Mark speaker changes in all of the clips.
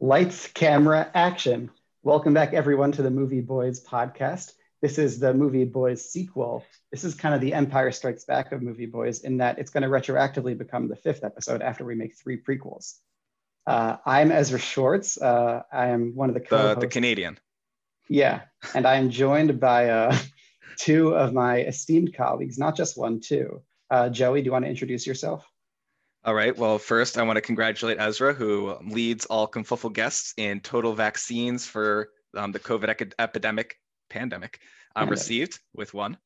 Speaker 1: Lights, camera, action. Welcome back, everyone, to the Movie Boys podcast. This is the Movie Boys sequel. This is kind of the Empire Strikes Back of Movie Boys in that it's going to retroactively become the fifth episode after we make three prequels. Uh, I'm Ezra Schwartz. Uh, I am one of the
Speaker 2: the,
Speaker 1: co-hosts.
Speaker 2: the Canadian.
Speaker 1: yeah, and I'm joined by uh, two of my esteemed colleagues, not just one, two. Uh, Joey, do you want to introduce yourself?
Speaker 2: All right. Well, first, I want to congratulate Ezra, who leads all Confuffle guests in total vaccines for um, the COVID ec- epidemic, pandemic, um,
Speaker 1: Pandemic.
Speaker 2: received with one.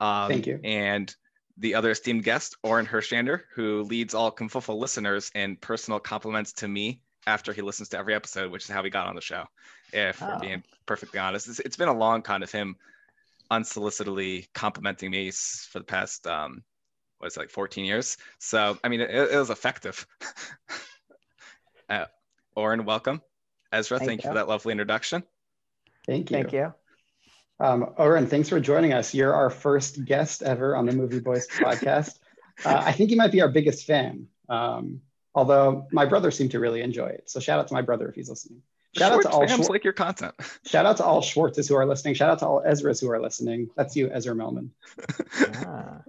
Speaker 2: Um,
Speaker 1: Thank you.
Speaker 2: And the other esteemed guest, Oren Hershander, who leads all Confuffle listeners in personal compliments to me after he listens to every episode, which is how we got on the show. If
Speaker 1: Ah.
Speaker 2: we're
Speaker 3: Oh.
Speaker 2: being perfectly honest, it's, it's been a long con of him unsolicitedly complimenting me s- for the past um, was like 14 years. So I mean, it, it was effective. uh, Oren, welcome. Ezra,
Speaker 3: Thank
Speaker 2: thank you for
Speaker 3: you.
Speaker 2: that lovely introduction.
Speaker 1: Thank you.
Speaker 3: Thank you.
Speaker 1: Um, Oren, thanks for joining us. You're our first guest ever on the Movie Boys podcast. Uh, I think you might be our biggest fan, um, although my brother seemed to really enjoy it. So shout out to my brother if he's listening. Shout out to
Speaker 2: Schwartz
Speaker 1: all
Speaker 2: fams
Speaker 1: Schwar-
Speaker 2: like your content.
Speaker 1: shout out to all Schwartzes who are listening. Shout out to all Ezras who are listening. That's you, Ezra Melman.
Speaker 3: Ah.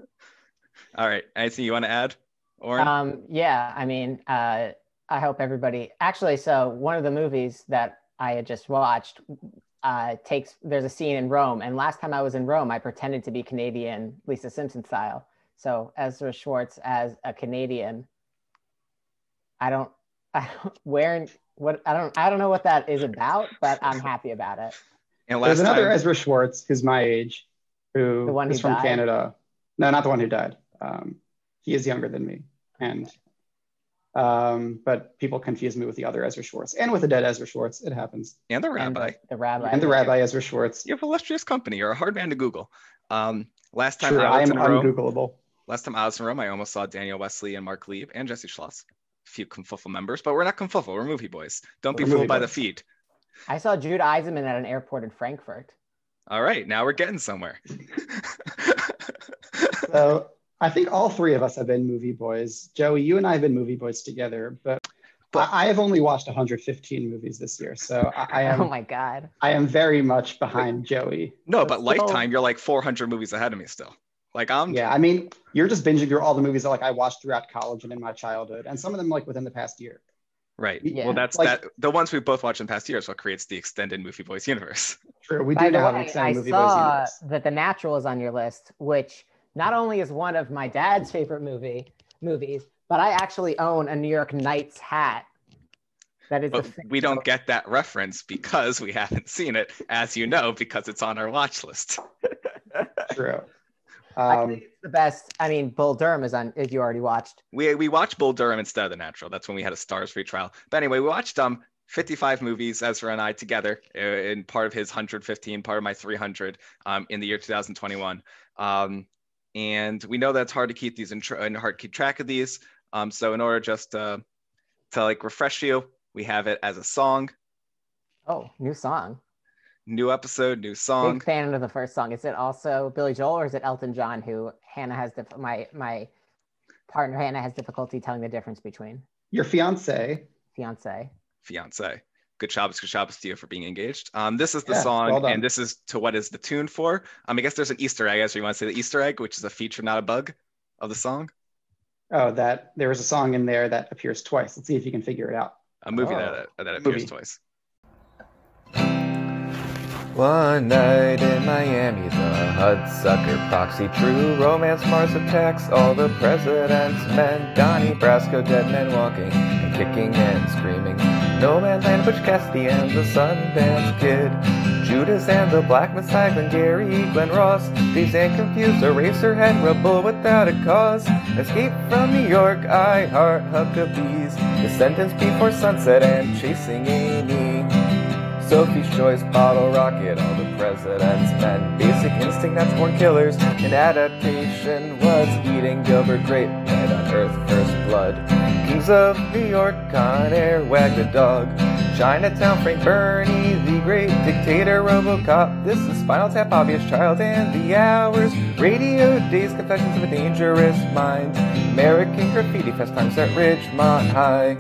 Speaker 2: All right, anything you want to add, Oren?
Speaker 1: Uh,
Speaker 3: Um, yeah, I mean, uh, I hope everybody actually. So one of the movies that I had just watched uh, takes there's a scene in Rome, and last time I was in Rome, I pretended to be Canadian, Lisa Simpson style. So Ezra Schwartz as a Canadian. I don't, I don't wearing what I don't I don't know what that is about, but I'm happy about it.
Speaker 2: and
Speaker 1: There's
Speaker 2: last
Speaker 1: another
Speaker 2: time,
Speaker 1: Ezra Schwartz who's my age, who
Speaker 3: The one who
Speaker 1: is from
Speaker 3: died?
Speaker 1: Canada. No, not the one who died. Um, he is younger than me, and um, but people confuse me with the other Ezra Schwartz and with the dead Ezra Schwartz. It happens.
Speaker 2: and the
Speaker 3: And
Speaker 2: rabbi.
Speaker 3: the, the rabbi.
Speaker 1: and the rabbi Ezra Schwartz.
Speaker 2: you have illustrious company. You're a hard man to Google. Um, last time
Speaker 1: Sure,
Speaker 2: I
Speaker 1: I
Speaker 2: was
Speaker 1: am
Speaker 2: in Rome,
Speaker 1: ungoogleable.
Speaker 2: last time I was in Rome, I almost saw Daniel Wesley and Mark Lieb and Jesse Schloss. A few Confuffle members, but we're not Confuffle. We're movie boys. Don't be
Speaker 1: We're movie
Speaker 2: fooled by the
Speaker 1: boys.
Speaker 2: feed.
Speaker 3: I saw Jude Eisenman at an airport in Frankfurt.
Speaker 2: All right, now we're getting somewhere.
Speaker 1: So I think all three of us have been movie boys. Joey, you and I have been movie boys together, but,
Speaker 2: But-
Speaker 1: I, I have only watched 115 movies this year, so I, I am
Speaker 3: Oh my god.
Speaker 1: I am very much behind Joey.
Speaker 2: no, but
Speaker 3: So-
Speaker 2: lifetime, you're like 400 movies ahead of me still. Like I'm
Speaker 1: Yeah, I mean, you're just binging through all the movies that like I watched throughout college and in my childhood, and some of them like within the past year.
Speaker 2: right.
Speaker 1: Yeah,
Speaker 2: Well, that's
Speaker 1: like-
Speaker 2: that. The ones we both watched in past years, what creates the extended movie boys universe.
Speaker 1: True, we
Speaker 3: By
Speaker 1: do
Speaker 3: the
Speaker 1: now have an
Speaker 3: way, I
Speaker 1: extended movie boys
Speaker 3: saw
Speaker 1: universe.
Speaker 3: that The Natural is on your list, which not only is one of my dad's favorite movie movies, but I actually own a New York Knights hat. That is,
Speaker 2: But
Speaker 3: the
Speaker 2: we don't get that reference because we haven't seen it, as you know, because it's on our watch list.
Speaker 1: True.
Speaker 3: I
Speaker 1: Um,
Speaker 3: think it's the best. I mean, Bull Durham is on. If you already watched,
Speaker 2: we we watched Bull Durham instead of The Natural. That's when we had a stars free trial. But anyway, we watched um 55 movies, Ezra and I together, uh, in part of his 115, part of my 300, um, in the year 2021. Um, and we know that's hard to keep these in tr- and hard to keep track of these. Um, so in order just uh, to like refresh you, we have it as a song,
Speaker 3: oh, new song.
Speaker 2: new episode, new
Speaker 3: Big
Speaker 2: song.
Speaker 3: fan of the first song. Is it also Billy Joel or is it Elton John? Who Hannah has dif- my my partner Hannah has difficulty telling the difference between
Speaker 1: your fiance.
Speaker 3: fiance.
Speaker 2: fiance. Good Shabbos, good Shabbos to you for being engaged. Um, this is the
Speaker 1: Yeah,
Speaker 2: song,
Speaker 1: well done.
Speaker 2: and this is to what is the tune for. Um, I guess there's an Easter egg, I guess you want to say the Easter egg, which is a feature, not a bug, of the song.
Speaker 1: Oh, that there was a song in there that appears twice. Let's see if you can figure it out.
Speaker 2: A movie
Speaker 3: Oh.
Speaker 2: that that appears
Speaker 1: Movie.
Speaker 2: twice.
Speaker 4: One night in Miami, the Hudsucker proxy, true romance Mars attacks all the president's men. Donnie Brasco, dead men walking and kicking and screaming. No man's land, Butch Cassian, the Sundance Kid, Judas and the Black Messiah, Glenn Gary, Glenn Ross, these and confused, Eraserhead, rebel without a cause. Escape from New York, I heart Huckabees, the sentence before sunset and chasing Amy. Sophie's Choice, Bottle Rocket, all the president's men. Basic instinct, that's born killers. An adaptation was eating Gilbert Grape, and on Earth, First Blood. Kings of New York, Con Air, Wag the Dog. Chinatown, Frank Bernie, the Great Dictator, Robocop. This is Spinal Tap, Obvious Child, and the Hours. Radio Days, Confessions of a Dangerous Mind. American Graffiti, Fest Times at Ridgemont High.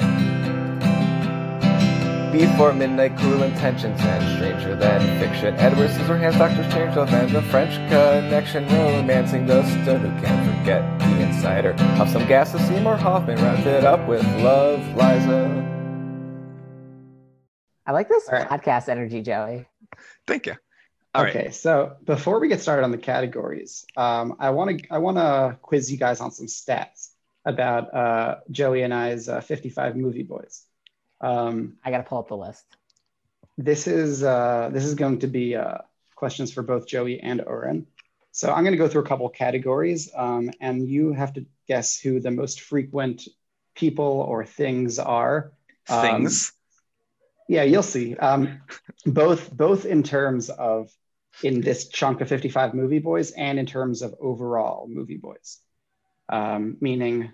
Speaker 4: Before Midnight, Cruel Intentions, and Stranger Than Fiction. Edward Scissorhands, Doctor Strangelove, and The French Connection. Romancing the Stone, who can't forget The Insider. Pop some gas to Seymour Hoffman, wrapped it up with Love, Liza.
Speaker 3: I like this
Speaker 1: All right.
Speaker 3: podcast energy, Joey.
Speaker 2: Thank you. All right.
Speaker 1: okay, so before we get started on the categories, um, I want to I want to quiz you guys on some stats about uh, Joey and I's uh, 55 movie boys. Um,
Speaker 3: I gotta pull up the list.
Speaker 1: this is uh, this is going to be uh, questions for both Joey and Oren. So I'm going to go through a couple categories, um, and you have to guess who the most frequent people or things are. Um,
Speaker 2: Things.
Speaker 1: Yeah, you'll see. Um, both both in terms of in this chunk of 55 movie boys and in terms of overall movie boys, um, meaning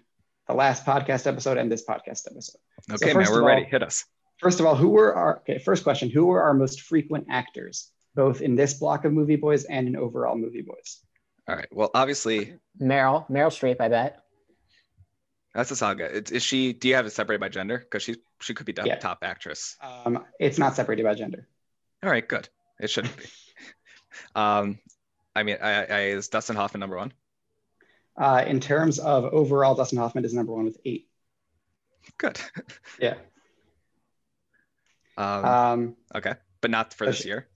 Speaker 1: the last podcast episode and this podcast episode.
Speaker 2: okay, man,
Speaker 1: first
Speaker 2: we're
Speaker 1: of
Speaker 2: ready.
Speaker 1: all-
Speaker 2: Hit us.
Speaker 1: First of all, who were our okay? First question: Who were our most frequent actors, both in this block of movie boys and in overall movie boys?
Speaker 2: All right. Well, obviously,
Speaker 3: Meryl, Meryl Streep, I bet.
Speaker 2: that's a saga. Is, is she? Do you have it separated by gender? Because she she could be the
Speaker 1: Yeah.
Speaker 2: top actress.
Speaker 1: Um, it's not separated by gender.
Speaker 2: All right, good. It shouldn't be. um, I mean, I, I, is Dustin Hoffman number one?
Speaker 1: Uh, in terms of overall, Dustin Hoffman is number one with eight.
Speaker 2: Good.
Speaker 1: Yeah.
Speaker 2: Um,
Speaker 1: Um,
Speaker 2: okay, but not for this
Speaker 1: okay.
Speaker 2: year.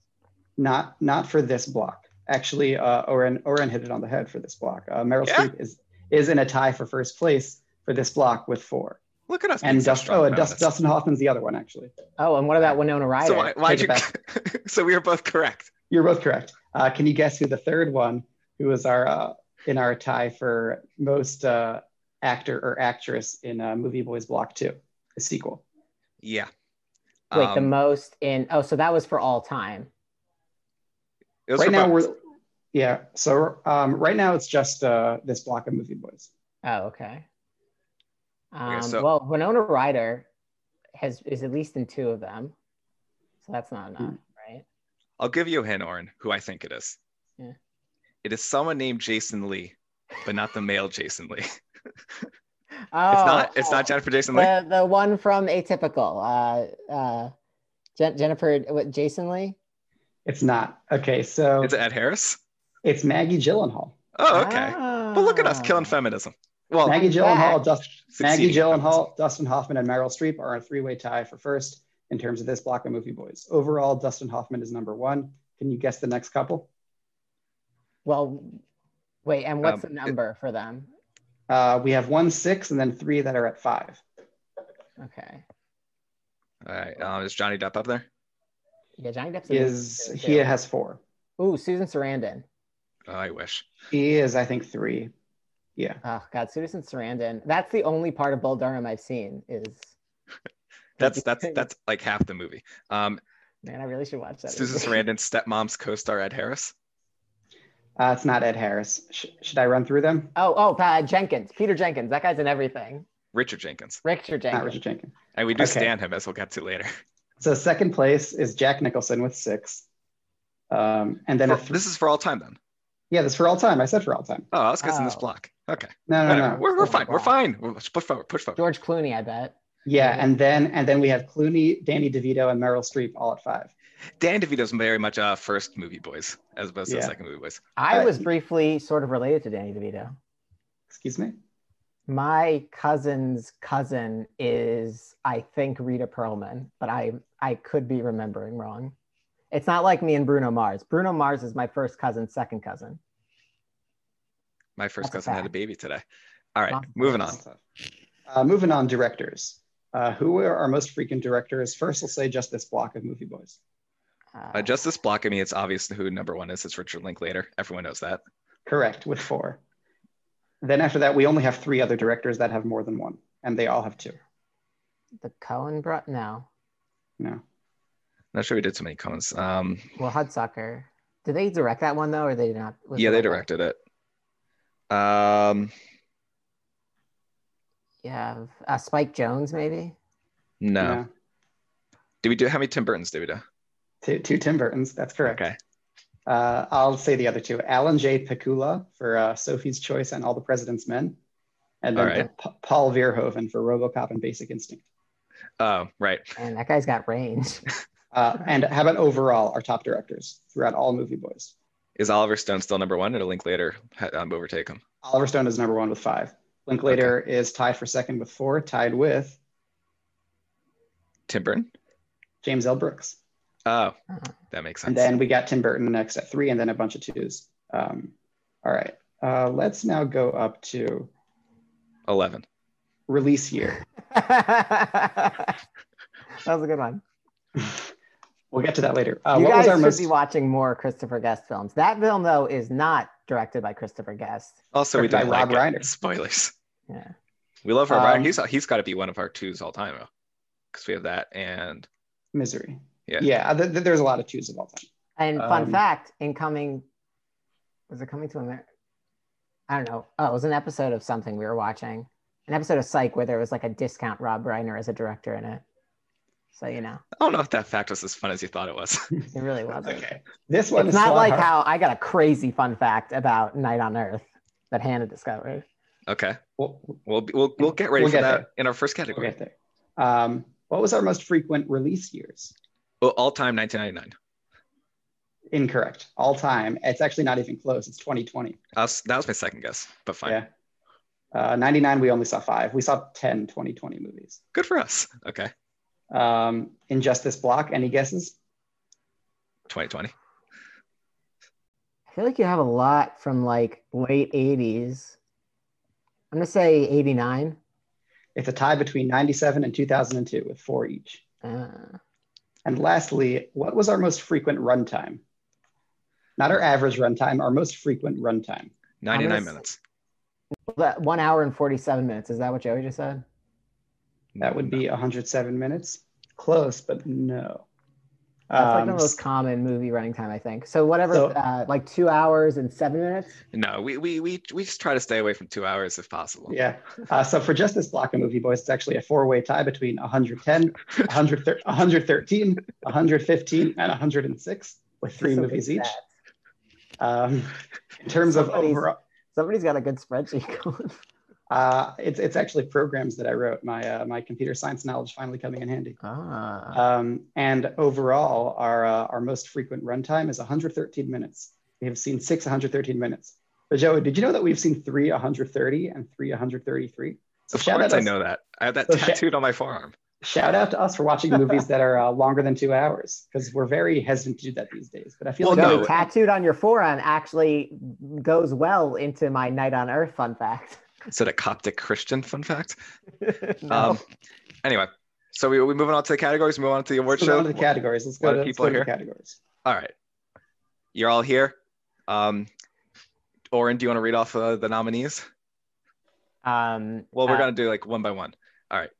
Speaker 1: not not for this block. Actually, uh, Oren Oren hit it on the head for this block. Uh, Meryl
Speaker 2: Yeah?
Speaker 1: Streep is is in a tie for first place for this block with four,
Speaker 2: Look at us. being
Speaker 1: and
Speaker 2: so
Speaker 1: Dust,
Speaker 2: strong
Speaker 1: oh, and
Speaker 2: about
Speaker 1: Dust,
Speaker 2: this.
Speaker 1: Dustin Hoffman's the other one. Actually,
Speaker 3: Oh, and what about Winona Ryder?
Speaker 2: So why, why'd
Speaker 1: Take
Speaker 2: you?
Speaker 1: it
Speaker 2: so we were both correct.
Speaker 1: you're both correct. Uh, can you guess who the third one, who was our uh, in our tie for most uh, actor or actress in uh, Movie Boys Block Two, the sequel?
Speaker 2: Yeah.
Speaker 3: Wait, the
Speaker 2: Um,
Speaker 3: most in oh, so that was for all time.
Speaker 2: it was
Speaker 1: Right
Speaker 2: for
Speaker 1: now
Speaker 2: both.
Speaker 1: we're yeah. So um, right now it's just uh, this block of Movie Boys.
Speaker 3: Oh, okay. Um,
Speaker 2: so-
Speaker 3: Well, Winona Ryder has is at least in two of them, so that's not
Speaker 2: Hmm.
Speaker 3: enough, right?
Speaker 2: I'll give you a hint, Oren, who I think it is.
Speaker 3: Yeah.
Speaker 2: It is someone named Jason Lee, but not the male Jason Lee. It's
Speaker 3: Oh,
Speaker 2: not. It's not Jennifer Jason Lee.
Speaker 3: the, the one from Atypical. Uh, uh, Jen- Jennifer, what, Jason Lee?
Speaker 1: It's not okay. So
Speaker 2: It's
Speaker 1: it's,
Speaker 2: Ed Harris.
Speaker 1: Maggie Gyllenhaal.
Speaker 2: Oh, okay. But look at us killing
Speaker 3: Ah.
Speaker 2: feminism. Well,
Speaker 1: Maggie Gyllenhaal, Dust, Maggie
Speaker 2: succeeding in feminism.
Speaker 1: Gyllenhaal, Dustin Hoffman, and Meryl Streep are a three-way tie for first in terms of this block of movie boys. Overall, Dustin Hoffman is number one. Can you guess the next couple?
Speaker 3: Well, wait, and what's
Speaker 2: Um,
Speaker 3: the
Speaker 2: it-
Speaker 3: number for them?
Speaker 1: Uh, we have one six and then three that are at five.
Speaker 3: Okay.
Speaker 2: All right. Um, is Johnny Depp up there?
Speaker 3: Yeah, Johnny Depp's in this
Speaker 1: Is
Speaker 3: too.
Speaker 1: he has four?
Speaker 3: Ooh, Susan Sarandon.
Speaker 2: Oh, I wish.
Speaker 1: He is, I think, three. Yeah,
Speaker 3: Oh God, Susan Sarandon. That's the only part of Bull Durham I've seen. Is
Speaker 2: That's that's that's like half the movie. Um,
Speaker 3: man, I really should watch that.
Speaker 2: Susan
Speaker 3: movie.
Speaker 2: Sarandon's stepmom's co-star Ed Harris.
Speaker 1: uh, it's not Ed Harris. Sh- should I run through them?
Speaker 3: Oh, oh, uh, Jenkins, Peter Jenkins. That guy's in everything.
Speaker 2: Richard Jenkins,
Speaker 3: Richard
Speaker 1: Not
Speaker 3: Jenkins.
Speaker 1: Richard Jenkins.
Speaker 2: and we do
Speaker 1: Okay.
Speaker 2: stand him as we'll get to later.
Speaker 1: So second place is Jack Nicholson with six, um, and then a
Speaker 2: For-
Speaker 1: th-
Speaker 2: this is for all time then.
Speaker 1: yeah, this is for all time. I said for all time.
Speaker 2: Oh, I was guessing this
Speaker 3: Oh.
Speaker 2: block. Okay,
Speaker 1: No, no,
Speaker 2: whatever.
Speaker 1: no.
Speaker 2: We're, we're
Speaker 3: it's the
Speaker 2: fine. We're
Speaker 3: block.
Speaker 2: fine. We'll just push forward. Push forward.
Speaker 3: George Clooney, I bet.
Speaker 1: Yeah,
Speaker 3: Yeah.
Speaker 1: and then and then we have Clooney, Danny DeVito, and Meryl Streep all at five.
Speaker 2: Dan DeVito's very much uh, first movie boys as opposed to
Speaker 1: Yeah.
Speaker 2: second movie boys.
Speaker 3: I
Speaker 1: Uh,
Speaker 3: was briefly sort of related to Danny DeVito.
Speaker 1: Excuse me.
Speaker 3: My cousin's cousin is, I think, Rita Perlman, but I I could be remembering wrong. It's not like me and Bruno Mars. Bruno Mars is my first cousin, second cousin.
Speaker 2: My first
Speaker 3: That's a
Speaker 2: cousin had a
Speaker 3: fact.
Speaker 2: baby today. All right,
Speaker 3: Lots of
Speaker 2: moving on.
Speaker 1: Uh, moving on, directors. Uh, who are our most frequent directors? First, we'll say just this block of movie boys.
Speaker 2: Uh, just this block, I mean, it's obvious who number one is. It's Richard Linklater. Everyone knows that.
Speaker 1: Correct, with four. Then after that, we only have three other directors that have more than one, and they all have two.
Speaker 3: the Cohen bro. No,
Speaker 1: No,
Speaker 2: Not sure we did so many comments. Um,
Speaker 3: well, Hudsucker. Did they direct that one though, or they did not? was
Speaker 2: yeah,
Speaker 3: it
Speaker 2: they
Speaker 3: like a-
Speaker 2: directed it. Um,
Speaker 3: Yeah, uh, Spike Jones maybe.
Speaker 2: no. Do we do how many Tim Burton's do we do?
Speaker 1: Two, two Tim Burtons. That's correct.
Speaker 2: Okay.
Speaker 1: Uh, I'll say the other two: Alan J. Pakula for uh, Sophie's Choice and All the President's Men, and then
Speaker 2: All right.
Speaker 1: Pa- Paul Verhoeven for RoboCop and Basic Instinct.
Speaker 2: Oh, right.
Speaker 3: And that guy's got range.
Speaker 1: Uh, and how about overall our top directors throughout all Movie Boys?
Speaker 2: Is Oliver Stone still number one? It'll link later. Um, overtake him.
Speaker 1: Oliver Stone is number one with five. Linklater is tied for second with four, tied with
Speaker 2: Tim Burton.
Speaker 1: James L. Brooks.
Speaker 2: Oh, that makes sense.
Speaker 1: Uh-huh. And then we got Tim Burton next at three, and then a bunch of twos. Um, all right. Uh, let's now go up to
Speaker 2: Eleven.
Speaker 1: release year.
Speaker 3: that was a good one.
Speaker 1: We'll get to that later. Uh,
Speaker 3: you
Speaker 1: what
Speaker 3: guys
Speaker 1: was our
Speaker 3: should
Speaker 1: most?
Speaker 3: be watching more Christopher Guest films. That film, though, is not directed by Christopher Guest.
Speaker 2: Also, we
Speaker 1: Directed
Speaker 2: don't
Speaker 1: by
Speaker 2: like
Speaker 1: Rob
Speaker 2: it.
Speaker 1: Reiner.
Speaker 2: Spoilers.
Speaker 3: Yeah.
Speaker 2: We love Rob
Speaker 1: Um,
Speaker 2: Reiner. He's he's got to be one of our twos all time though, because we have that and
Speaker 1: Misery.
Speaker 2: Yeah.
Speaker 1: Yeah. uh, th- th- there's a lot of twos of all time.
Speaker 3: And fun
Speaker 1: Um,
Speaker 3: fact: in coming, was it coming to America? I don't know. Oh, it was an episode of something we were watching, an episode of Psych where there was like a discount Rob Reiner as a director in it. So you know,
Speaker 2: I don't know if that fact was as fun as you thought it was.
Speaker 3: it really wasn't.
Speaker 1: Okay. This one
Speaker 3: It's
Speaker 1: is
Speaker 3: not like
Speaker 1: Slaughter-
Speaker 3: how I got a crazy fun fact about Night on Earth that Hannah discovered.
Speaker 2: okay,
Speaker 1: We'll,
Speaker 2: we'll be- we'll we'll get ready
Speaker 1: We'll
Speaker 2: for
Speaker 1: get
Speaker 2: that
Speaker 1: there.
Speaker 2: in our first
Speaker 1: we'll
Speaker 2: category.
Speaker 1: get there. Um, what was our most frequent release years?
Speaker 2: Well, all time 1999.
Speaker 1: Incorrect. All time. It's actually not even close. It's 2020.
Speaker 2: I was- that was my second guess, but fine.
Speaker 1: Yeah. Uh, 99, we only saw five. We saw 10 2020 movies.
Speaker 2: Good for us. Okay,
Speaker 1: Um, Injustice Block, any guesses?
Speaker 2: 2020.
Speaker 3: I feel like you have a lot from like late '80s. I'm gonna say '89.
Speaker 1: It's a tie between 97 and 2002 with four each.
Speaker 3: Uh,
Speaker 1: And lastly, what was our most frequent runtime? Not our average runtime, our most frequent runtime.
Speaker 2: 99
Speaker 3: s-
Speaker 2: minutes.
Speaker 3: that one hour and 47 minutes. Is that what Joey just said?
Speaker 1: That would be 107 minutes. Close, but no.
Speaker 3: That's like
Speaker 1: Um,
Speaker 3: the most common movie running time, I think. So whatever,
Speaker 1: So-
Speaker 3: uh, like two hours and seven minutes.
Speaker 2: No, we, we we we just try to stay away from two hours if possible.
Speaker 1: Yeah. Uh, so for just this block of movie boys, it's actually a four-way tie between 110, 113, 113, 115, and 106 with three
Speaker 3: So
Speaker 1: movies
Speaker 3: good
Speaker 1: each.
Speaker 3: stats.
Speaker 1: Um, in terms of
Speaker 3: Somebody's-
Speaker 1: overall,
Speaker 3: Somebody's got a good spreadsheet going.
Speaker 1: uh, it's it's actually programs that I wrote. My uh, my computer science knowledge finally coming in handy.
Speaker 3: ah,
Speaker 1: Um, and overall, our uh, our most frequent runtime is 113 minutes. We have seen six 113 minutes. But Joey, did you know that we've seen three 130 and three 133? So
Speaker 2: Of
Speaker 1: shout
Speaker 2: course,
Speaker 1: out
Speaker 2: I
Speaker 1: us-
Speaker 2: know that. I have that
Speaker 1: So shout-
Speaker 2: tattooed on my forearm.
Speaker 1: Shout out to us for watching movies that are uh, longer than two hours because we're very hesitant to do that these days. But I feel
Speaker 2: Well,
Speaker 1: like
Speaker 2: no.
Speaker 3: Joey, tattooed on your forearm actually goes well into my night on Earth fun fact.
Speaker 2: Is that a Coptic Christian fun fact?
Speaker 3: No.
Speaker 2: Um, anyway, so we we moving on to the categories. Move on to the award
Speaker 1: let's go
Speaker 2: show.
Speaker 1: on to the categories. Let's
Speaker 2: Lot
Speaker 1: go
Speaker 2: of
Speaker 1: to, let's
Speaker 2: people
Speaker 1: go to the
Speaker 2: here.
Speaker 1: categories.
Speaker 2: All right, you're all here. Um, Oren, do you want to read off uh, the nominees?
Speaker 3: Um,
Speaker 2: Well, we're
Speaker 3: uh,
Speaker 2: gonna do like one by one. All right.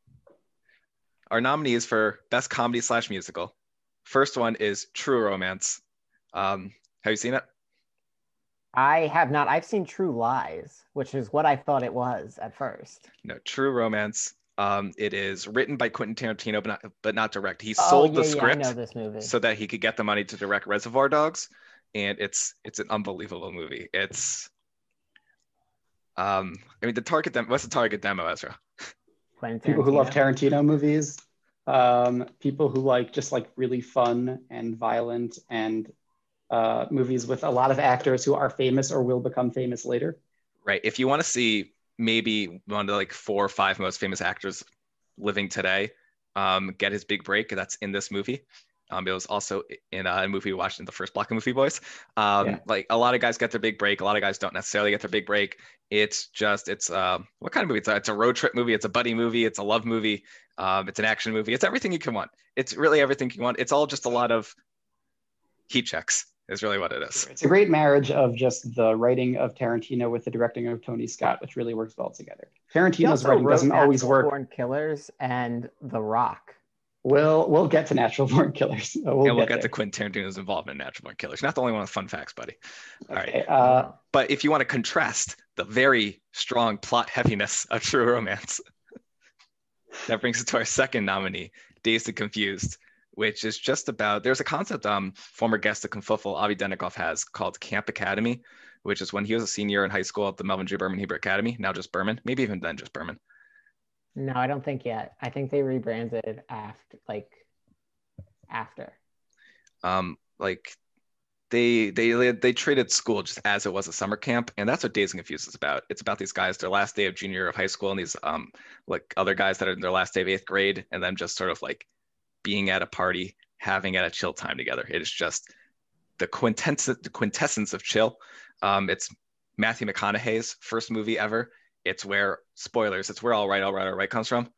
Speaker 2: Our nominees for best comedy slash musical. First one is True Romance. Um, have you seen it?
Speaker 3: I have not. I've seen True Lies, which is what I thought it was at first.
Speaker 2: No, True Romance. Um, it is written by Quentin Tarantino, but not, but not direct. He
Speaker 3: Oh,
Speaker 2: sold the
Speaker 3: yeah, yeah,
Speaker 2: script
Speaker 3: I know this movie.
Speaker 2: so that he could get the money to direct Reservoir Dogs, and it's it's an unbelievable movie. It's um, I mean the target demo. What's the target demo, Ezra?
Speaker 3: Quentin
Speaker 1: People who love
Speaker 3: Tarantino.
Speaker 1: Tarantino movies, um, people who like just like really fun and violent and uh, movies with a lot of actors who are famous or will become famous later.
Speaker 2: Right. If you want to see maybe one of the like four or five most famous actors living today, um, get his big break. That's in this movie. Um, it was also in a movie we watched in the first block of Movie Boys. Um,
Speaker 1: Yeah.
Speaker 2: Like a lot of guys get their big break. A lot of guys don't necessarily get their big break. It's just it's um, what kind of movie? It's a, it's a road trip movie. It's a buddy movie. It's a love movie. Um, it's an action movie. It's everything you can want. It's really everything you want. It's all just a lot of heat checks. Is really what it is.
Speaker 1: It's a great marriage of just the writing of Tarantino with the directing of Tony Scott, which really works well together.
Speaker 3: He
Speaker 1: Tarantino's
Speaker 3: also
Speaker 1: writing
Speaker 3: wrote
Speaker 1: doesn't always
Speaker 3: Natural
Speaker 1: work.
Speaker 3: Born Killers and The Rock.
Speaker 1: We'll we'll get to Natural Born Killers. Uh, We'll
Speaker 2: and we'll
Speaker 1: get,
Speaker 2: get to Quentin Tarantino's involvement in Natural Born Killers. Not the only one with fun facts, buddy. All
Speaker 1: there.
Speaker 2: right.
Speaker 1: Okay, uh,
Speaker 2: But if you want to contrast the very strong plot heaviness of True Romance, that brings us to our second nominee, Dazed and Confused, which is just about there's a concept um former guest of Confuffle, Avi Denikov, has called Camp Academy, which is when he was a senior in high school at the Melvin J. Berman Hebrew Academy, now just Berman, maybe even then just Berman.
Speaker 3: No, I don't think yet. I think they rebranded after, like, after.
Speaker 2: Um, like they they they treated school just as it was a summer camp, and that's what Days and Confused is about. It's about these guys, their last day of junior year of high school, and these um like other guys that are in their last day of eighth grade, and them just sort of like being at a party, having at a chill time together. It is just the quintessence the quintessence of chill. Um, it's Matthew McConaughey's first movie ever. It's where spoilers. It's where all right, all right, all right comes from.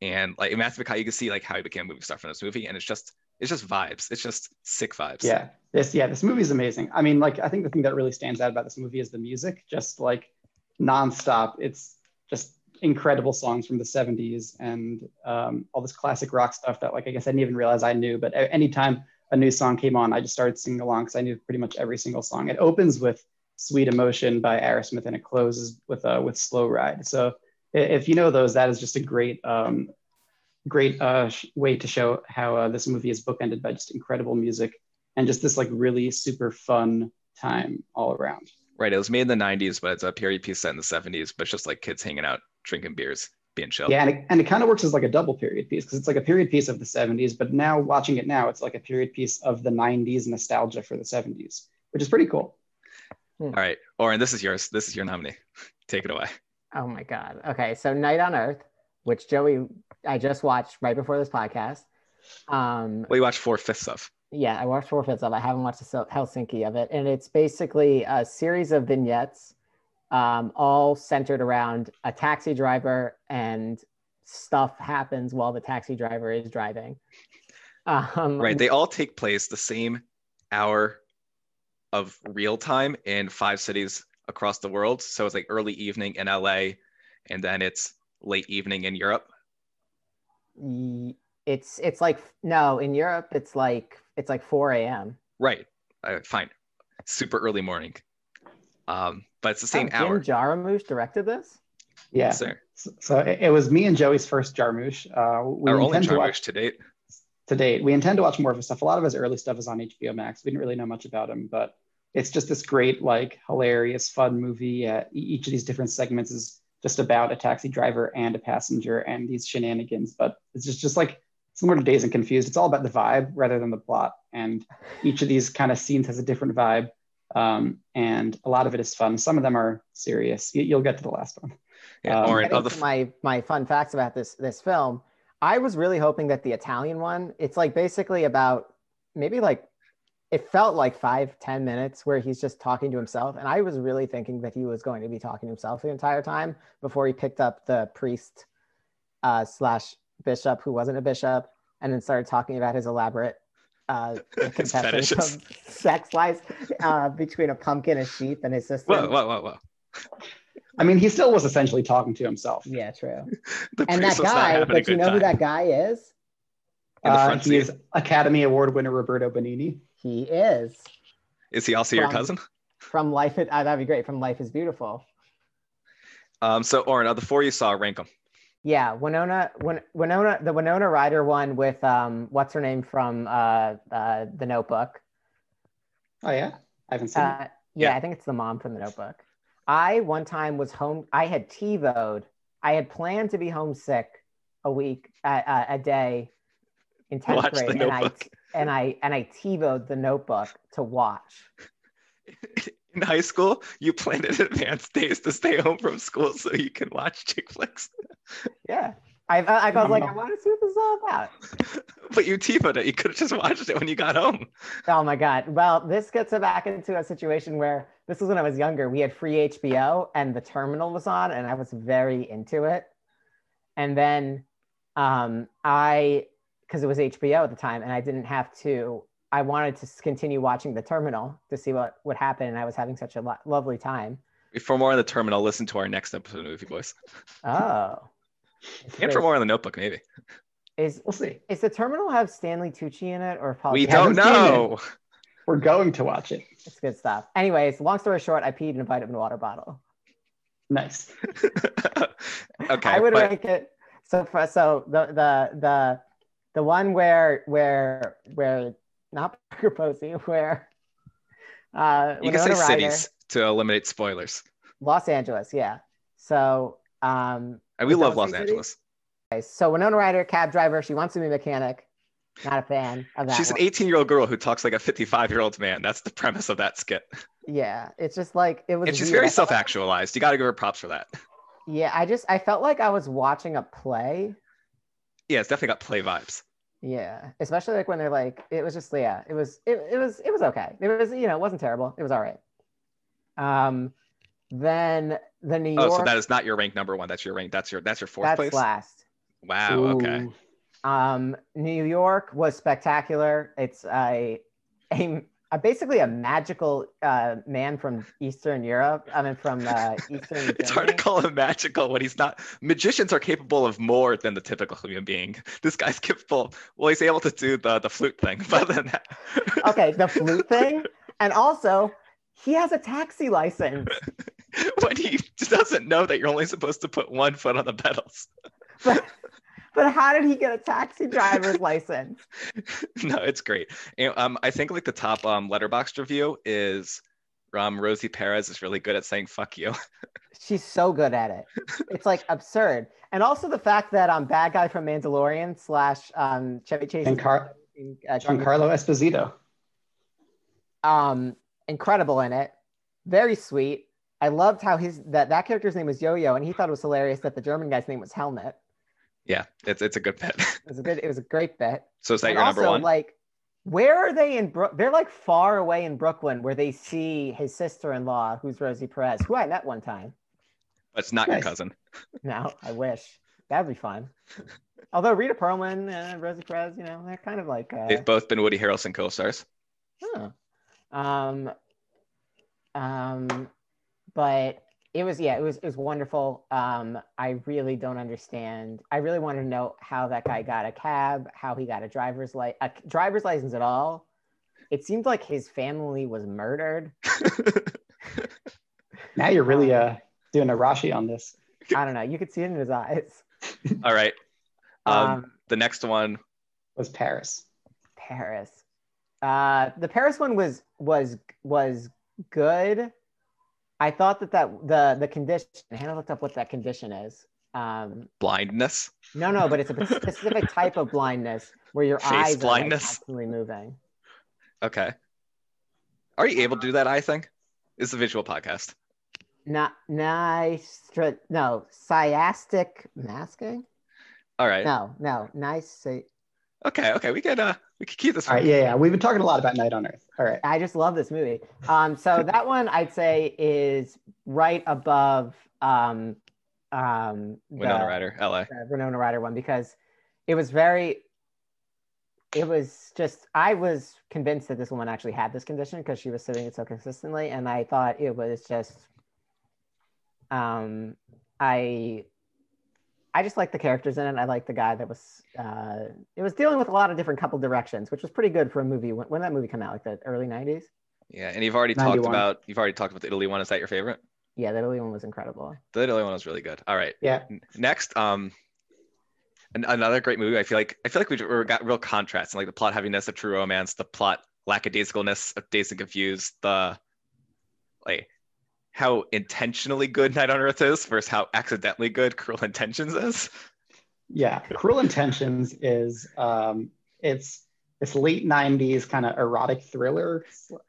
Speaker 2: And like Matthew McConaughey, you can see like how he became a movie star from this movie, and it's just it's just vibes. It's just sick vibes.
Speaker 1: Yeah. This yeah, this movie is amazing. I mean, like I think the thing that really stands out about this movie is the music, just like nonstop. It's just incredible songs from the 70s and um, all this classic rock stuff that like I guess I didn't even realize I knew, but a- anytime a new song came on, I just started singing along because I knew pretty much every single song. It opens with "Sweet Emotion" by Aerosmith, and it closes with uh, with "Slow Ride." So i- if you know those, that is just a great um, great uh, sh- way to show how uh, this movie is bookended by just incredible music and just this like really super fun time all around.
Speaker 2: Right. It was made in the 90s, but it's a period piece set in the 70s, but it's just like kids hanging out, drinking beers, being chill.
Speaker 1: Yeah, and it, and it kind of works as like a double period piece because it's like a period piece of the 70s, but now watching it now, it's like a period piece of the 90s nostalgia for the 70s, which is pretty cool.
Speaker 2: All right. Oren, this is yours. This is your nominee. Take it away.
Speaker 3: Oh my God. Okay. So Night on Earth, which Joey, I just watched right before this podcast. Um,
Speaker 2: Well, you watched four fifths of.
Speaker 3: yeah, I watched four fifths of. it. I haven't watched the Sel- Helsinki of it, and it's basically a series of vignettes, um, all centered around a taxi driver, and stuff happens while the taxi driver is driving. Um,
Speaker 2: Right. They all take place the same hour of real time in five cities across the world. So it's like early evening in LA, and then it's late evening in Europe.
Speaker 3: y- it's it's like no in Europe it's like it's like 4 a.m.
Speaker 2: Right. Uh, fine. Super early morning. Um, but it's the same
Speaker 3: Oh,
Speaker 2: hour.
Speaker 3: Jim Jarmusch directed this.
Speaker 1: Yeah.
Speaker 2: Yes, sir.
Speaker 1: So, so it, it was me and Joey's first Jarmusch. Uh, we
Speaker 2: Our only
Speaker 1: intend to
Speaker 2: Jarmusch
Speaker 1: watch
Speaker 2: to date.
Speaker 1: to date. We intend to watch more of his stuff. A lot of his early stuff is on HBO Max. We didn't really know much about him, but it's just this great, like, hilarious, fun movie. Uh, e- each of these different segments is just about a taxi driver and a passenger and these shenanigans. But it's just, just like similar to Days and Confused. It's all about the vibe rather than the plot. And each of these kind of scenes has a different vibe. Um, and a lot of it is fun. Some of them are serious. You, will get to the last one.
Speaker 2: Yeah,
Speaker 1: Um,
Speaker 2: Oren,
Speaker 3: Adding
Speaker 2: of the
Speaker 3: to
Speaker 2: f-
Speaker 3: my my fun facts about this this film, I was really hoping that the Italian one. It's like basically about maybe like it felt like five ten minutes where he's just talking to himself, and I was really thinking that he was going to be talking to himself the entire time before he picked up the priest uh, slash bishop who wasn't a bishop, and then started talking about his elaborate. Uh, confession
Speaker 2: fetishes.
Speaker 3: of sex lives uh, between a pumpkin, a sheep, and his sister.
Speaker 2: Whoa, whoa, whoa, whoa.
Speaker 1: I mean, he still was essentially talking to himself.
Speaker 3: Yeah, true.
Speaker 2: The
Speaker 3: and that
Speaker 2: priest was not
Speaker 3: guy,
Speaker 2: having a
Speaker 3: but you
Speaker 2: good
Speaker 3: know who
Speaker 2: time.
Speaker 3: that guy is?
Speaker 2: In the
Speaker 1: Uh,
Speaker 2: front
Speaker 1: he is Academy Award winner Roberto Benigni.
Speaker 3: He is
Speaker 2: Is he also your
Speaker 3: from-
Speaker 2: cousin?
Speaker 3: from Life. Is, uh, that'd be great. From Life is Beautiful.
Speaker 2: Um, so, Oren, of the four you saw, rank them.
Speaker 3: Yeah, Winona, Win, Winona, the Winona Ryder one with um, what's her name from uh, uh, The Notebook.
Speaker 1: Oh yeah, I haven't seen. it.
Speaker 3: Uh, yeah,
Speaker 2: Yeah.
Speaker 3: I think it's the mom from The Notebook. I one time was home. I had TiVoed. I had planned to be homesick a week, uh, uh, a day in tenth
Speaker 2: Watch The
Speaker 3: grade, and I
Speaker 2: Notebook.
Speaker 3: and I and I TiVoed The Notebook to watch.
Speaker 2: In high school, you planned in advance days to stay home from school so you can watch chick flicks,
Speaker 3: Yeah. I, I, I was like, I
Speaker 1: Phenomenal.
Speaker 3: want to see what this is all about.
Speaker 2: but you TiVo'd it. You could have just watched it when you got home.
Speaker 3: Oh my God. Well, this gets back into a situation where this was when I was younger. We had free HBO and the terminal was on, and I was very into it. And then um, I, because it was HBO at the time, and I didn't have to, I wanted to s- continue watching the terminal to see what would happen. And I was having such a lo- lovely time.
Speaker 2: For more on the terminal, listen to our next episode of Movie Boys.
Speaker 3: Oh.
Speaker 2: And for more on the notebook, maybe.
Speaker 3: Is,
Speaker 1: We'll see.
Speaker 3: is the terminal have Stanley Tucci in it or Paul?
Speaker 2: We
Speaker 3: Giamatti?
Speaker 2: don't
Speaker 1: haven't seen it.
Speaker 2: know.
Speaker 1: We're going to watch it.
Speaker 3: It's good stuff. Anyways, long story short, I peed in a vitamin water bottle.
Speaker 1: Nice.
Speaker 2: okay.
Speaker 3: I would
Speaker 2: but
Speaker 3: rank it. So for, so the the the the one where where where not Parker Posey where uh
Speaker 2: you can say
Speaker 3: Winona Ryder,
Speaker 2: cities to eliminate spoilers.
Speaker 3: Los Angeles, yeah. So Um,
Speaker 2: And we
Speaker 3: Is that
Speaker 2: love
Speaker 3: what
Speaker 2: Los
Speaker 3: they said?
Speaker 2: Angeles.
Speaker 3: okay, so Winona Ryder, cab driver, she wants to be a mechanic. Not a fan of that.
Speaker 2: She's an
Speaker 3: one.
Speaker 2: 18 year old girl who talks like a 55 year old man. That's the premise of that skit.
Speaker 3: Yeah, it's just like it was.
Speaker 2: And she's
Speaker 3: weird.
Speaker 2: very
Speaker 3: I felt
Speaker 2: self actualized. You got to give her props for that.
Speaker 3: like- Yeah, I just I felt like I was watching a play.
Speaker 2: Yeah, it's definitely got play vibes.
Speaker 3: Yeah, especially like when they're like, it was just yeah, it was it, it was it was okay. It was you know it wasn't terrible. It was all right. Um, then the New York.
Speaker 2: Oh, so that is not your rank number one. That's your rank. That's your that's your fourth
Speaker 3: that's
Speaker 2: place.
Speaker 3: last.
Speaker 2: Wow. Oh, Okay.
Speaker 1: Ooh.
Speaker 3: Um, New York was spectacular. It's a, a, a basically a magical uh, man from Eastern Europe. I mean, from uh, Eastern.
Speaker 2: It's hard to
Speaker 3: Germany.
Speaker 2: call him magical when he's not. Magicians are capable of more than the typical human being. This guy's capable. Well, he's able to do the the flute thing, but other than that,
Speaker 3: okay, the flute thing, and also he has a taxi license,
Speaker 2: when he doesn't know that you're only supposed to put one foot on the pedals.
Speaker 3: but but how did he get a taxi driver's license?
Speaker 2: No, it's great. And, um, I think like the top um letterbox review is. Um, Rosie Perez is really good at saying "fuck you."
Speaker 3: She's so good at it. It's like absurd, and also the fact that um, bad guy from Mandalorian slash um Chevy Chase
Speaker 1: And Car-
Speaker 3: uh,
Speaker 1: Giancarlo Esposito.
Speaker 3: um incredible in it very sweet i loved how his that that character's name was yo-yo and he thought it was hilarious that the german guy's name was helmet
Speaker 2: Yeah, it's it's a good pet.
Speaker 3: it was a good it was a great bit
Speaker 2: So is that
Speaker 3: and
Speaker 2: your
Speaker 3: also
Speaker 2: number one?
Speaker 3: like where are they in Brook? They're like far away in Brooklyn, where they see his sister-in-law, who's Rosie Perez, who I met one time.
Speaker 2: That's not your
Speaker 1: Nice.
Speaker 2: cousin.
Speaker 3: Now I wish that'd be fun. Although Rita Perlman, uh, Rosie Perez, you know, they're kind of like uh,
Speaker 2: They've both been Woody Harrelson co-stars.
Speaker 3: Huh. Um, um, but it was yeah, it was it was wonderful. Um, I really don't understand. I really want to know how that guy got a cab, how he got a driver's li- a driver's license at all. It seemed like his family was murdered.
Speaker 1: Now you're really uh, doing a Rashi on this.
Speaker 3: I don't know. You could see it in his eyes.
Speaker 2: All right. Um,
Speaker 3: Um,
Speaker 2: the next one,
Speaker 1: Was Paris?
Speaker 3: Paris. Uh, the Paris one was was was good. I thought that that the the condition. Hannah looked up what that condition is. Um,
Speaker 2: blindness.
Speaker 3: No, no, but it's a specific type of blindness where your
Speaker 2: Face
Speaker 3: eyes
Speaker 2: blindness.
Speaker 3: are like, constantly moving.
Speaker 2: Okay. Are you able to do that eye thing? It's a visual podcast.
Speaker 3: Not nice. No, sciastic masking.
Speaker 2: All right.
Speaker 3: No, no, nice.
Speaker 2: Okay. Okay. We could uh we could keep this
Speaker 1: All
Speaker 2: one.
Speaker 1: right, yeah, yeah. We've been talking a lot about Night on Earth. All right.
Speaker 3: I just love this movie. Um, so that one I'd say is right above um, um, the-
Speaker 2: Winona Ryder, LA.
Speaker 3: the Winona Ryder one because it was very. It was just I was convinced that this woman actually had this condition because she was sitting it so consistently, and I thought it was just. Um, I. I just like the characters in it. I like the guy that was. Uh, it was dealing with a lot of different couple directions, which was pretty good for a movie. When, when did that movie come out, like the early '90s.
Speaker 2: Yeah. And you've already talked
Speaker 1: 91.
Speaker 2: about you've already talked about the Italy one. Is that your favorite?
Speaker 3: Yeah, that early one was incredible.
Speaker 2: The Italy one was really good. All right.
Speaker 1: Yeah.
Speaker 2: N- Next, um, an- another great movie. I feel like I feel like we we got real contrasts and like the plot heaviness of True Romance, the plot lackadaisicalness of Days and Confused, the like how intentionally good Night on Earth is versus how accidentally good Cruel Intentions is.
Speaker 1: Yeah, Cruel Intentions is um, it's it's late '90s kind of erotic thriller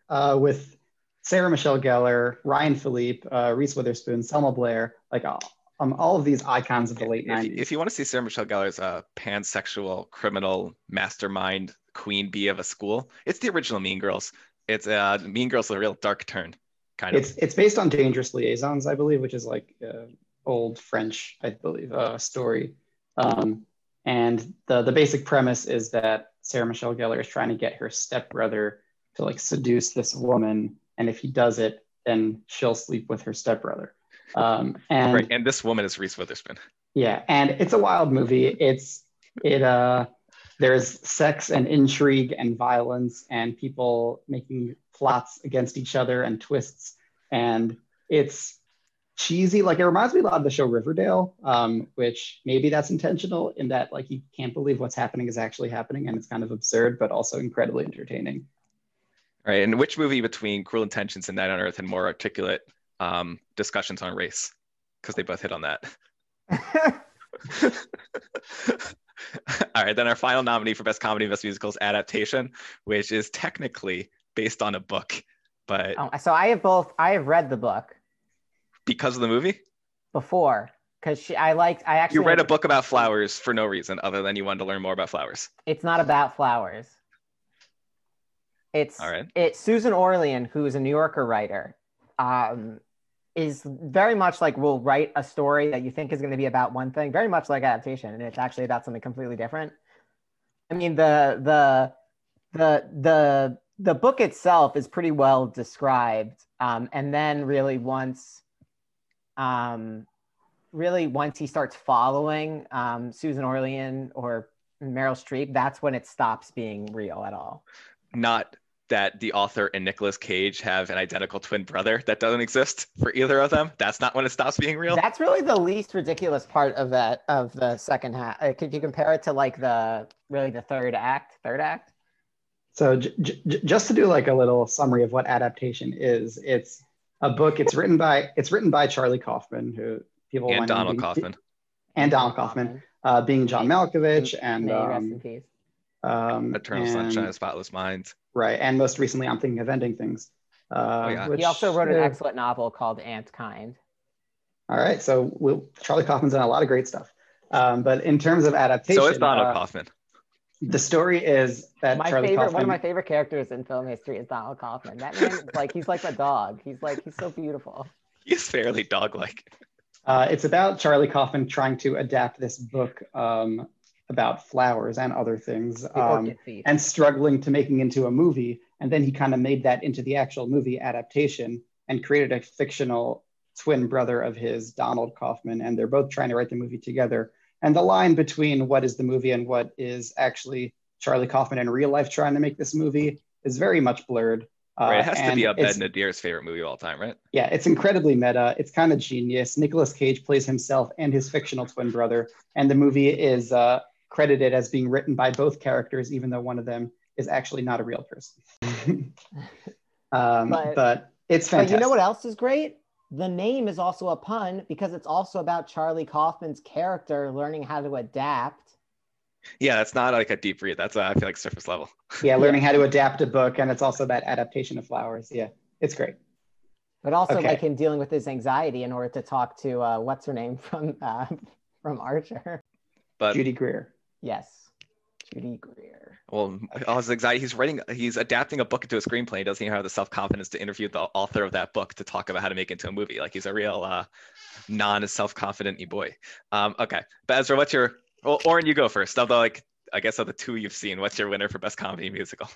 Speaker 1: uh, with Sarah Michelle Gellar, Ryan Philippe, uh, Reese Witherspoon, Selma Blair, like all, um, all of these icons of the late
Speaker 2: If,
Speaker 1: '90s.
Speaker 2: if you want to see Sarah Michelle Gellar's uh, pansexual criminal mastermind queen bee of a school, it's the original Mean Girls. It's uh, Mean Girls, a real dark turn, kind of.
Speaker 1: it's it's based on Dangerous Liaisons, I believe, which is like uh, old French, I believe, uh, story. Um, and the the basic premise is that Sarah Michelle Gellar is trying to get her stepbrother to like seduce this woman, and if he does it, then she'll sleep with her stepbrother. Um, and
Speaker 2: right, and this woman is Reese Witherspoon.
Speaker 1: yeah, and it's a wild movie. It's it uh there's sex and intrigue and violence and people making plots against each other and twists and it's cheesy. Like it reminds me a lot of the show Riverdale, um, which maybe that's intentional in that like you can't believe what's happening is actually happening and it's kind of absurd but also incredibly entertaining.
Speaker 2: All Right. And which movie between Cruel Intentions and Night on Earth had more articulate um, discussions on race? Because they both hit on that. All right, then our final nominee for Best Comedy Best Musicals Adaptation, which is technically based on a book, but
Speaker 3: Oh, so I have both. I have read the book
Speaker 2: because of the movie,
Speaker 3: before because she. I liked. I actually
Speaker 2: you read a book about flowers for no reason other than you wanted to learn more about flowers.
Speaker 3: It's not about flowers. It's
Speaker 2: All right.
Speaker 3: it's Susan Orlean, who is a New Yorker writer, um, is very much like will write a story that you think is going to be about one thing, very much like adaptation, and it's actually about something completely different. I mean, the the the the the book itself is pretty well described, um, and then really once, um, really once he starts following um, Susan Orlean or Meryl Streep, that's when it stops being real at all.
Speaker 2: Not that the author and Nicolas Cage have an identical twin brother that doesn't exist for either of them. That's not when it stops being real.
Speaker 3: That's really the least ridiculous part of that of the second half. Like, if you compare it to like the really the third act, third act.
Speaker 1: So j- j- j- just to do like a little summary of what adaptation is, it's a book. It's written by it's written by Charlie Kaufman, who people
Speaker 2: and
Speaker 1: wind up
Speaker 2: Donald
Speaker 1: being-
Speaker 2: Kaufman.
Speaker 1: and Donald Kaufman, uh, being John Malkovich and
Speaker 3: May he rest in
Speaker 1: um,
Speaker 3: peace.
Speaker 1: um,
Speaker 2: Eternal
Speaker 1: and-
Speaker 2: Sunshine of the Spotless Mind.
Speaker 1: right. And most recently, I'm thinking of ending things. Uh,
Speaker 2: Oh, yeah.
Speaker 1: which-
Speaker 3: He also wrote an
Speaker 1: yeah.
Speaker 3: excellent novel called Ant Kind.
Speaker 1: All right, so we'll, Charlie Kaufman's done a lot of great stuff. Um, but in terms of adaptation,
Speaker 2: So it's Donald
Speaker 1: uh,
Speaker 2: Kaufman.
Speaker 1: the story is that
Speaker 3: My
Speaker 1: Charlie
Speaker 3: favorite,
Speaker 1: Kaufman.
Speaker 3: one of my favorite characters in film history is Donald Kaufman. That man, is like, he's like a dog. He's like, he's so beautiful.
Speaker 2: He's fairly dog-like.
Speaker 1: Uh, it's about Charlie Kaufman trying to adapt this book um, about flowers and other things
Speaker 3: The
Speaker 1: um,
Speaker 3: orchid thief.
Speaker 1: and struggling to making into a movie. And then he kind of made that into the actual movie adaptation and created a fictional twin brother of his, Donald Kaufman. And they're both trying to write the movie together. And the line between what is the movie and what is actually Charlie Kaufman in real life trying to make this movie is very much blurred. Uh,
Speaker 2: right. It has to
Speaker 1: and
Speaker 2: be up
Speaker 1: it's-
Speaker 2: Ed Nadir's favorite movie of all time, right?
Speaker 1: yeah, it's incredibly meta. It's kind of genius. Nicolas Cage plays himself and his fictional twin brother, and the movie is uh, credited as being written by both characters, even though one of them is actually not a real person. um,
Speaker 3: But-
Speaker 1: but, it's
Speaker 3: But
Speaker 1: fantastic.
Speaker 3: you know what else is great? The name is also a pun because it's also about Charlie Kaufman's character learning how to adapt.
Speaker 2: Yeah, that's not like a deep read. That's uh, I feel like surface level.
Speaker 1: Yeah, learning how to adapt a book, and it's also about adaptation of flowers. Yeah, it's great.
Speaker 3: but also
Speaker 1: Okay.
Speaker 3: like him dealing with his anxiety in order to talk to uh, what's her name from uh, from Archer.
Speaker 2: But
Speaker 1: Judy Greer.
Speaker 3: Yes, Judy Greer.
Speaker 2: well, all his anxiety. He's writing. He's adapting a book into a screenplay. He doesn't even have the self confidence to interview the author of that book to talk about how to make it into a movie. Like he's a real uh, non self confident boy. Um, okay, but Ezra, what's your? Well, Oren, you go first. Although, like I guess of the two you've seen, what's your winner for best comedy musical?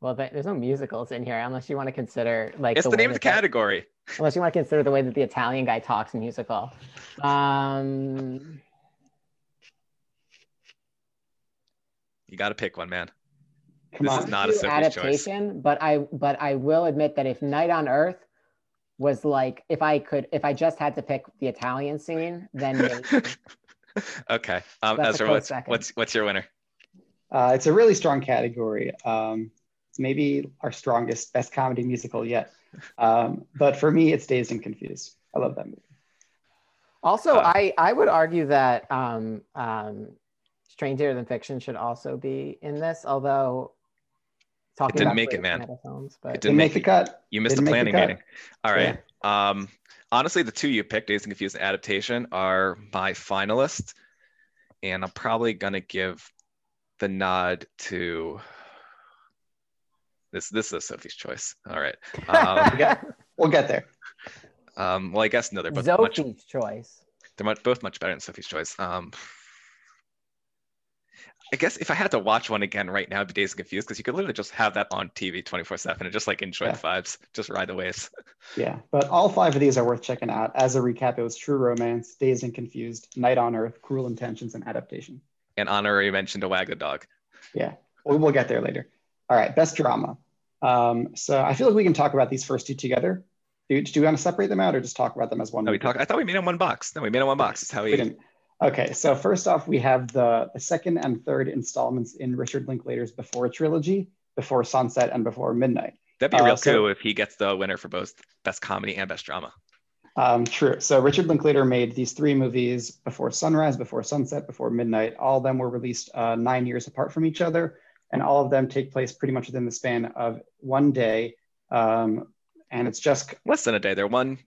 Speaker 3: Well, there- there's no musicals in here unless you want to consider like
Speaker 2: it's the,
Speaker 3: way
Speaker 2: name of the
Speaker 3: that that-
Speaker 2: category.
Speaker 3: unless you want to consider the way that the Italian guy talks musical. Um,
Speaker 2: You got to pick one, man.
Speaker 1: Come
Speaker 2: This
Speaker 1: on.
Speaker 2: is not a
Speaker 3: do
Speaker 2: Sophie's choice.
Speaker 3: adaptation, but I but I will admit that if Night on Earth was like if I could if I just had to pick the Italian scene, then maybe.
Speaker 2: okay, um,
Speaker 3: That's a
Speaker 2: Ezra,
Speaker 3: close
Speaker 2: what's,
Speaker 3: second.
Speaker 2: what's what's your winner?
Speaker 1: Uh, it's a really strong category. Um, it's maybe our strongest, best comedy musical yet. Um, but for me, it's Dazed and Confused. I love that movie.
Speaker 3: Also,
Speaker 2: Uh,
Speaker 3: I I would argue that um, um, Stranger Than Fiction should also be in this, although talking
Speaker 2: didn't
Speaker 3: about
Speaker 2: make it,
Speaker 3: great
Speaker 2: man.
Speaker 3: meta films, but
Speaker 2: It
Speaker 1: Didn't
Speaker 2: Didn't
Speaker 1: make
Speaker 2: make
Speaker 1: the
Speaker 2: it.
Speaker 1: cut.
Speaker 2: You missed a
Speaker 1: Didn't make the
Speaker 2: planning
Speaker 1: cut.
Speaker 2: meeting. All right. Um, honestly, the two you picked, Days and Confused and Adaptation, are my finalists. And I'm probably going to give the nod to this. This is Sophie's choice. All right. Um,
Speaker 1: We'll get there.
Speaker 2: um, well, I guess no, they're both much,
Speaker 3: Zophi's choice.
Speaker 2: they're mu- both much better than Sophie's choice. Um, I guess if I had to watch one again right now, it'd be Days and Confused because you could literally just have that on TV 24 7 and just like enjoy
Speaker 1: Yeah.
Speaker 2: the vibes, just ride the waves.
Speaker 1: Yeah. But all five of these are worth checking out. As a recap, it was True Romance, Dazed and Confused, Night on Earth, Cruel Intentions, and Adaptation.
Speaker 2: And honorary mention to Wag the Dog.
Speaker 1: We'll, we'll get there later. All right. Best drama. Um, so I feel like we can talk about these first two together. Do, do we want to separate them out or just talk about them as one?
Speaker 2: No, we
Speaker 1: movie?
Speaker 2: talk. I thought we made on one box. No, we made on one box. It's how
Speaker 1: Mm-hmm. We
Speaker 2: we.
Speaker 1: didn't. Okay, so first off, we have the, the second and third installments in Richard Linklater's Before trilogy, Before Sunset and Before Midnight.
Speaker 2: That'd be a real
Speaker 1: Uh, so-
Speaker 2: coup if he gets the winner for both best comedy and best drama.
Speaker 1: Um, true. So Richard Linklater made these three movies before sunrise, before sunset, before midnight. All of them were released uh, nine years apart from each other, and all of them take place pretty much within the span of one day. Um, and it's just
Speaker 2: Less than a day. They're one.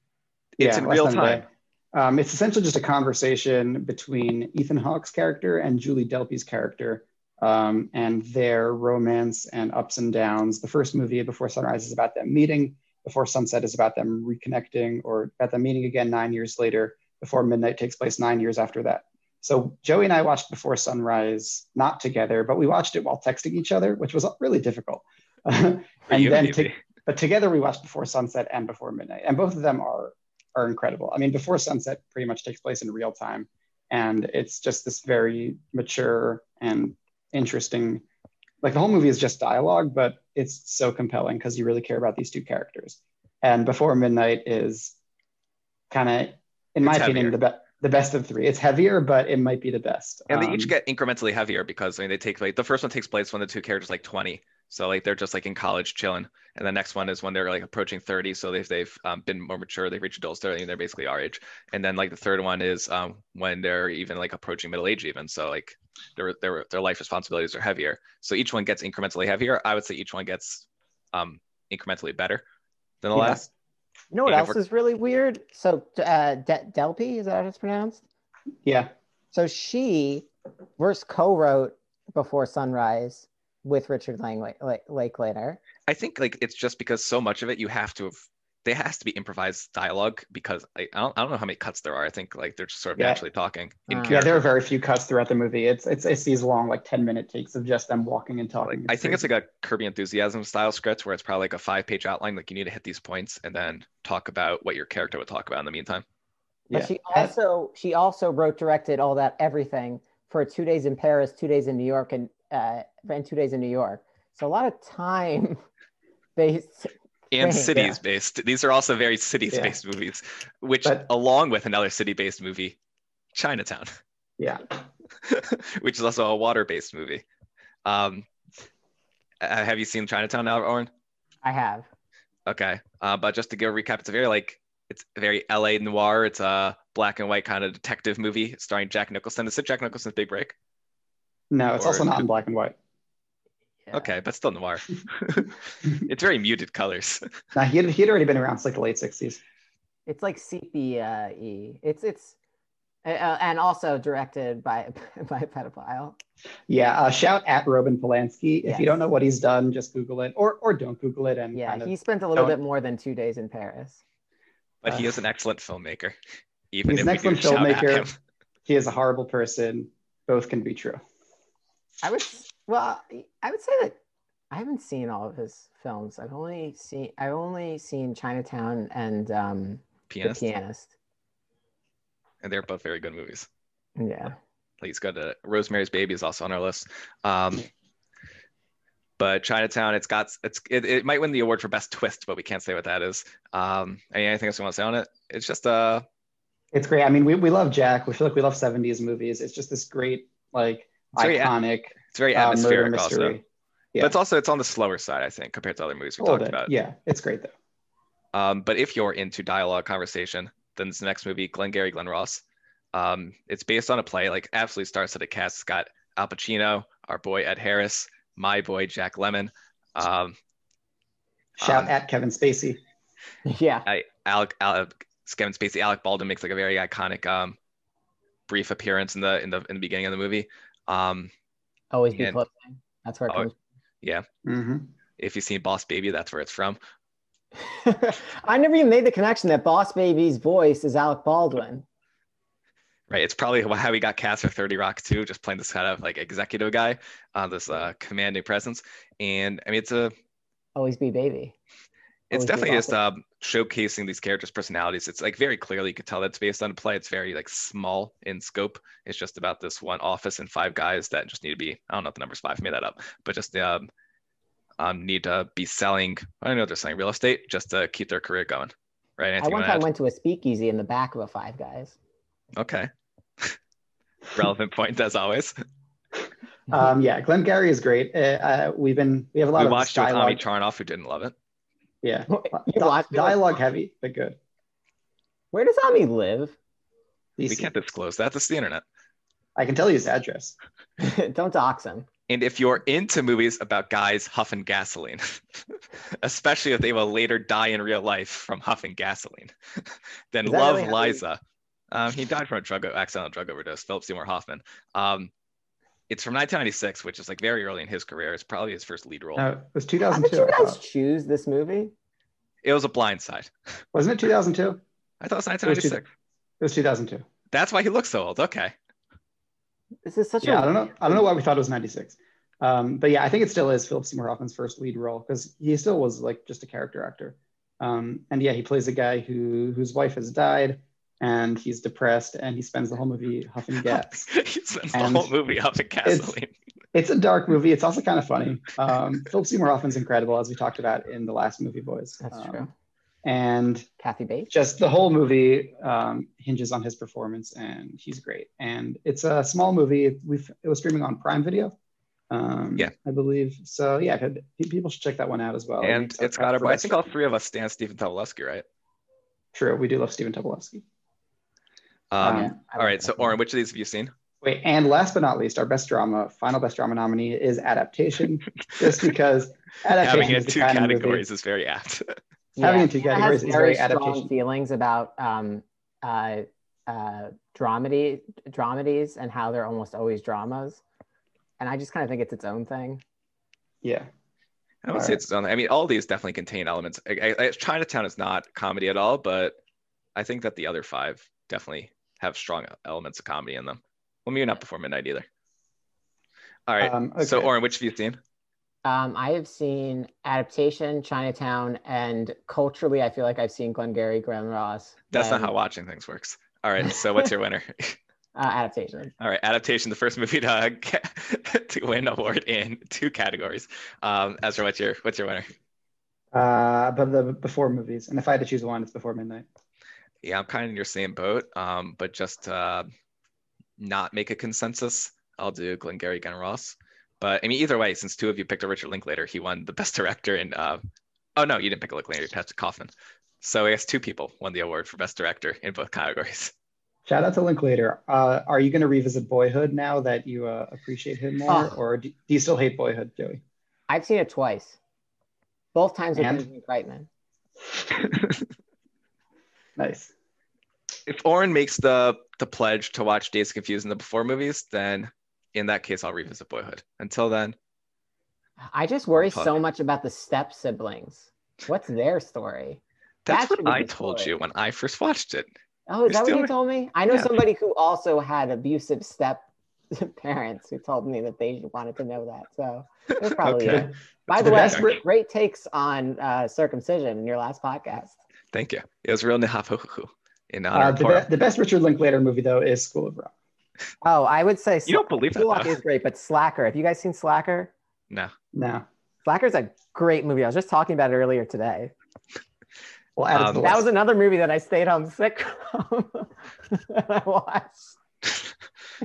Speaker 2: It's in
Speaker 1: less
Speaker 2: real
Speaker 1: than a day.
Speaker 2: time.
Speaker 1: Um, it's essentially just a conversation between Ethan Hawke's character and Julie Delpy's character um, and their romance and ups and downs. The first movie, Before Sunrise, is about them meeting. Before Sunset is about them reconnecting or about them meeting again nine years later. Before Midnight takes place nine years after that. So Joey and I watched Before Sunrise not together, but we watched it while texting each other, which was really difficult.
Speaker 2: For
Speaker 1: And
Speaker 2: you,
Speaker 1: then
Speaker 2: maybe.
Speaker 1: take- but together we watched Before Sunset and Before Midnight, and both of them are are incredible. I mean, Before Sunset pretty much takes place in real time, and it's just this very mature and interesting. Like the whole movie is just dialogue, but it's so compelling because you really care about these two characters. And Before Midnight is kind of, in my
Speaker 2: It's
Speaker 1: opinion, the,
Speaker 2: heavier.
Speaker 1: be- the best of three. It's heavier, but it might be the best.
Speaker 2: and they each
Speaker 1: Um,
Speaker 2: get incrementally heavier because I mean they take like the first one takes place when the two characters are, like 20. So like they're just like in college chilling, and the next one is when they're like approaching 30. So they've they've um, been more mature, they've reached adult thirty, and they're basically our age. And then like the third one is um, when they're even like approaching middle age, even. So like their their their life responsibilities are heavier. So each one gets incrementally heavier. I would say each one gets um, incrementally better than the
Speaker 1: Yeah.
Speaker 2: last.
Speaker 3: You know what
Speaker 2: Yeah,
Speaker 3: else
Speaker 2: we're-
Speaker 3: is really weird? So uh, De- Delpy, is that how it's pronounced?
Speaker 1: yeah,
Speaker 3: So she verse co-wrote Before Sunrise with Richard Langley, Lake, Linklater.
Speaker 2: I think like it's just because so much of it you have to have there has to be improvised dialogue because I, I, don't, I don't know how many cuts there are. I think like they're just sort of
Speaker 1: Yeah.
Speaker 2: naturally talking in
Speaker 3: Uh,
Speaker 1: yeah.
Speaker 2: character.
Speaker 1: There are very few cuts throughout the movie. It's it's it's these long, like ten minute takes of just them walking and
Speaker 2: Like,
Speaker 1: talking.
Speaker 2: I
Speaker 1: crazy.
Speaker 2: think it's like a Kirby enthusiasm style script where it's probably like a five page outline. Like you need to hit these points and then talk about what your character would talk about in the meantime.
Speaker 3: But
Speaker 1: Yeah.
Speaker 3: she
Speaker 1: Pat-
Speaker 3: also she also wrote, directed all that everything for two days in Paris, two days in New York, and uh, and two days in New York. So a lot of time based.
Speaker 2: And
Speaker 3: Yeah.
Speaker 2: cities based. These are also very cities based movies, which
Speaker 1: But-
Speaker 2: along with another city based movie, Chinatown.
Speaker 1: Yeah.
Speaker 2: which is also a water based movie. Um, uh, have you seen Chinatown now, Owen?
Speaker 3: I have.
Speaker 2: Okay. Uh, but just to give a recap, it's a very like it's very LA noir. It's a black and white kind of detective movie starring Jack Nicholson. Is it Jack Nicholson's Big Break?
Speaker 1: No, it's
Speaker 2: Or-
Speaker 1: also not in black and white.
Speaker 3: Yeah.
Speaker 2: Okay, but still noir. it's very muted colors.
Speaker 1: Now he had, he had already been around since like the late sixties.
Speaker 3: It's like CPE. It's it's uh, uh, and also directed by by a pedophile.
Speaker 1: Yeah, uh, shout at Robin Polanski. If
Speaker 3: Yes.
Speaker 1: you don't know what he's done, just Google it, or or don't Google it. And
Speaker 3: Yeah,
Speaker 1: kind of,
Speaker 3: he spent a little
Speaker 1: don't-
Speaker 3: bit more than two days in Paris.
Speaker 2: But he
Speaker 1: Uh,
Speaker 2: is an excellent filmmaker. Even
Speaker 1: he's
Speaker 2: if
Speaker 1: an
Speaker 2: we do
Speaker 1: excellent
Speaker 2: shout at
Speaker 1: filmmaker.
Speaker 2: him.
Speaker 1: he is a horrible person. Both can be true.
Speaker 3: I would s- well, I would say that I haven't seen all of his films. I've only seen I've only seen Chinatown and um,
Speaker 2: Pianist,
Speaker 3: The Pianist.
Speaker 2: and they're both very good movies.
Speaker 3: Yeah,
Speaker 2: He's got a Rosemary's Baby is also on our list. Um, but Chinatown, it's got it's it, it might win the award for best twist, but we can't say what that is. Um, any- anything else you want to say on it? It's just uh
Speaker 1: It's great. I mean, we, we love Jack. We feel like we love seventies movies. It's just this great like
Speaker 2: It's very a-
Speaker 1: iconic
Speaker 2: it's very
Speaker 1: uh, murder
Speaker 2: atmospheric also.
Speaker 1: mystery. Yeah.
Speaker 2: But it's also it's on the slower side, I think, compared to other movies we
Speaker 1: A little
Speaker 2: talked
Speaker 1: bit.
Speaker 2: about.
Speaker 1: Yeah, it's great though.
Speaker 2: Um, but if you're into dialogue conversation, then this next movie, Glengarry Glen Ross. Um, it's based on a play, like absolutely stars at a cast. It's got Al Pacino, our boy Ed Harris, my boy Jack Lemon, um,
Speaker 1: Shout
Speaker 2: Um,
Speaker 1: at Kevin Spacey.
Speaker 3: yeah.
Speaker 2: I, Alec, Alec Kevin Spacey, Alec Baldwin makes like a very iconic um, brief appearance in the in the in the beginning of the movie. Um,
Speaker 3: Always be
Speaker 2: and-
Speaker 3: close. That's where it
Speaker 2: Oh,
Speaker 3: comes.
Speaker 1: hmm
Speaker 2: if you've seen Boss Baby, that's where it's from.
Speaker 3: I never even made the connection that Boss Baby's voice is Alec Baldwin.
Speaker 2: Right. It's probably how he got cast for 30 Rock too, just playing this kind of like executive guy, uh, this uh, commanding presence. And I mean, it's a,
Speaker 3: Always be baby.
Speaker 2: it's
Speaker 3: Always be
Speaker 2: definitely just
Speaker 3: Baldwin.
Speaker 2: um, showcasing these characters' personalities. It's like very clearly you could tell that it's based on a play. It's very like small in scope. It's just about this one office and five guys that just need to be. I don't know if the number's five. I made that up, but just um, um, need to be selling. I don't know if they're selling real estate just to keep their career going. Right.
Speaker 3: I
Speaker 2: Anything you
Speaker 3: one
Speaker 2: wanna
Speaker 3: time
Speaker 2: add?
Speaker 3: went to a speakeasy in the back of a Five Guys.
Speaker 2: Okay. Relevant point as always.
Speaker 1: Um, yeah, Glenn Gary is great. Uh, uh, we've been we have a lot
Speaker 2: We
Speaker 1: of
Speaker 2: watched it with Tommy
Speaker 1: dialogue.
Speaker 2: Charnoff, who didn't love it.
Speaker 1: Yeah,
Speaker 3: You
Speaker 1: Di-
Speaker 3: watched it?
Speaker 1: dialogue heavy, but good.
Speaker 3: Where does Ami live?
Speaker 2: We
Speaker 1: DC.
Speaker 2: can't disclose that. That's the internet.
Speaker 1: I can tell you his address.
Speaker 3: Don't dox him.
Speaker 2: And if you're into movies about guys huffing gasoline, especially if they will later die in real life from huffing gasoline, then
Speaker 3: Is that
Speaker 2: love
Speaker 3: really how he-
Speaker 2: Liza. Um, he died from a drug accidental drug overdose. Philip Seymour Hoffman. Um, it's from 1996, which is like very early in his career. It's probably his first lead role.
Speaker 1: No, it was
Speaker 3: How did
Speaker 1: 2002.
Speaker 3: you
Speaker 1: I
Speaker 3: guys
Speaker 1: thought.
Speaker 3: choose this movie?
Speaker 2: It was a blind side.
Speaker 1: Wasn't it 2002? It
Speaker 2: I thought it was
Speaker 1: was, two,
Speaker 2: 1996.
Speaker 1: it was 2002.
Speaker 2: That's why he looks so old. Okay.
Speaker 3: This is such
Speaker 1: Yeah,
Speaker 3: a
Speaker 1: I don't know. I don't know why we thought it was 96. Um, but yeah, I think it still is Philip Seymour Hoffman's first lead role because he still was like just a character actor. Um, and yeah, he plays a guy who whose wife has died and he's depressed and he spends the whole movie huffing gas.
Speaker 2: he spends the
Speaker 1: And
Speaker 2: whole movie huffing gasoline.
Speaker 1: it's a dark movie. It's also kind of funny. Um, Philip Seymour Hoffman's incredible, as we talked about in the last movie, Boys.
Speaker 3: That's
Speaker 1: Um,
Speaker 3: true.
Speaker 1: And
Speaker 3: Kathy Bates.
Speaker 1: just the whole movie um, hinges on his performance, and he's great. And it's a small movie. We've it was streaming on Prime Video, um,
Speaker 2: Yeah.
Speaker 1: I believe. So yeah, could, pe- people should check that one out as well.
Speaker 2: And
Speaker 1: It's
Speaker 2: it's
Speaker 1: up
Speaker 2: got our
Speaker 1: for
Speaker 2: boy. I
Speaker 1: best
Speaker 2: think all three of us stand Stephen Tobolowsky, right?
Speaker 1: True, we do love Stephen Tobolowsky. Um,
Speaker 2: Um,
Speaker 3: Oh, I
Speaker 2: all right.
Speaker 3: like
Speaker 2: So,
Speaker 3: that one.
Speaker 2: Oren, which of these have you seen?
Speaker 1: Wait, and last but not least, our best drama, final best drama nominee is Adaptation, just because adaptation
Speaker 2: Having
Speaker 1: is
Speaker 2: it
Speaker 1: the
Speaker 2: two
Speaker 1: kind of movie-
Speaker 2: categories is very apt.
Speaker 1: having
Speaker 3: Yeah.
Speaker 1: it two
Speaker 3: I have
Speaker 1: categories is
Speaker 3: very
Speaker 1: very
Speaker 3: strong
Speaker 1: adaptation.
Speaker 3: feelings about um, uh, uh, dramedy, dramedies and how they're almost always dramas. And I just kind of think it's its own thing.
Speaker 1: Yeah.
Speaker 2: I would
Speaker 1: All
Speaker 2: say
Speaker 1: right.
Speaker 2: it's done. I mean, all these definitely contain elements. I, I, I- Chinatown is not comedy at all, but I think that the other five definitely have strong elements of comedy in them. Well, maybe not before midnight either. All right.
Speaker 1: Um,
Speaker 3: Uh,
Speaker 2: So,
Speaker 1: okay.
Speaker 2: Oren, which have you seen?
Speaker 3: Um, I have seen Adaptation, Chinatown, and culturally, I feel like I've seen Glengarry Glen Ross.
Speaker 2: That's not
Speaker 3: and,
Speaker 2: how watching things works. All right. So, what's your winner?
Speaker 3: uh, Adaptation.
Speaker 2: All right, adaptation, the first movie to, uh, get- to win an award in two categories. Um, Ezra, what's your what's your winner?
Speaker 1: Uh, but the before movies, and if I had to choose one, it's before midnight.
Speaker 2: Yeah, I'm kind of in your same boat, um, but just uh, not make a consensus. I'll do Glengarry Glen Ross. But I mean, either way, since two of you picked a Richard Linklater, he won the best director. And uh, oh no, you didn't pick a Linklater, you picked Kaufman. So I guess two people won the award for best director in both categories.
Speaker 1: Shout out to Linklater. Uh, are you going to revisit Boyhood now that you uh, appreciate him more,
Speaker 3: Oh.
Speaker 1: or do, do you still hate Boyhood, Joey?
Speaker 3: I've seen it twice, both times with
Speaker 1: And?
Speaker 3: Benjamin Reitman.
Speaker 1: Nice.
Speaker 2: If Oren makes the the pledge to watch Days Confused in the before movies, then in that case, I'll revisit Boyhood. Until then,
Speaker 3: I just worry
Speaker 2: Fuck.
Speaker 3: so much about the step siblings. What's their story?
Speaker 2: that's
Speaker 3: That
Speaker 2: what
Speaker 3: should be
Speaker 2: I
Speaker 3: the
Speaker 2: told
Speaker 3: story.
Speaker 2: you when I first watched it.
Speaker 3: Oh, is
Speaker 2: Who's
Speaker 3: that what you
Speaker 2: doing-
Speaker 3: told me? I know
Speaker 2: Yeah.
Speaker 3: somebody who also had abusive step parents who told me that they wanted to know that. So there's probably
Speaker 2: Okay.
Speaker 3: that. By
Speaker 2: That's
Speaker 3: the
Speaker 1: the
Speaker 3: way,
Speaker 1: best-
Speaker 3: great- great takes on uh, circumcision in your last podcast.
Speaker 2: Thank you. It was real nihafuhu in honor
Speaker 1: Uh,
Speaker 2: of
Speaker 1: the,
Speaker 2: Oren.
Speaker 1: be- the best Richard Linklater movie though is School of Rock.
Speaker 3: Oh, I would say
Speaker 2: You don't believe that,
Speaker 3: Schoolwalk
Speaker 2: though.
Speaker 3: is great, but Slacker. Have you guys seen Slacker?
Speaker 2: No.
Speaker 1: No.
Speaker 3: Slacker's a great movie. I was just talking about it earlier today.
Speaker 1: Well, add it to
Speaker 2: Um,
Speaker 1: the
Speaker 3: That
Speaker 1: list.
Speaker 3: was another movie that I stayed home sick from that I watched.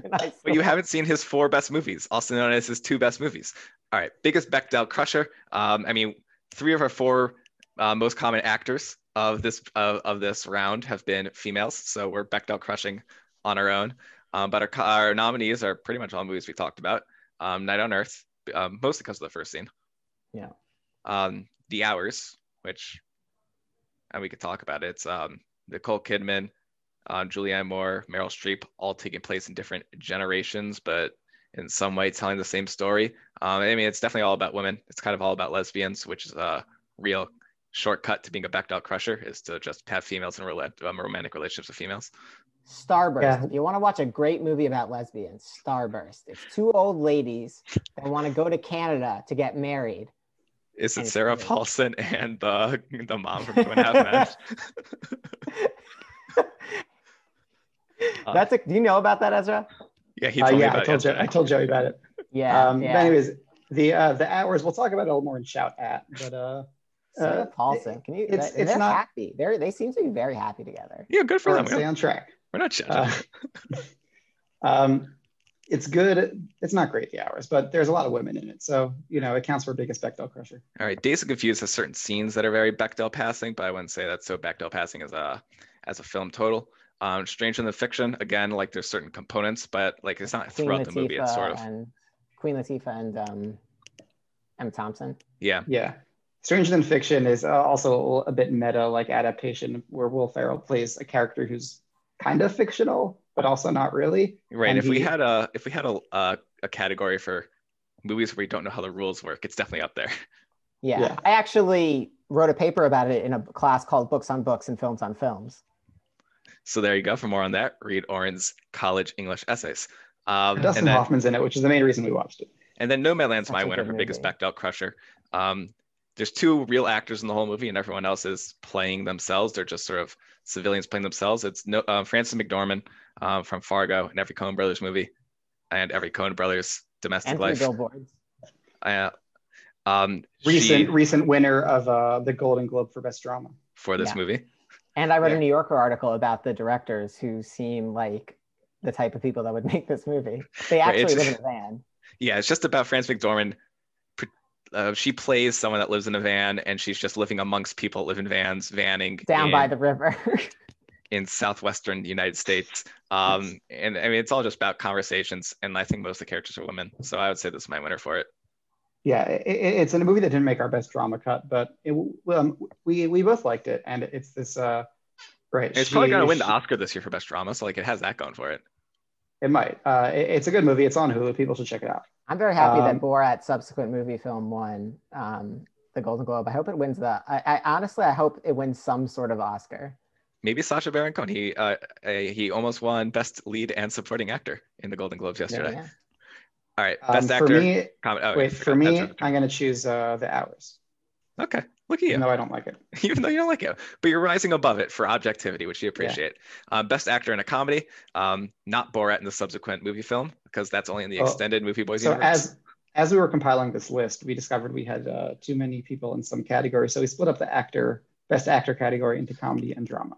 Speaker 3: And I
Speaker 2: But you haven't seen his four best movies, also known as his two best movies. All right, biggest Bechdel crusher. Um, I mean, three of our four uh, most common actors of this of, of this round have been females, so we're Bechdel crushing on our own. Um, but our, co- our nominees are pretty much all movies we talked about. Um, Night on Earth, um, mostly because of the first scene.
Speaker 3: Yeah.
Speaker 2: Um, the Hours, which, and we could talk about it. It's um, Nicole Kidman, um, Julianne Moore, Meryl Streep, all taking place in different generations, but in some way telling the same story. Um, I mean, it's definitely all about women. It's kind of all about lesbians, which is a real shortcut to being a Bechdel crusher is to just have females in rela- um, romantic relationships with females.
Speaker 3: Starburst.
Speaker 1: Yeah.
Speaker 3: If you want to watch a great movie about lesbians, Starburst. It's two old ladies that want to go to Canada to get married.
Speaker 2: Is it
Speaker 3: It's
Speaker 2: Sarah
Speaker 3: great.
Speaker 2: Paulson and the the mom from Two and a Half Men?
Speaker 3: That's a. Do you know about that, Ezra?
Speaker 2: Uh, Yeah, he
Speaker 1: Uh,
Speaker 2: told me
Speaker 1: yeah,
Speaker 2: about
Speaker 1: I told,
Speaker 2: it.
Speaker 1: Joey, I told Joey about it.
Speaker 3: Yeah.
Speaker 1: um, But
Speaker 3: yeah.
Speaker 1: anyways, the uh, the hours we'll talk about it a little more and shout at, but uh,
Speaker 3: Sarah
Speaker 1: uh,
Speaker 3: Paulson. Can you?
Speaker 1: it's-
Speaker 3: they-
Speaker 1: it's
Speaker 3: they're
Speaker 1: not-
Speaker 3: happy. They're they seem to be very happy together.
Speaker 2: yeah, good for
Speaker 1: we're
Speaker 2: them.
Speaker 1: on-
Speaker 2: We
Speaker 1: stay
Speaker 2: don't-
Speaker 1: on track.
Speaker 2: We're not judging.
Speaker 1: Uh, um, it's good. It's not great the hours, but there's a lot of women in it, so you know it counts for biggest Bechdel crusher.
Speaker 2: All right, Days of Confused has certain scenes that are very Bechdel passing, but I wouldn't say that's so Bechdel passing as uh as a film total. Um, Stranger than Fiction, again, like there's certain components, but like it's not
Speaker 3: Queen
Speaker 2: throughout the movie. It's sort of
Speaker 3: and Queen Latifah and um, Emma Thompson.
Speaker 2: yeah,
Speaker 1: Yeah. Stranger Than Fiction is uh, also a bit meta, like adaptation, where Will Ferrell plays a character who's kind of fictional, but also not really.
Speaker 2: right.
Speaker 1: And
Speaker 2: if we
Speaker 1: he-
Speaker 2: had a if we had a, a a category for movies where you don't know how the rules work, it's definitely up there.
Speaker 3: Yeah.
Speaker 1: Yeah.
Speaker 3: I actually wrote a paper about it in a class called Books on Books and Films on Films.
Speaker 2: So there you go. For more on that, read Oren's College English Essays. Um,
Speaker 1: Dustin
Speaker 2: and then,
Speaker 1: Hoffman's in it, which is the main reason we watched it.
Speaker 2: and then Nomadland's my
Speaker 3: That's a
Speaker 2: winner
Speaker 3: good
Speaker 2: for biggest
Speaker 3: movie.
Speaker 2: Bechdel crusher. Um, there's two real actors in the whole movie, and everyone else is playing themselves. They're just sort of civilians playing themselves. It's no, uh, Francis McDormand um, from Fargo and every Coen Brothers movie, and every Coen Brothers domestic
Speaker 3: And three
Speaker 2: life.
Speaker 3: billboards.
Speaker 2: Uh, um,
Speaker 1: Recent
Speaker 2: she-
Speaker 1: recent winner of uh, the Golden Globe for Best Drama.
Speaker 2: for this
Speaker 3: Yeah.
Speaker 2: movie.
Speaker 3: And I read
Speaker 2: Yeah.
Speaker 3: a New Yorker article about the directors who seem like the type of people that would make this movie. They
Speaker 2: Right,
Speaker 3: actually
Speaker 2: it's-
Speaker 3: live in a van.
Speaker 2: Yeah, it's just about Frances McDormand. Pr- Uh, she plays someone that lives in a van, and she's just living amongst people that live in vans, vanning
Speaker 3: down
Speaker 2: in,
Speaker 3: by the river.
Speaker 2: in southwestern United States. Um, and I mean, it's all just about conversations, and I think most of the characters are women. So I would say this is my winner for it.
Speaker 1: Yeah, i i- it's in a movie that didn't make our best drama cut, but it, w- um, we we both liked it, and it's this uh, right.
Speaker 2: And it's probably
Speaker 1: she-
Speaker 2: going to win the
Speaker 1: she-
Speaker 2: Oscar this year for best drama, so like it has that going for it.
Speaker 1: It might. Uh, it- it's a good movie. It's on Hulu. People should check it out.
Speaker 3: I'm very happy
Speaker 1: Um,
Speaker 3: that Borat's subsequent movie film won um, the Golden Globe. I hope it wins the. I, I honestly, I hope it wins some sort of Oscar.
Speaker 2: Maybe Sasha Baron Cohen. He uh, uh, he almost won best lead and supporting actor in the Golden Globes yesterday.
Speaker 3: Yeah.
Speaker 2: All right,
Speaker 1: Um,
Speaker 2: best
Speaker 1: for
Speaker 2: actor.
Speaker 1: me,
Speaker 2: com- oh, I
Speaker 1: wait. For
Speaker 2: forgot
Speaker 1: me,
Speaker 2: that's-
Speaker 1: I'm going to choose uh, The Hours,
Speaker 2: okay, look at you.
Speaker 1: even though I don't like it.
Speaker 2: even though you don't like it, but you're rising above it for objectivity, which you appreciate. Uh, best actor in a comedy, um, not Borat in the subsequent movie film, because that's only in the
Speaker 1: Oh,
Speaker 2: extended movie boys
Speaker 1: so
Speaker 2: universe.
Speaker 1: as as we were compiling this list, we discovered we had uh, too many people in some categories, so we split up the actor best actor category into comedy and drama.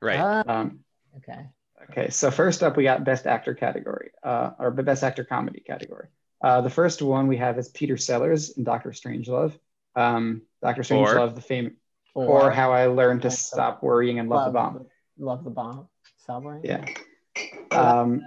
Speaker 2: right,
Speaker 3: Uh,
Speaker 1: Um,
Speaker 3: okay.
Speaker 1: Okay, so first up, we got Best Actor category, uh, or the Best Actor Comedy category. Uh, the first one we have is Peter Sellers in Doctor Strangelove. Um, Doctor Strangelove, the fame, or How I Learned to Stop Worrying and Love the Bomb.
Speaker 3: Love the bomb. Subway.
Speaker 1: Yeah. Um,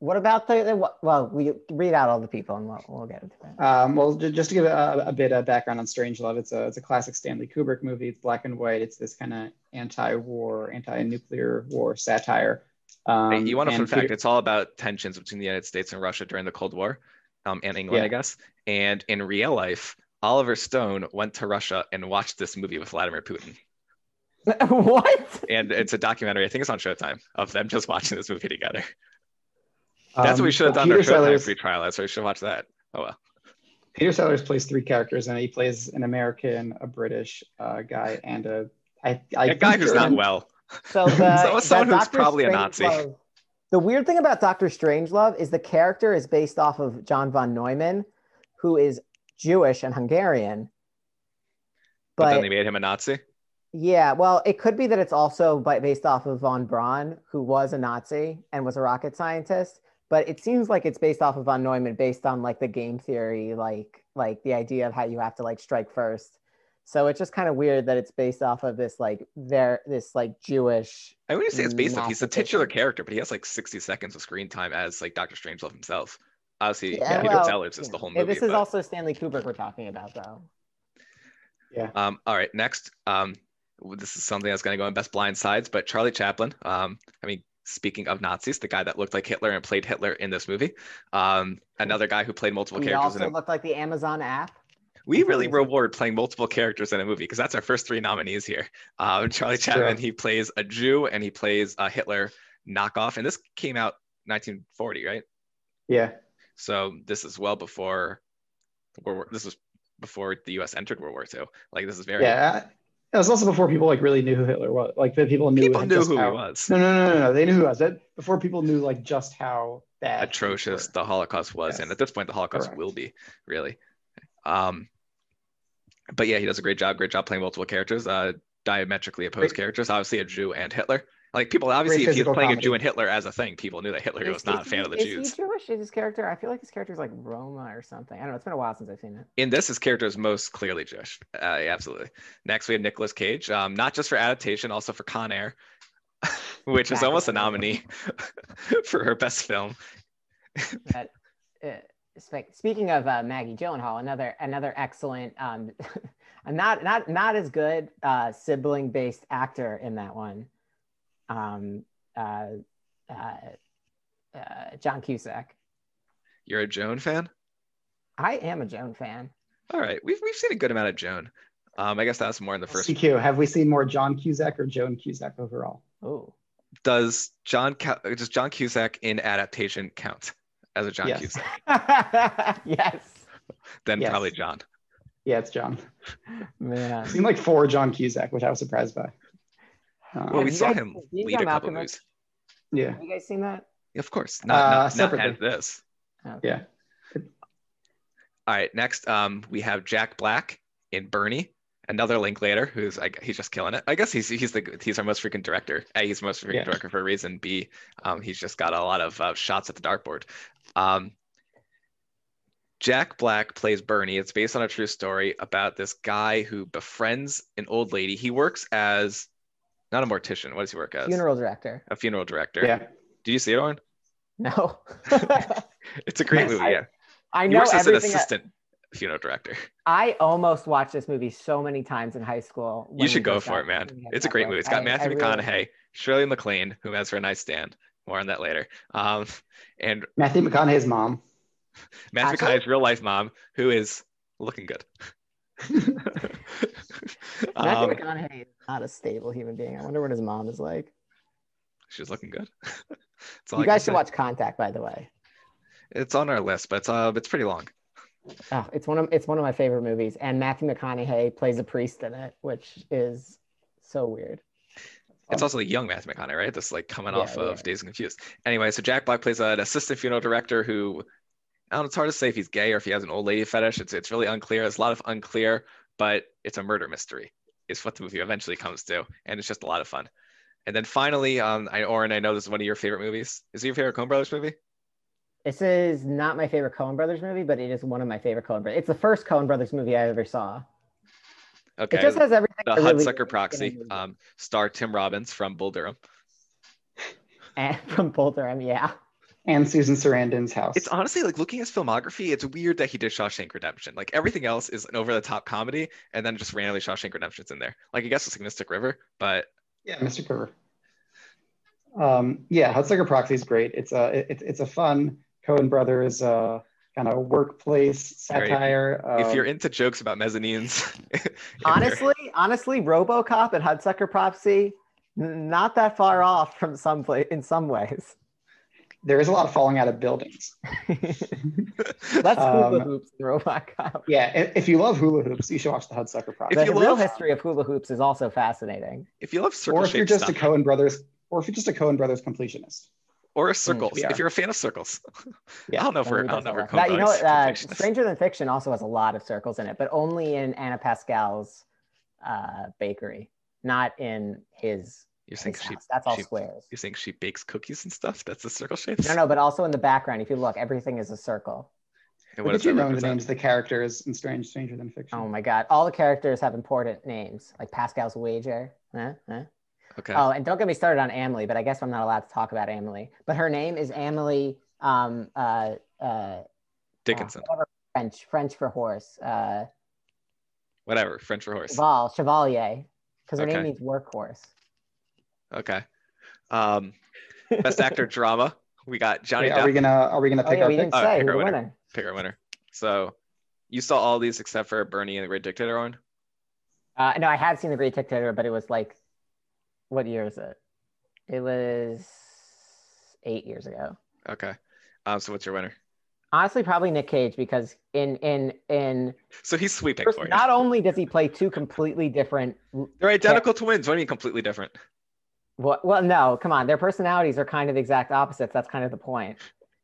Speaker 3: What about the, the? Well, we read out all the people and we'll, we'll get into that.
Speaker 1: um, well, ju- just to give a, a bit of background on Strangelove, it's a, it's a classic Stanley Kubrick movie. It's black and white. It's this kind of anti-war, anti-nuclear war satire. Um,
Speaker 2: Hey, you want to fun
Speaker 1: and
Speaker 2: fact?
Speaker 1: Peter-
Speaker 2: It's all about tensions between the United States and Russia during the Cold War, um, and England,
Speaker 1: Yeah.
Speaker 2: I guess. And in real life, Oliver Stone went to Russia and watched this movie with Vladimir Putin,
Speaker 3: what?
Speaker 2: and it's a documentary. I think it's on Showtime of them just watching this movie together. That's what we should have
Speaker 1: um,
Speaker 2: done. Our Showtime
Speaker 1: Peter Sellers-
Speaker 2: free trial. That's what we should watch that. Oh well.
Speaker 1: Peter Sellers plays three characters, and he plays an American, a British uh, guy, and a I, I
Speaker 2: That guy
Speaker 1: think
Speaker 2: who's not
Speaker 1: German.
Speaker 2: well.
Speaker 3: So the,
Speaker 2: So- someone
Speaker 3: the
Speaker 2: who's
Speaker 3: Dr.
Speaker 2: probably a Nazi.
Speaker 3: Strangelove- The weird thing about Doctor Strangelove is the character is based off of John von Neumann, who is Jewish and Hungarian.
Speaker 2: But,
Speaker 3: But,
Speaker 2: then they made him a Nazi.
Speaker 3: yeah, well, it could be that it's also by, based off of von Braun, who was a Nazi and was a rocket scientist. But it seems like it's based off of von Neumann, based on like the game theory, like like the idea of how you have to like strike first. So it's just kind of weird that it's based off of this like their this like Jewish
Speaker 2: I wouldn't say it's based off.
Speaker 3: Not
Speaker 2: He's the titular
Speaker 3: sufficient.
Speaker 2: character, but he has like 60 seconds of screen time as like Doctor Strangelove himself. Obviously,
Speaker 3: Yeah,
Speaker 2: Peter
Speaker 3: well,
Speaker 2: Sellers is
Speaker 3: yeah.
Speaker 2: the whole
Speaker 3: Yeah,
Speaker 2: movie.
Speaker 3: This is
Speaker 2: but-
Speaker 3: also Stanley Kubrick we're talking about, though.
Speaker 2: um, all right, next. Um, this is something that's going to go on Best Blind Sides, but Charlie Chaplin. Um, I mean, speaking of Nazis, the guy that looked like Hitler and played Hitler in this movie. Um, another guy who played multiple
Speaker 3: He
Speaker 2: characters.
Speaker 3: also
Speaker 2: In a,
Speaker 3: looked like the Amazon app.
Speaker 2: we really
Speaker 3: amazing.
Speaker 2: reward playing multiple characters in a movie because that's our first three nominees here. Um, Charlie
Speaker 1: Sure.
Speaker 2: Chaplin, he plays a Jew and he plays a Hitler knockoff, and this came out 1940, right?
Speaker 1: Yeah,
Speaker 2: So this is well before World War. This is before the U.S. entered World War II. Like this is very
Speaker 1: yeah. It was also before people like really knew who Hitler was. Like the people knew
Speaker 2: people
Speaker 1: like,
Speaker 2: knew
Speaker 1: just
Speaker 2: who he
Speaker 1: how-
Speaker 2: was.
Speaker 1: No, no, no, no, no. They knew who he was. That before people knew like just how bad things
Speaker 2: Atrocious
Speaker 1: were.
Speaker 2: the Holocaust was, and
Speaker 1: Yes.
Speaker 2: at this point, the Holocaust
Speaker 1: Correct.
Speaker 2: will be really. Um, but yeah, he does a great job. Great job playing multiple characters, uh, diametrically opposed
Speaker 1: Great.
Speaker 2: characters. Obviously, a Jew and Hitler. Like people obviously,
Speaker 1: Great
Speaker 2: if you're
Speaker 1: physical
Speaker 2: playing a
Speaker 1: comedy.
Speaker 2: Jew and Hitler as a thing, people knew that Hitler
Speaker 3: Is-
Speaker 2: was not a
Speaker 3: is
Speaker 2: fan
Speaker 3: he-
Speaker 2: of the
Speaker 3: is
Speaker 2: Jews.
Speaker 3: he Jewish? Is his character? I feel like his character is like Roma or something. I don't know. It's been a while since I've seen it.
Speaker 2: in this, his character is most clearly Jewish. Uh, yeah, absolutely. Next, we have Nicolas Cage, um, not just for adaptation, also for Con Air, which is
Speaker 3: That
Speaker 2: almost
Speaker 3: was
Speaker 2: a
Speaker 3: another one.
Speaker 2: nominee for her best film.
Speaker 3: But uh, spe- speaking of uh, Maggie Gyllenhaal, another another excellent, um, not not not as good uh, sibling based actor in that one. Um, uh, uh, uh, John Cusack.
Speaker 2: You're a Joan fan?
Speaker 3: I am a Joan fan.
Speaker 2: All right. We've, we've seen a good amount of Joan. Um, I guess that's more in the first.
Speaker 1: CQ, have we seen more John Cusack or Joan Cusack overall?
Speaker 3: Oh,
Speaker 2: Does John Ca- does John Cusack in adaptation count as a John
Speaker 1: Yes.
Speaker 2: Cusack?
Speaker 3: yes,
Speaker 2: Then
Speaker 1: Yes.
Speaker 2: probably John.
Speaker 1: Yeah, it's John.
Speaker 3: man.
Speaker 1: I've seen like four John Cusack, which I was surprised by. Uh,
Speaker 2: Well, we
Speaker 3: Have you
Speaker 2: saw
Speaker 3: guys-
Speaker 2: him
Speaker 3: have you
Speaker 2: lead
Speaker 3: done
Speaker 2: a couple
Speaker 3: Malkovich?
Speaker 2: movies.
Speaker 1: yeah,
Speaker 3: Have you guys seen that?
Speaker 2: Of course, not,
Speaker 1: Uh,
Speaker 2: not, not
Speaker 1: separately.
Speaker 2: as this.
Speaker 3: Oh.
Speaker 1: yeah.
Speaker 2: All right, next um, we have Jack Black in Bernie, another Linklater who's I, he's just killing it. I guess he's he's the he's our most freaking director. A, he's the most freaking
Speaker 1: Yeah.
Speaker 2: director for a reason. B, um, he's just got a lot of uh, shots at the dartboard. Um, Jack Black plays Bernie. It's based on a true story about this guy who befriends an old lady. He works as not a mortician. What does he work as?
Speaker 3: Funeral director.
Speaker 2: A funeral director.
Speaker 1: yeah.
Speaker 2: Did you see it, Owen?
Speaker 3: No.
Speaker 2: It's a great
Speaker 1: Yes,
Speaker 2: movie.
Speaker 1: I-
Speaker 2: yeah.
Speaker 3: I
Speaker 2: He
Speaker 3: know
Speaker 2: works as an
Speaker 3: everything.
Speaker 2: assistant funeral director.
Speaker 3: I almost watched this movie so many times in high school. when
Speaker 2: You
Speaker 3: we
Speaker 2: should go
Speaker 3: first
Speaker 2: for
Speaker 3: got-
Speaker 2: it, man.
Speaker 3: when we had
Speaker 2: It's a great
Speaker 3: Netflix.
Speaker 2: movie. It's got
Speaker 3: I-
Speaker 2: Matthew
Speaker 3: I really-
Speaker 2: McConaughey, Shirley MacLaine, who has her nice stand. More on that later. Um, and
Speaker 1: Matthew McConaughey's mom.
Speaker 2: Matthew
Speaker 3: Actually-
Speaker 2: McConaughey's real life mom, who is looking good.
Speaker 3: Matthew
Speaker 2: um,
Speaker 3: McConaughey is not a stable human being. I wonder what his mom is like.
Speaker 2: she's looking good. That's all
Speaker 3: You
Speaker 2: I can
Speaker 3: guys should
Speaker 2: say.
Speaker 3: watch Contact, by the way.
Speaker 2: It's on our list, but it's, uh, it's pretty long.
Speaker 3: Oh, it's one of it's one of my favorite movies, and Matthew McConaughey plays a priest in it, which is so weird.
Speaker 2: It's also a young Matthew McConaughey, right? That's like coming
Speaker 3: Um, Yeah,
Speaker 2: off of
Speaker 3: yeah.
Speaker 2: Days and Confused. Anyway, so Jack Black plays an assistant funeral director who, I don't know, it's hard to say if he's gay or if he has an old lady fetish. It's it's really unclear. There's a lot of unclear, but it's a murder mystery. Is what the movie eventually comes to, and it's just a lot of fun. And then finally, um, I Oren, I know this is one of your favorite movies. Is it your favorite Coen Brothers movie?
Speaker 3: This is not my favorite Coen Brothers movie, but it is one of my favorite Coen Brothers. It's the first Coen Brothers movie I ever saw.
Speaker 2: Okay,
Speaker 3: It just has everything.
Speaker 2: the
Speaker 3: I really
Speaker 2: Hudsucker
Speaker 3: like in a
Speaker 2: Proxy,
Speaker 3: movie.
Speaker 2: um, star Tim Robbins from Bull Durham.
Speaker 3: and from Boulder, I'm yeah.
Speaker 1: And Susan Sarandon's house.
Speaker 2: It's honestly like looking at his filmography, it's weird that he did Shawshank Redemption. Like everything else is an over the top comedy, and then just randomly Shawshank Redemption's in there. Like I guess it's like Mystic River, but
Speaker 1: Yeah, Mr. Kerber. Um, yeah, Hudsucker Proxy is great. It's a it, it's a fun Cohen Brothers uh, kind of workplace
Speaker 2: Right.
Speaker 1: satire.
Speaker 2: if
Speaker 1: um,
Speaker 2: you're into jokes about mezzanines, if you're-
Speaker 3: honestly, honestly, RoboCop and Hudsucker Proxy, n- not that far off from some place in some ways.
Speaker 1: there is a lot of falling out of buildings.
Speaker 3: Let's
Speaker 1: Um,
Speaker 3: hula hoops Oh in RoboCop.
Speaker 1: Yeah, i- if you love hula hoops, you should watch the Hudsucker Proxy.
Speaker 3: The
Speaker 2: you
Speaker 3: real
Speaker 2: love-
Speaker 3: history of hula hoops is also fascinating.
Speaker 2: if you love circle
Speaker 1: or if you're
Speaker 2: shaped
Speaker 1: just
Speaker 2: stuff,
Speaker 1: a Cohen Brothers, or if you're just a Cohen Brothers completionist.
Speaker 2: or a circles,
Speaker 1: mm, we are.
Speaker 2: if you're a fan of circles,
Speaker 1: Yeah,
Speaker 2: I don't know if we're, I
Speaker 3: Everybody
Speaker 2: don't know if we're
Speaker 3: does that. That- you know,
Speaker 2: Coen
Speaker 3: what, uh,
Speaker 2: Brothers completionists.
Speaker 3: Stranger Than Fiction also has a lot of circles in it, but only in Anna Pascal's uh, bakery, not in his,
Speaker 2: You're saying
Speaker 3: his
Speaker 2: she,
Speaker 3: house. That's all
Speaker 2: she-
Speaker 3: squares.
Speaker 2: you're saying she bakes cookies and stuff. That's the circle shapes.
Speaker 3: No, no, but also in the background, if you look, everything is a circle.
Speaker 2: And
Speaker 1: Look
Speaker 2: what
Speaker 1: at
Speaker 2: does
Speaker 1: you
Speaker 2: that
Speaker 1: knowing the
Speaker 2: represent?
Speaker 1: names of the characters in Strange Stranger Than Fiction.
Speaker 3: Oh my God. All the characters have important names, like Pascal's wager. Huh? Huh?
Speaker 2: Okay.
Speaker 1: Um,
Speaker 3: Oh, and don't get me started on Amelie, but I guess I'm not allowed to talk about Amelie. But her name is Amelie um, uh, uh,
Speaker 2: Dickinson.
Speaker 3: whatever French, French for horse. Uh,
Speaker 2: Whatever. French for horse.
Speaker 3: Cheval, Chevalier, because her
Speaker 2: Okay.
Speaker 3: name means workhorse.
Speaker 2: Okay. Um, best actor drama. We got Oh, Johnny
Speaker 1: Wait,
Speaker 2: Depp.
Speaker 1: are we gonna are we gonna
Speaker 3: Oh,
Speaker 1: pick
Speaker 3: yeah,
Speaker 1: our
Speaker 3: we
Speaker 1: pick?
Speaker 3: didn't
Speaker 2: pick-
Speaker 3: say
Speaker 2: pick
Speaker 3: who
Speaker 2: our
Speaker 3: the
Speaker 2: winner.
Speaker 3: winner.
Speaker 2: pick our winner. So you saw all these except for Bernie and the Great Dictator one.
Speaker 3: Uh, no, I had seen The Great Dictator, but it was like, what year is it? It was eight years ago.
Speaker 2: Okay. Um, so what's your winner?
Speaker 3: Honestly, probably Nick Cage because in in in
Speaker 2: So he's sweeping
Speaker 3: first,
Speaker 2: for you.
Speaker 3: not only does he play two completely different
Speaker 2: They're identical twins. What do you mean completely different?
Speaker 3: Well, well, no, come on. Their personalities are kind of the exact opposites. That's kind of the point,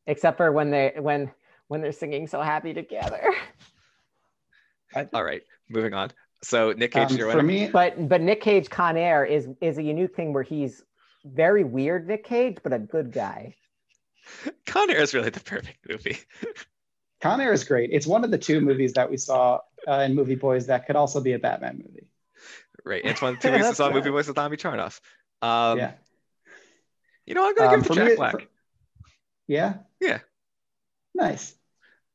Speaker 3: except for when they when when they're singing so happy together.
Speaker 2: All right, moving on. So Nick Cage,
Speaker 1: Um,
Speaker 2: your
Speaker 1: for
Speaker 2: winner.
Speaker 1: me,
Speaker 3: But but Nick Cage Con Air is is a unique thing where he's very weird Nick Cage, but a good guy.
Speaker 2: Con Air is really the perfect movie.
Speaker 1: Con Air is great. It's one of the two movies that we saw uh, in Movie Boys that could also be a Batman movie.
Speaker 2: Right. It's one of the two reasons I
Speaker 1: That's
Speaker 2: saw
Speaker 1: right.
Speaker 2: Movie Boys with Tommy Charnoff. Um,
Speaker 1: yeah.
Speaker 2: You know, I'm going
Speaker 1: Um,
Speaker 2: to give it
Speaker 1: for
Speaker 2: to
Speaker 1: me,
Speaker 2: Jack
Speaker 1: it-
Speaker 2: Black.
Speaker 1: for- Yeah.
Speaker 2: Yeah.
Speaker 1: Nice.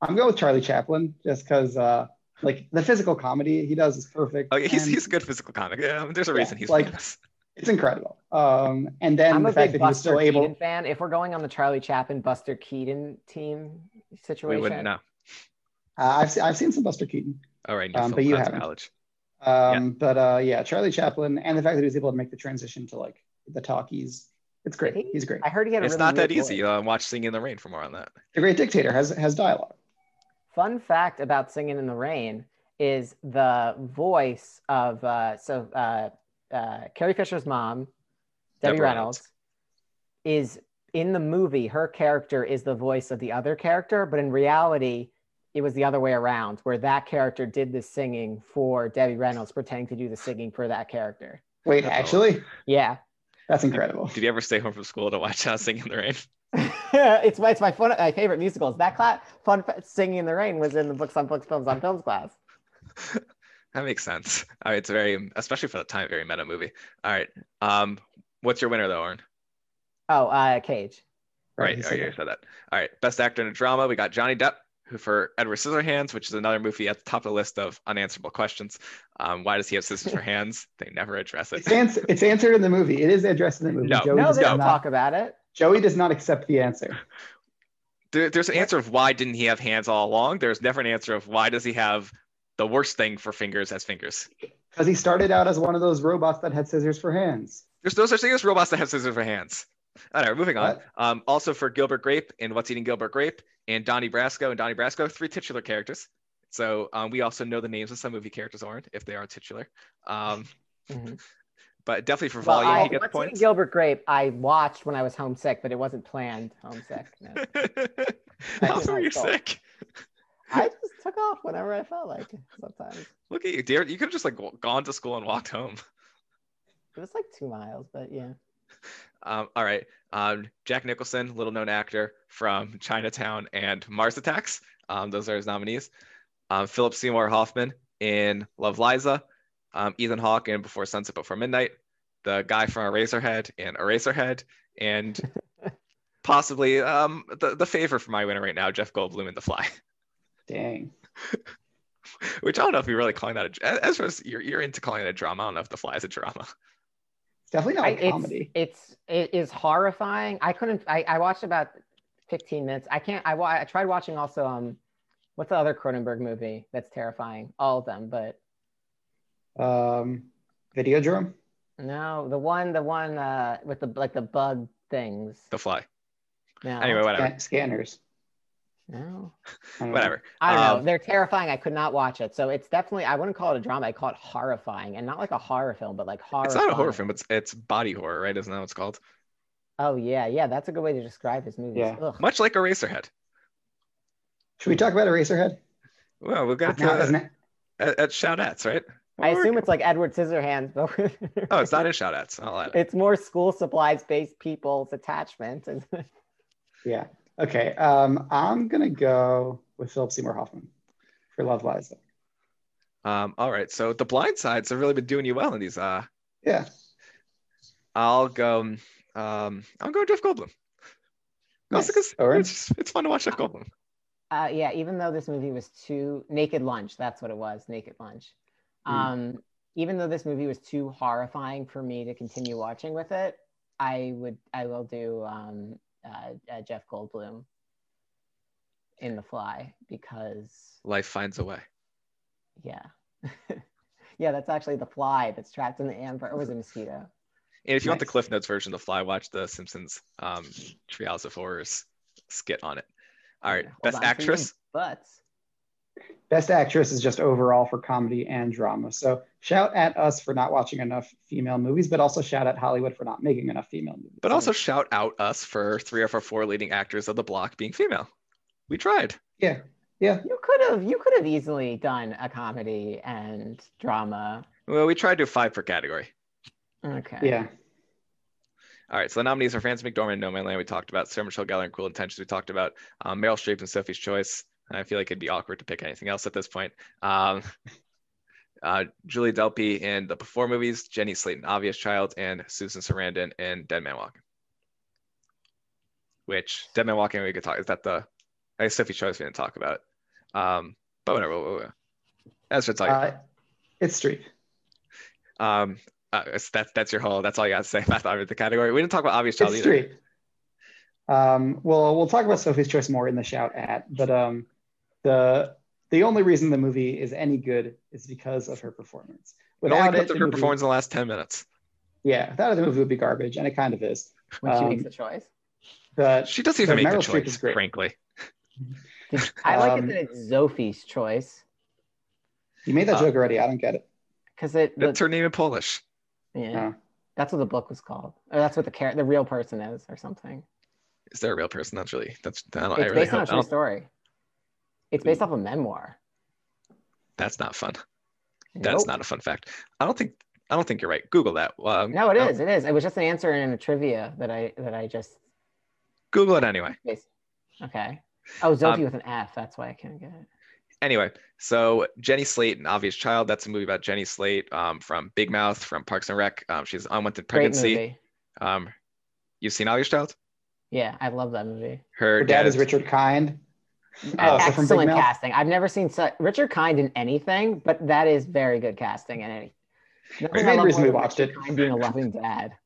Speaker 1: I'm going with Charlie Chaplin just because, uh, like, the physical comedy he does is perfect.
Speaker 2: oh, yeah, he's,
Speaker 1: and
Speaker 2: he's a good physical comic. Yeah, there's a
Speaker 1: Yeah,
Speaker 2: reason he's
Speaker 1: like-
Speaker 2: famous.
Speaker 1: it's incredible. Um, and then
Speaker 3: I'm
Speaker 1: the
Speaker 3: a
Speaker 1: fact
Speaker 3: big
Speaker 1: that he was
Speaker 3: Buster
Speaker 1: still
Speaker 3: Keaton
Speaker 1: able.
Speaker 3: fan. If we're going on the Charlie Chaplin Buster Keaton team
Speaker 2: We
Speaker 3: situation,
Speaker 2: wouldn't know.
Speaker 1: Uh, I've, se- I've seen some Buster Keaton.
Speaker 2: All right, new
Speaker 1: Um,
Speaker 2: film
Speaker 1: but you
Speaker 2: class
Speaker 1: haven't.
Speaker 2: knowledge.
Speaker 1: Um, But uh, yeah, Charlie Chaplin and the fact that he was able to make the transition to like the talkies, it's great.
Speaker 3: He-
Speaker 1: He's great.
Speaker 3: I heard he had a
Speaker 2: It's
Speaker 3: really
Speaker 2: not that
Speaker 3: weird
Speaker 2: easy.
Speaker 3: voice.
Speaker 2: Uh, watch Singing in the Rain for more on that.
Speaker 1: The Great Dictator has has dialogue.
Speaker 3: Fun fact about Singing in the Rain is the voice of uh, so uh, uh, Carrie Fisher's mom, Debbie
Speaker 2: Deborah
Speaker 3: Reynolds, is in the movie. Her character is the voice of the other character, but in reality, it was the other way around, where that character did the singing for Debbie Reynolds, pretending to do the singing for that character.
Speaker 1: Wait,
Speaker 2: Oh.
Speaker 1: actually,
Speaker 3: Yeah,
Speaker 1: that's incredible.
Speaker 2: Did you ever stay home from school to watch uh, Singing in the Rain?
Speaker 3: it's my it's my fun, my favorite musicals. That class, fun fa- singing in the rain was in the books on books films on films class.
Speaker 2: That makes sense. All right, it's a very, especially for the time, very meta movie. All right, um, what's your winner though, Oren?
Speaker 3: Oh, uh, Cage.
Speaker 1: Right,
Speaker 2: Right,
Speaker 1: he
Speaker 2: oh,
Speaker 1: said
Speaker 2: you said that. All right, best actor in a drama, we got Johnny Depp, who for Edward Scissorhands, which is another movie at the top of the list of unanswerable questions. Um, why does he have scissors for hands? They never address it.
Speaker 1: It's, ans- it's answered in the movie. It is addressed in the movie.
Speaker 2: No.
Speaker 1: Joey,
Speaker 3: no,
Speaker 1: does
Speaker 3: they don't
Speaker 1: not,
Speaker 3: talk about it.
Speaker 1: Joey does not accept the answer.
Speaker 2: There, there's an answer of why didn't he have hands all along. There's never an answer of why does he have the worst thing for fingers as fingers.
Speaker 1: Because he started out as one of those robots that had scissors for hands.
Speaker 2: There's no such thing as robots that have scissors for hands. All right, moving on.
Speaker 1: What?
Speaker 2: Um, also for Gilbert Grape and What's Eating Gilbert Grape and Donnie Brasco and Donnie Brasco, three titular characters. So um, we also know the names of some movie characters aren't if they are titular. Um,
Speaker 3: Mhm.
Speaker 2: but definitely for
Speaker 3: Well,
Speaker 2: volume,
Speaker 3: I,
Speaker 2: he gets
Speaker 3: what's in
Speaker 2: points.
Speaker 3: Gilbert Grape, I watched when I was homesick, but it wasn't planned homesick. No.
Speaker 2: How
Speaker 3: That's
Speaker 2: come
Speaker 3: my
Speaker 2: you're
Speaker 3: fault.
Speaker 2: sick?
Speaker 3: I just took off whenever I felt like it sometimes.
Speaker 2: Look at you, dear. You could have just like w- gone to school and walked home.
Speaker 3: It was like two miles, but yeah.
Speaker 2: Um, all right. Um, Jack Nicholson, little known actor from Chinatown and Mars Attacks. Um, those are his nominees. Um, Philip Seymour Hoffman in Love Liza. Um, Ethan Hawke in Before Sunset, Before Midnight. The guy from Eraserhead in Eraserhead. And possibly um, the, the favor for my winner right now, Jeff Goldblum in The Fly,
Speaker 1: Dang.
Speaker 2: which I don't know if you're really calling that a, as far as you're, you're into calling it a drama. I don't know if The Fly is a drama.
Speaker 1: It's definitely not
Speaker 3: I-
Speaker 1: a comedy.
Speaker 3: It's, it's it is horrifying. I couldn't. I, I watched about fifteen minutes. I can't. I wa- I tried watching also. Um, what's the other Cronenberg movie that's terrifying? All of them, but
Speaker 1: Um, Videodrome?
Speaker 3: no, the one, the one uh with the like the bug things.
Speaker 2: The Fly.
Speaker 3: No,
Speaker 2: Anyway, whatever.
Speaker 1: Scan- Scanners.
Speaker 3: no.
Speaker 1: I don't know.
Speaker 2: Whatever.
Speaker 3: I don't know.
Speaker 2: Um,
Speaker 3: They're terrifying. I could not watch it. So it's definitely. I wouldn't call it a drama. I call it horrifying, and not like a horror film, but like horror.
Speaker 2: It's not a horror film. It's it's body horror, right? Isn't that what it's called?
Speaker 3: Oh yeah, yeah. That's a good way to describe his movies.
Speaker 1: Yeah.
Speaker 3: Ugh.
Speaker 2: Much like Eraserhead.
Speaker 1: Should we talk about Eraserhead?
Speaker 2: Well, we've got
Speaker 1: Now, isn't
Speaker 2: uh,
Speaker 1: it?
Speaker 2: at, at shoutouts, right?
Speaker 3: I
Speaker 2: Or-
Speaker 3: assume it's like Edward Scissorhands, but with-
Speaker 2: Oh, it's not in shoutouts. I'll add it.
Speaker 3: it's more school supplies based people's attachment.
Speaker 1: Yeah. Okay. Um, I'm going to go with Philip Seymour Hoffman for Love Liza.
Speaker 2: Um, all right. So the blind sides have really been doing you well in these. Uh,
Speaker 1: Yeah.
Speaker 2: I'll go. Um, um, I'm going Jeff Goldblum. Also 'cause
Speaker 1: All right.
Speaker 2: it's, it's fun to watch Jeff Goldblum.
Speaker 3: uh, yeah, even though this movie was too Naked Lunch, that's what it was, Naked Lunch.
Speaker 2: Hmm.
Speaker 1: Mm.
Speaker 3: Um, Even though this movie was too horrifying for me to continue watching with it, I would, I will do um, uh, uh, Jeff Goldblum in The Fly because
Speaker 2: Life finds a way.
Speaker 3: yeah, yeah, that's actually the fly that's trapped in the amber. It was a mosquito.
Speaker 2: And if you want the
Speaker 1: Nice.
Speaker 2: Cliff Notes version of The Fly, watch the Simpsons um, Trials of Horrors skit on it. All right.
Speaker 3: Yeah, hold
Speaker 2: Best
Speaker 3: on to your
Speaker 2: actress.
Speaker 3: butts.
Speaker 1: Best actress is just overall for comedy and drama. So shout at us for not watching enough female movies, but also shout at Hollywood for not making enough female movies.
Speaker 2: But also shout out us for three of our four leading actors of the block being female. We tried.
Speaker 3: You could have you could have easily done a comedy and drama.
Speaker 2: Well, we tried to do five per category.
Speaker 3: Okay.
Speaker 1: yeah.
Speaker 2: All right, so the nominees are Frances McDormand, No Man Land, we talked about, Sarah Michelle Gellar, and Cruel Intentions, we talked about, um, Meryl Streep and Sophie's Choice. And I feel like it'd be awkward to pick anything else at this point. Um, uh, Julie Delpy in the Before movies, Jenny Slayton, Obvious Child, and Susan Sarandon in Dead Man Walking. Which Dead Man Walking, we could talk. Is that the? I guess Sophie chose me to talk about it. Um, but whatever. We'll, we'll, that's what's like.
Speaker 1: Uh, it's Streep.
Speaker 2: Um, uh, it's- that's that's your whole. That's all you got to say about the, the category. We didn't talk about Obvious Child
Speaker 1: It's
Speaker 2: either.
Speaker 1: Streep. Um, well, we'll talk about Sophie's Choice more in the shout at, but um, the the only reason the movie is any good is because of her performance.
Speaker 2: It only
Speaker 1: it,
Speaker 2: comes
Speaker 1: the
Speaker 2: of her
Speaker 1: movie-
Speaker 2: performance in the last ten minutes.
Speaker 1: yeah, without it, the movie would be garbage, and it kind of is.
Speaker 3: when she makes
Speaker 1: Um,
Speaker 3: the choice.
Speaker 1: But
Speaker 2: She doesn't
Speaker 1: So
Speaker 2: even make
Speaker 1: Meryl
Speaker 2: the
Speaker 1: Streep
Speaker 2: choice,
Speaker 1: is great.
Speaker 2: frankly.
Speaker 3: I like
Speaker 1: um,
Speaker 3: it that it's Sophie's choice
Speaker 1: you made that
Speaker 2: Uh,
Speaker 1: joke already. I don't get it.
Speaker 3: because it. The,
Speaker 2: That's her name in Polish.
Speaker 3: yeah,
Speaker 1: Oh.
Speaker 3: that's what the book was called, or that's what the character, the real person is, or something.
Speaker 2: Is there a real person? That's really that's. I don't. I
Speaker 3: It's
Speaker 2: really
Speaker 3: based on a
Speaker 2: hope. I
Speaker 3: true
Speaker 2: don't-
Speaker 3: story. It's
Speaker 1: Hmm.
Speaker 3: based off a memoir.
Speaker 2: that's not fun. That's
Speaker 3: Nope.
Speaker 2: not a fun fact. I don't think. I don't think you're right. Google that. Um,
Speaker 3: No, it
Speaker 2: I-
Speaker 3: is. It is. It was just an answer in a trivia that I that I just.
Speaker 2: Google it anyway.
Speaker 3: Okay. Oh,
Speaker 2: Um,
Speaker 3: Sophie with an F. That's why I couldn't get it.
Speaker 2: anyway, so Jenny Slate and Obvious Child. That's a movie about Jenny Slate um, from Big Mouth, from Parks and Rec. Um, she's unwanted
Speaker 3: Great
Speaker 2: pregnancy.
Speaker 3: movie.
Speaker 2: Um, you've seen Obvious Child?
Speaker 3: Yeah, I love that movie.
Speaker 2: Her,
Speaker 1: Her dad is Richard Kind. Oh, so from Big
Speaker 3: Excellent
Speaker 1: Mouth?
Speaker 3: casting. I've never seen such Richard Kind in anything, but that is very good casting in any.
Speaker 1: The
Speaker 3: Nothing I
Speaker 1: main
Speaker 3: love
Speaker 1: reason
Speaker 3: more
Speaker 1: we
Speaker 3: than
Speaker 1: watched it.
Speaker 3: Richard Kind being a loving dad.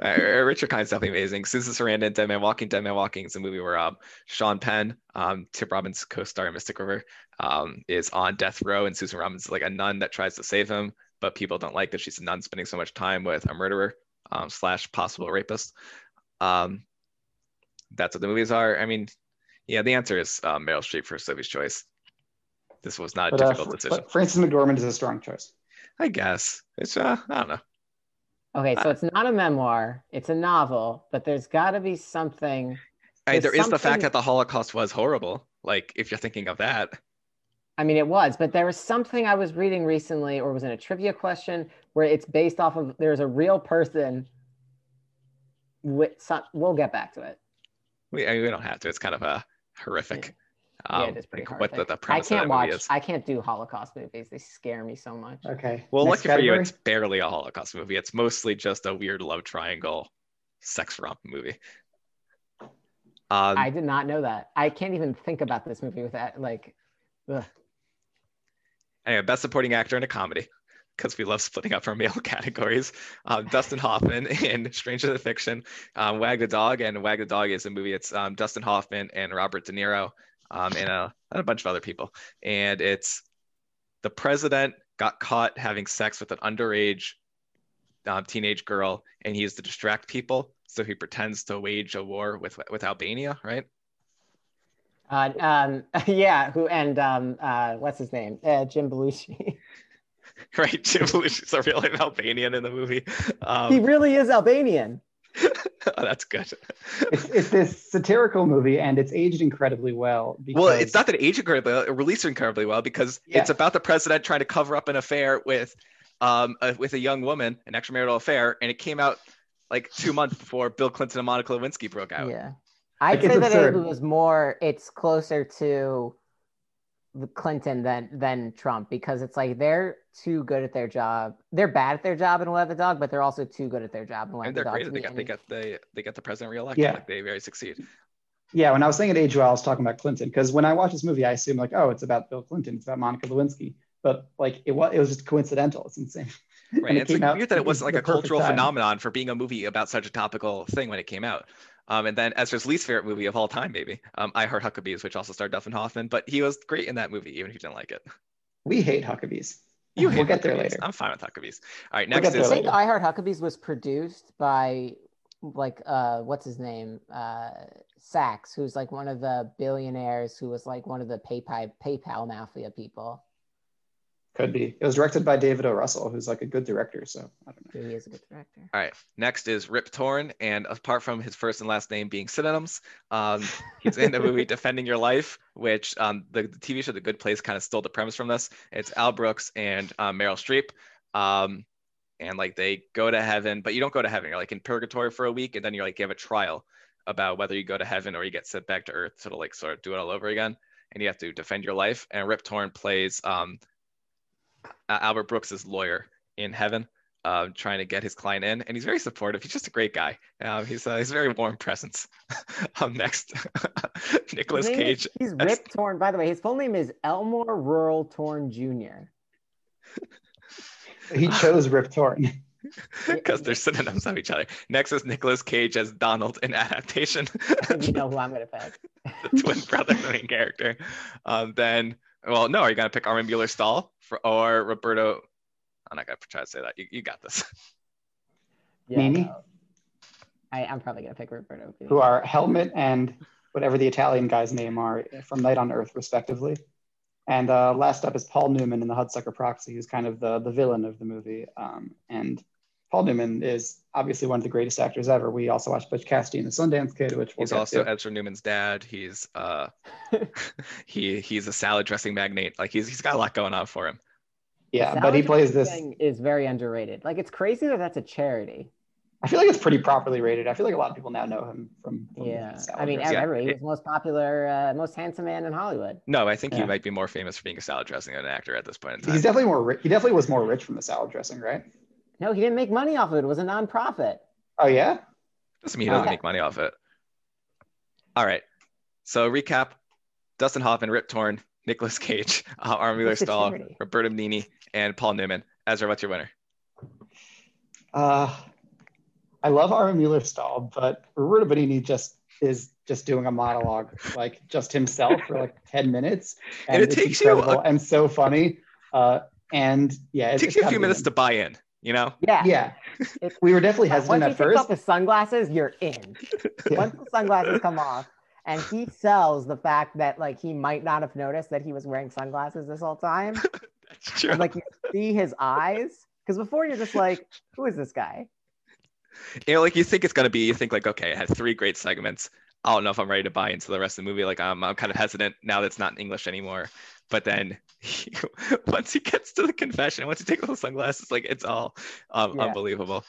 Speaker 2: Uh, Richard Kind's definitely amazing. Susan Sarandon, Dead Man Walking. Dead Man Walking is a movie where um, Sean Penn, um, Tip Robbins' co-star in Mystic River, um, is on death row, and Susan Robbins is like a nun that tries to save him, but people don't like that she's a nun spending so much time with a murderer um, slash possible rapist. Um, that's what the movies are. I mean, yeah, the answer is um, Meryl Streep for Sophie's Choice. This was not a
Speaker 1: But, uh,
Speaker 2: difficult
Speaker 1: Fr-
Speaker 2: decision,
Speaker 1: but Frances McDormand is a strong choice.
Speaker 2: I guess. It's uh, I don't know.
Speaker 3: Okay,
Speaker 2: Uh,
Speaker 3: so it's not a memoir; it's a novel, but there's got to be something.
Speaker 2: Hey,
Speaker 3: There's
Speaker 2: there is the
Speaker 3: something-
Speaker 2: fact that the Holocaust was horrible. Like, if you're thinking of that.
Speaker 3: I mean, it was, but there was something I was reading recently, or was in a trivia question, where it's based off of there's a real person. With some, we'll get back to it.
Speaker 2: We, I mean, we don't have to. It's kind of a horrific.
Speaker 3: Yeah,
Speaker 2: Um,
Speaker 3: it is pretty
Speaker 2: like,
Speaker 3: hard.
Speaker 2: what the, the
Speaker 3: I
Speaker 2: premise
Speaker 3: can't
Speaker 2: of that movie
Speaker 3: watch.
Speaker 2: is. Uh,
Speaker 3: I can't do Holocaust movies. They scare me so much.
Speaker 1: Okay.
Speaker 2: well,
Speaker 1: next
Speaker 2: lucky for you,
Speaker 1: category.
Speaker 2: it's barely a Holocaust movie. It's mostly just a weird love triangle, sex romp movie. Um,
Speaker 3: I did not know that. I can't even think about this movie with that. Like, ugh.
Speaker 2: anyway, best supporting actor in a comedy, because we love splitting up our male categories. Um, Dustin Hoffman in Stranger Than Fiction, um, Wag the Dog, and Wag the Dog is a movie. It's um, Dustin Hoffman and Robert De Niro, um, and a, and a bunch of other people. And it's the president got caught having sex with an underage um, teenage girl, and he is to distract people. So he pretends to wage a war with with Albania, right?
Speaker 3: uh, um, yeah. Who and um, uh, what's his name? Uh, Jim Belushi.
Speaker 2: Right? Jim Belushi's a real Albanian in the movie. Um,
Speaker 3: he really is Albanian.
Speaker 2: that's good.
Speaker 1: it's, it's this satirical movie, and it's aged incredibly well. Because
Speaker 2: Well, it's not that it aged incredibly well, it released incredibly well because it's
Speaker 1: Yeah.
Speaker 2: about the president trying to cover up an affair with um a, with a young woman, an extramarital affair, and it came out like two months before Bill Clinton and Monica Lewinsky broke out.
Speaker 3: Yeah, I'd
Speaker 1: Like, it's
Speaker 3: say that it
Speaker 1: absurd.
Speaker 3: was more. It's closer to the Clinton than than Trump because it's like they're too good at their job. They're bad at their job and let the dog, but they're also too good at their job and let
Speaker 2: And
Speaker 3: the
Speaker 2: they're
Speaker 3: dog.
Speaker 2: crazy. They got they got the they got the president reelected.
Speaker 1: Yeah.
Speaker 2: Like they very succeed.
Speaker 1: Yeah, when I was saying it aged well, I was talking about Clinton because when I watch this movie, I assume like, oh, it's about Bill Clinton, it's about Monica Lewinsky, but like it was it was just coincidental. It's insane.
Speaker 2: Right.
Speaker 1: it
Speaker 2: it's like
Speaker 1: came out-
Speaker 2: weird that
Speaker 1: it
Speaker 2: it
Speaker 1: was
Speaker 2: wasn't like
Speaker 1: the
Speaker 2: a
Speaker 1: perfect
Speaker 2: cultural
Speaker 1: time.
Speaker 2: phenomenon for being a movie about such a topical thing when it came out. Um, and then Ezra's least favorite movie of all time, maybe. Um, I Heart Huckabees, which also starred Dustin Hoffman, but he was great in that movie, even if you didn't like it.
Speaker 1: We hate Huckabees.
Speaker 2: You
Speaker 1: we'll
Speaker 2: hate
Speaker 1: get there
Speaker 2: Huckabees.
Speaker 1: later.
Speaker 2: I'm fine with Huckabees. All right,
Speaker 1: We'll
Speaker 2: next
Speaker 1: get there
Speaker 2: is
Speaker 3: I think I Heart Huckabees was produced by like uh what's his name? Uh Sachs, who's like one of the billionaires who was like one of the PayPal PayPal mafia people.
Speaker 1: Could be. It was directed by David O. Russell, who's like a good director. So I don't know.
Speaker 3: He is a good director.
Speaker 2: All right. Next is Rip Torn, and apart from his first and last name being synonyms, um, he's in the movie Defending Your Life, which um, the, the TV show The Good Place kind of stole the premise from this. It's Al Brooks and uh, um, Meryl Streep. Um, and like they go to heaven, but you don't go to heaven. You're like in purgatory for a week, and then you're like you have a trial about whether you go to heaven or you get sent back to earth to like sort of do it all over again, and you have to defend your life. And Rip Torn plays um, uh, Albert Brooks's lawyer in heaven. Uh, trying to get his client in, and he's very supportive. He's just a great guy. Um, he's uh, he's a very warm presence. um, next, Nicholas
Speaker 3: His name is-
Speaker 2: Cage.
Speaker 3: He's Rip Torn. By the way, his full name is Elmore Rural Torn Jr.
Speaker 1: He chose Rip Torn.
Speaker 2: because they're synonyms of each other. Next is Nicolas Cage as Donald in adaptation,
Speaker 3: you
Speaker 2: the
Speaker 3: know who I'm gonna pick.
Speaker 2: twin brother, of the main character. Um, then, well, no, are you gonna pick Armin Bueller Stahl for, or Roberto? I'm not gonna try to say that. You, you got this.
Speaker 3: Yeah,
Speaker 1: Mimi?
Speaker 3: no. I, I'm probably gonna pick Roberto. Benigni.
Speaker 1: who are Helmet and whatever the Italian guy's name are from Night on Earth, respectively. And uh, last up is Paul Newman in the Hudsucker Proxy, who's kind of the, the villain of the movie. Um, and Paul Newman is obviously one of the greatest actors ever. We also watched Butch Cassidy and the Sundance Kid, which we'll
Speaker 2: He's
Speaker 1: get
Speaker 2: also
Speaker 1: to.
Speaker 2: Ezra Newman's dad. He's uh, he he's a salad dressing magnate. Like he's he's got a lot going on for him.
Speaker 1: yeah,
Speaker 3: The
Speaker 1: but he
Speaker 3: salad
Speaker 1: plays this.
Speaker 3: thing is very underrated. Like it's crazy that that's a charity.
Speaker 1: I feel like it's pretty properly rated. I feel like a lot of people now know him from. from
Speaker 3: Yeah,
Speaker 1: Salad
Speaker 3: I mean,
Speaker 1: Dressing.
Speaker 2: Yeah,
Speaker 3: everybody. He
Speaker 2: it-
Speaker 3: was the most popular, uh, most handsome man in Hollywood.
Speaker 2: No, I think he
Speaker 1: Yeah.
Speaker 2: might be more famous for being a salad dressing than an actor at this point in time.
Speaker 1: he's definitely more. Ri- he definitely was more rich from the salad dressing, right?
Speaker 3: No, he didn't make money off of it. It was a nonprofit.
Speaker 1: Oh yeah,
Speaker 2: Doesn't mean he doesn't
Speaker 1: Okay.
Speaker 2: make money off it. All right. So recap: Dustin Hoffman, Rip Torn, Nicolas Cage, uh, Army
Speaker 3: What's the
Speaker 2: Stahl,
Speaker 3: charity?
Speaker 2: Roberto Benigni, and Paul Newman. Ezra, what's your winner?
Speaker 1: Uh, I love Aaron Mueller style, but Roberto Benigni just is just doing a monologue, like just himself for like 10 minutes.
Speaker 2: And it
Speaker 1: it's
Speaker 2: takes you a-
Speaker 1: incredible and so funny. Uh, and yeah,
Speaker 2: It
Speaker 1: it's-
Speaker 2: takes
Speaker 1: it's
Speaker 2: you a
Speaker 1: gotta
Speaker 2: few
Speaker 1: be
Speaker 2: minutes
Speaker 1: him.
Speaker 2: to buy in. You know,
Speaker 3: Yeah.
Speaker 1: Yeah.
Speaker 3: It-
Speaker 1: we were definitely
Speaker 3: Once he
Speaker 1: hesitant at
Speaker 3: takes
Speaker 1: first.
Speaker 3: off his sunglasses, you're in.
Speaker 1: Yeah.
Speaker 3: Once the sunglasses come off, and he sells the fact that like he might not have noticed that he was wearing sunglasses this whole time.
Speaker 2: that's true.
Speaker 3: And, like you see his eyes, because before you're just like, who is this guy?
Speaker 2: you know, like you think it's gonna be. You think like, okay, it had three great segments. I don't know if I'm ready to buy into the rest of the movie. Like, I'm, I'm kind of hesitant now that it's not in English anymore. But then, once he gets to the confession, once he takes off the sunglasses, like it's all um,
Speaker 3: Yeah.
Speaker 2: unbelievable.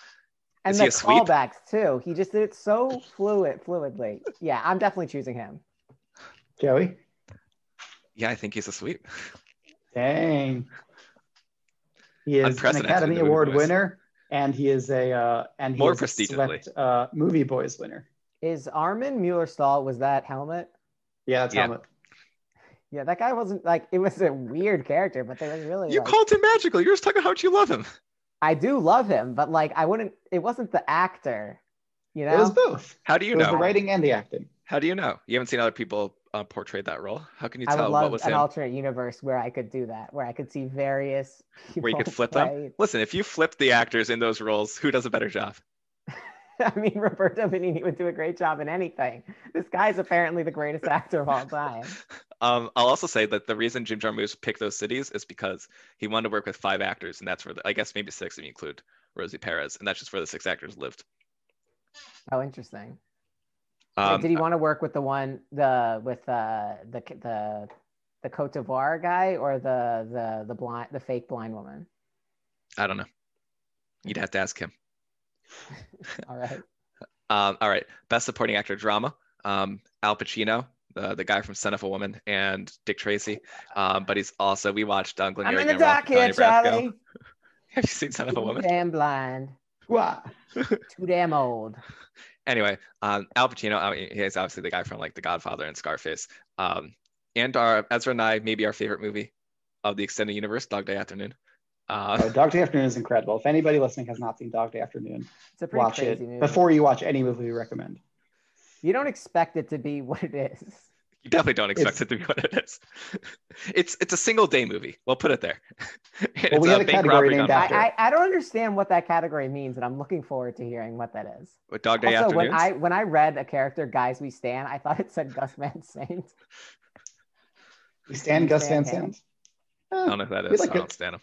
Speaker 3: And
Speaker 2: Is
Speaker 3: the
Speaker 2: he a sweep?
Speaker 3: callbacks too. He just did it so fluid, fluidly. Yeah, I'm definitely choosing him.
Speaker 1: Joey?
Speaker 2: Yeah, I think he's a sweep.
Speaker 1: Dang. He is an
Speaker 2: Unprecedented
Speaker 1: Academy
Speaker 2: in the Movie
Speaker 1: Award
Speaker 2: Boys.
Speaker 1: winner, and he is a uh, and he
Speaker 2: More
Speaker 1: is a
Speaker 2: prestigiously.
Speaker 1: select, uh, movie boys winner.
Speaker 3: Is Armin Mueller-Stahl was that helmet?
Speaker 1: Yeah, that's
Speaker 2: Yeah.
Speaker 1: Helmet.
Speaker 3: Yeah, that guy wasn't like it was a weird character, but they were really
Speaker 2: You
Speaker 3: like,
Speaker 2: called him magical. You're just talking about how much you love him.
Speaker 3: I do love him, but like I wouldn't it wasn't the actor, you know?
Speaker 1: It was both.
Speaker 2: How do you
Speaker 1: it was
Speaker 2: know?
Speaker 1: the writing and the acting.
Speaker 2: How do you know? You haven't seen other people uh, portray that role. How can you
Speaker 3: I would
Speaker 2: tell what
Speaker 3: love
Speaker 2: was
Speaker 3: an
Speaker 2: him?
Speaker 3: alternate universe where I could do that, where I could see various people
Speaker 2: Where you could flip them?
Speaker 3: play-
Speaker 2: Listen, if you flip the actors in those roles, who does a better job?
Speaker 3: I mean, Roberto Benigni would do a great job in anything. This guy's apparently the greatest actor of all time.
Speaker 2: Um, I'll also say that the reason Jim Jarmusch picked those cities is because he wanted to work with five actors, and that's where the, I guess maybe six if you include Rosie Perez, and that's just where the six actors lived.
Speaker 3: Oh, interesting. Like,
Speaker 2: Um,
Speaker 3: did he want to work with the one the with uh, the the the Cote d'Ivoire guy or the the the blind the fake blind woman?
Speaker 2: I don't know. You'd have to ask him.
Speaker 3: All right.
Speaker 2: Um, all right, best supporting actor drama. Um, Al Pacino, the, the guy from Son of a Woman, and Dick Tracy. Um, but he's also we watched um, Glenn
Speaker 3: Oh I'm in
Speaker 2: Merrick
Speaker 3: the
Speaker 2: and Ralph-
Speaker 3: dark here,
Speaker 2: Donnie Brasco.
Speaker 3: Charlie.
Speaker 2: Have you seen Son of a
Speaker 3: Too
Speaker 2: Woman?
Speaker 3: damn blind.
Speaker 1: Wow.
Speaker 3: Too damn old.
Speaker 2: Anyway, um, Al Pacino, I mean, he's obviously the guy from like The Godfather and Scarface. Um, and our Ezra and I, maybe our favorite movie of the extended universe, Dog Day Afternoon.
Speaker 1: Oh,
Speaker 2: Uh,
Speaker 1: Dog Day Afternoon is incredible. If anybody listening has not seen Dog Day Afternoon,
Speaker 3: It's a pretty
Speaker 1: watch
Speaker 3: crazy
Speaker 1: it
Speaker 3: movie.
Speaker 1: before you watch any movie we recommend.
Speaker 3: you don't expect it to be what it is.
Speaker 2: you definitely don't expect
Speaker 1: Oh, It's-
Speaker 2: it to be what it is. It's it's a single day movie. We'll put it there. And
Speaker 1: Well, we
Speaker 2: it's
Speaker 1: have a category named
Speaker 2: novel.
Speaker 1: after-
Speaker 3: I, I I don't understand what that category means, and I'm looking forward to hearing what that is.
Speaker 2: With Dog Day
Speaker 3: also,
Speaker 2: Afternoon.
Speaker 3: when I when I read a character "Guys We Stand," I thought it said Gus Van Sant.
Speaker 1: We stand Gus Van Sant,
Speaker 2: I
Speaker 1: Eh,
Speaker 2: don't know who that
Speaker 1: We
Speaker 2: is.
Speaker 1: like
Speaker 2: I don't
Speaker 1: it.
Speaker 2: stand him.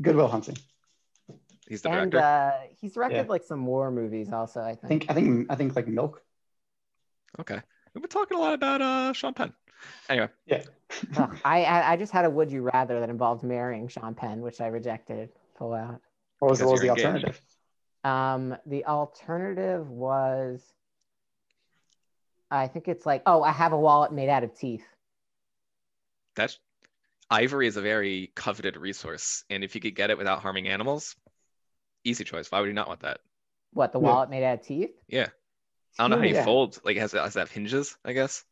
Speaker 1: Goodwill Hunting.
Speaker 2: He's the
Speaker 3: and
Speaker 2: director.
Speaker 3: uh, he's directed
Speaker 1: Yeah.
Speaker 3: like some war movies, also. I think.
Speaker 1: I think I think I think like Milk. uh,
Speaker 2: okay. We've been talking a lot about uh, Sean Penn. Anyway,
Speaker 3: Ugh, I, I I just had a "Would You Rather" that involved marrying Sean Penn, which I rejected full out.
Speaker 1: What was,
Speaker 2: Because
Speaker 1: what was the
Speaker 2: you're engaged.
Speaker 1: alternative?
Speaker 3: Um, the alternative was, I think it's like, oh, I have a wallet made out of teeth.
Speaker 2: That's ivory is a very coveted resource, and if you could get it without harming animals, easy choice. Why would you not want that?
Speaker 3: What the
Speaker 1: Yeah.
Speaker 3: wallet made out of teeth?
Speaker 2: Yeah. I don't know how you
Speaker 1: Yeah.
Speaker 2: fold. Like, has it has to have hinges? I guess.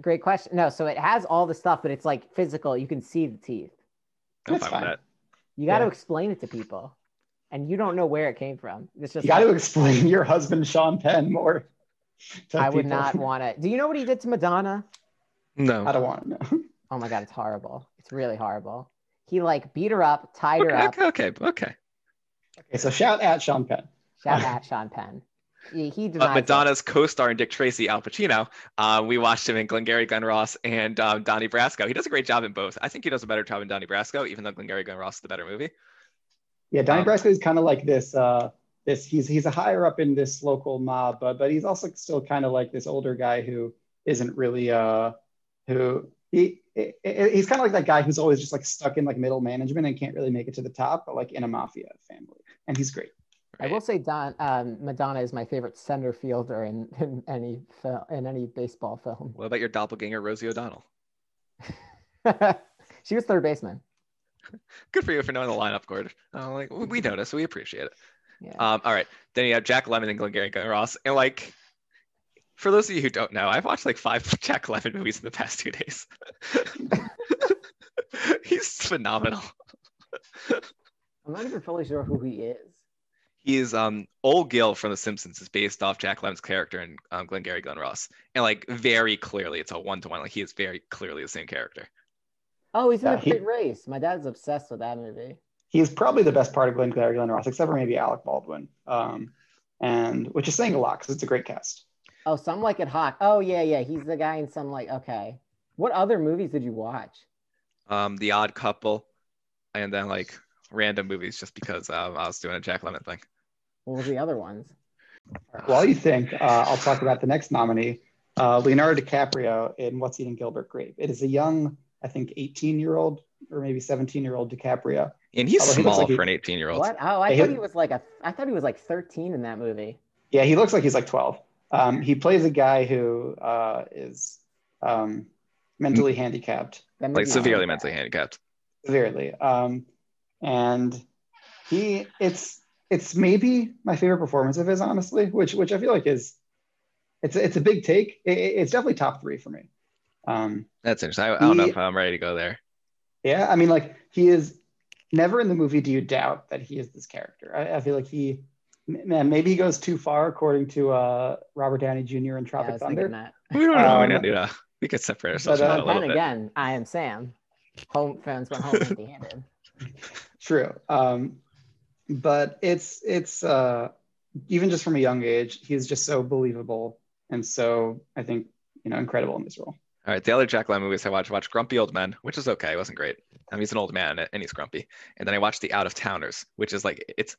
Speaker 3: Great question. No, so it has all the stuff, but it's like physical. You can see the teeth.
Speaker 2: I'm
Speaker 1: That's
Speaker 2: fine with
Speaker 1: fine.
Speaker 2: that.
Speaker 3: You got to
Speaker 1: Yeah.
Speaker 3: explain it to people, and you don't know where it came from. It's just
Speaker 1: You got to
Speaker 3: like,
Speaker 1: explain your husband Sean Penn more. to
Speaker 3: I would
Speaker 1: people.
Speaker 3: not want it. Do you know what he did to Madonna?
Speaker 2: No.
Speaker 1: I don't want to know.
Speaker 3: Oh my god, it's horrible. It's really horrible. He like beat her up, tied her
Speaker 2: okay,
Speaker 3: up.
Speaker 2: okay, okay, okay.
Speaker 1: Okay, so shout at Sean Penn.
Speaker 3: Shout out Sean Penn. He, he denies
Speaker 2: But
Speaker 3: it.
Speaker 2: Madonna's co-star in Dick Tracy, Al Pacino. Uh, we watched him in Glengarry Glen Ross and um, Donnie Brasco. He does a great job in both. I think he does a better job in Donnie Brasco, even though Glengarry Glen Ross is the better movie.
Speaker 1: Yeah, Donnie
Speaker 2: Um,
Speaker 1: Brasco is kind of like this. Uh, this he's he's a higher up in this local mob, but but he's also still kind of like this older guy who isn't really uh who he. he- He's kind of like that guy who's always just like stuck in like middle management and can't really make it to the top, but like in a mafia family, and he's great.
Speaker 3: I will say Don um, Madonna is my favorite center fielder in, in any film, in any baseball film.
Speaker 2: What about your doppelganger Rosie O'Donnell?
Speaker 3: she was third baseman.
Speaker 2: Good for you for knowing the lineup, Gord. Uh, like we we notice, we appreciate it.
Speaker 3: Yeah.
Speaker 1: Uh,
Speaker 2: Um, all right. Then you have Jack Lemon and Glengarry Glen Ross, and like. For those of you who don't know, I've watched like five Jack Lemmon movies in the past two days. He's phenomenal.
Speaker 3: I'm not even fully sure who he is.
Speaker 2: he is um old Gil from The Simpsons is based off Jack Lemon's character in um, Glengarry Glen Ross, and like very clearly it's a one to one. Like he is very clearly the same character.
Speaker 3: Oh, he's in
Speaker 1: Yeah,
Speaker 3: the
Speaker 1: he-
Speaker 3: Great Race. My dad's obsessed with that movie.
Speaker 1: He's probably the best part of Glenn Clary Glenn Ross, except for maybe Alec Baldwin, um, and which is saying a lot because it's a great cast.
Speaker 3: Oh, some like it hot. Oh yeah, yeah. He's the guy in some like. Okay. What other movies did you watch?
Speaker 2: Um, The Odd Couple, and then like random movies just because um, I was doing a Jack Lemon thing.
Speaker 3: What was the other ones?
Speaker 1: All right, While you think, uh, I'll talk about the next nominee, uh, Leonardo DiCaprio in What's Eating Gilbert Grape. It is a young, I think, 18 year old or maybe 17 year old DiCaprio.
Speaker 2: And he's
Speaker 1: Although Oh, he looks
Speaker 2: small
Speaker 1: like he-
Speaker 2: for an 18 year old.
Speaker 3: What? Oh, I
Speaker 1: They
Speaker 3: thought
Speaker 1: hit-
Speaker 3: he was like a. I thought he was like 13 in that movie.
Speaker 1: Yeah, he looks like he's like 12. Um, he plays a guy who uh, is um, mentally handicapped
Speaker 3: That
Speaker 2: Like
Speaker 3: movie-
Speaker 2: severely mentally handicapped.
Speaker 1: severely, um, and he it's it's maybe my favorite performance of his, honestly, which which I feel like is it's it's a big take. It, it- it's definitely top three for me. Um,
Speaker 2: That's interesting. I, I don't know
Speaker 1: He-
Speaker 2: if I'm ready to go there.
Speaker 1: Yeah, I mean, like he is never in the movie. Do you doubt that he is this character? I, I feel like he, m- man, maybe he goes too far, according to uh, Robert Downey Jr. in
Speaker 3: Yeah, I
Speaker 1: Tropic
Speaker 3: was thinking
Speaker 1: Thunder.
Speaker 3: that.
Speaker 2: We don't know.
Speaker 1: Um,
Speaker 2: we, don't, do that. we could separate ourselves
Speaker 1: but,
Speaker 2: from
Speaker 1: uh,
Speaker 2: that a
Speaker 3: Then
Speaker 2: little bit.
Speaker 3: again, I am Sam. Home phones went home empty-handed.
Speaker 1: True, um, but it's it's uh, even just from a young age, he is just so believable and so I think you know incredible in this role.
Speaker 2: All right, the other Jack Lemmon movies I watched, I watched Grumpy Old Men, which is okay. It wasn't great. I mean, he's an old man in it, and he's grumpy. And then I watched The Out of Towners, which is like, it's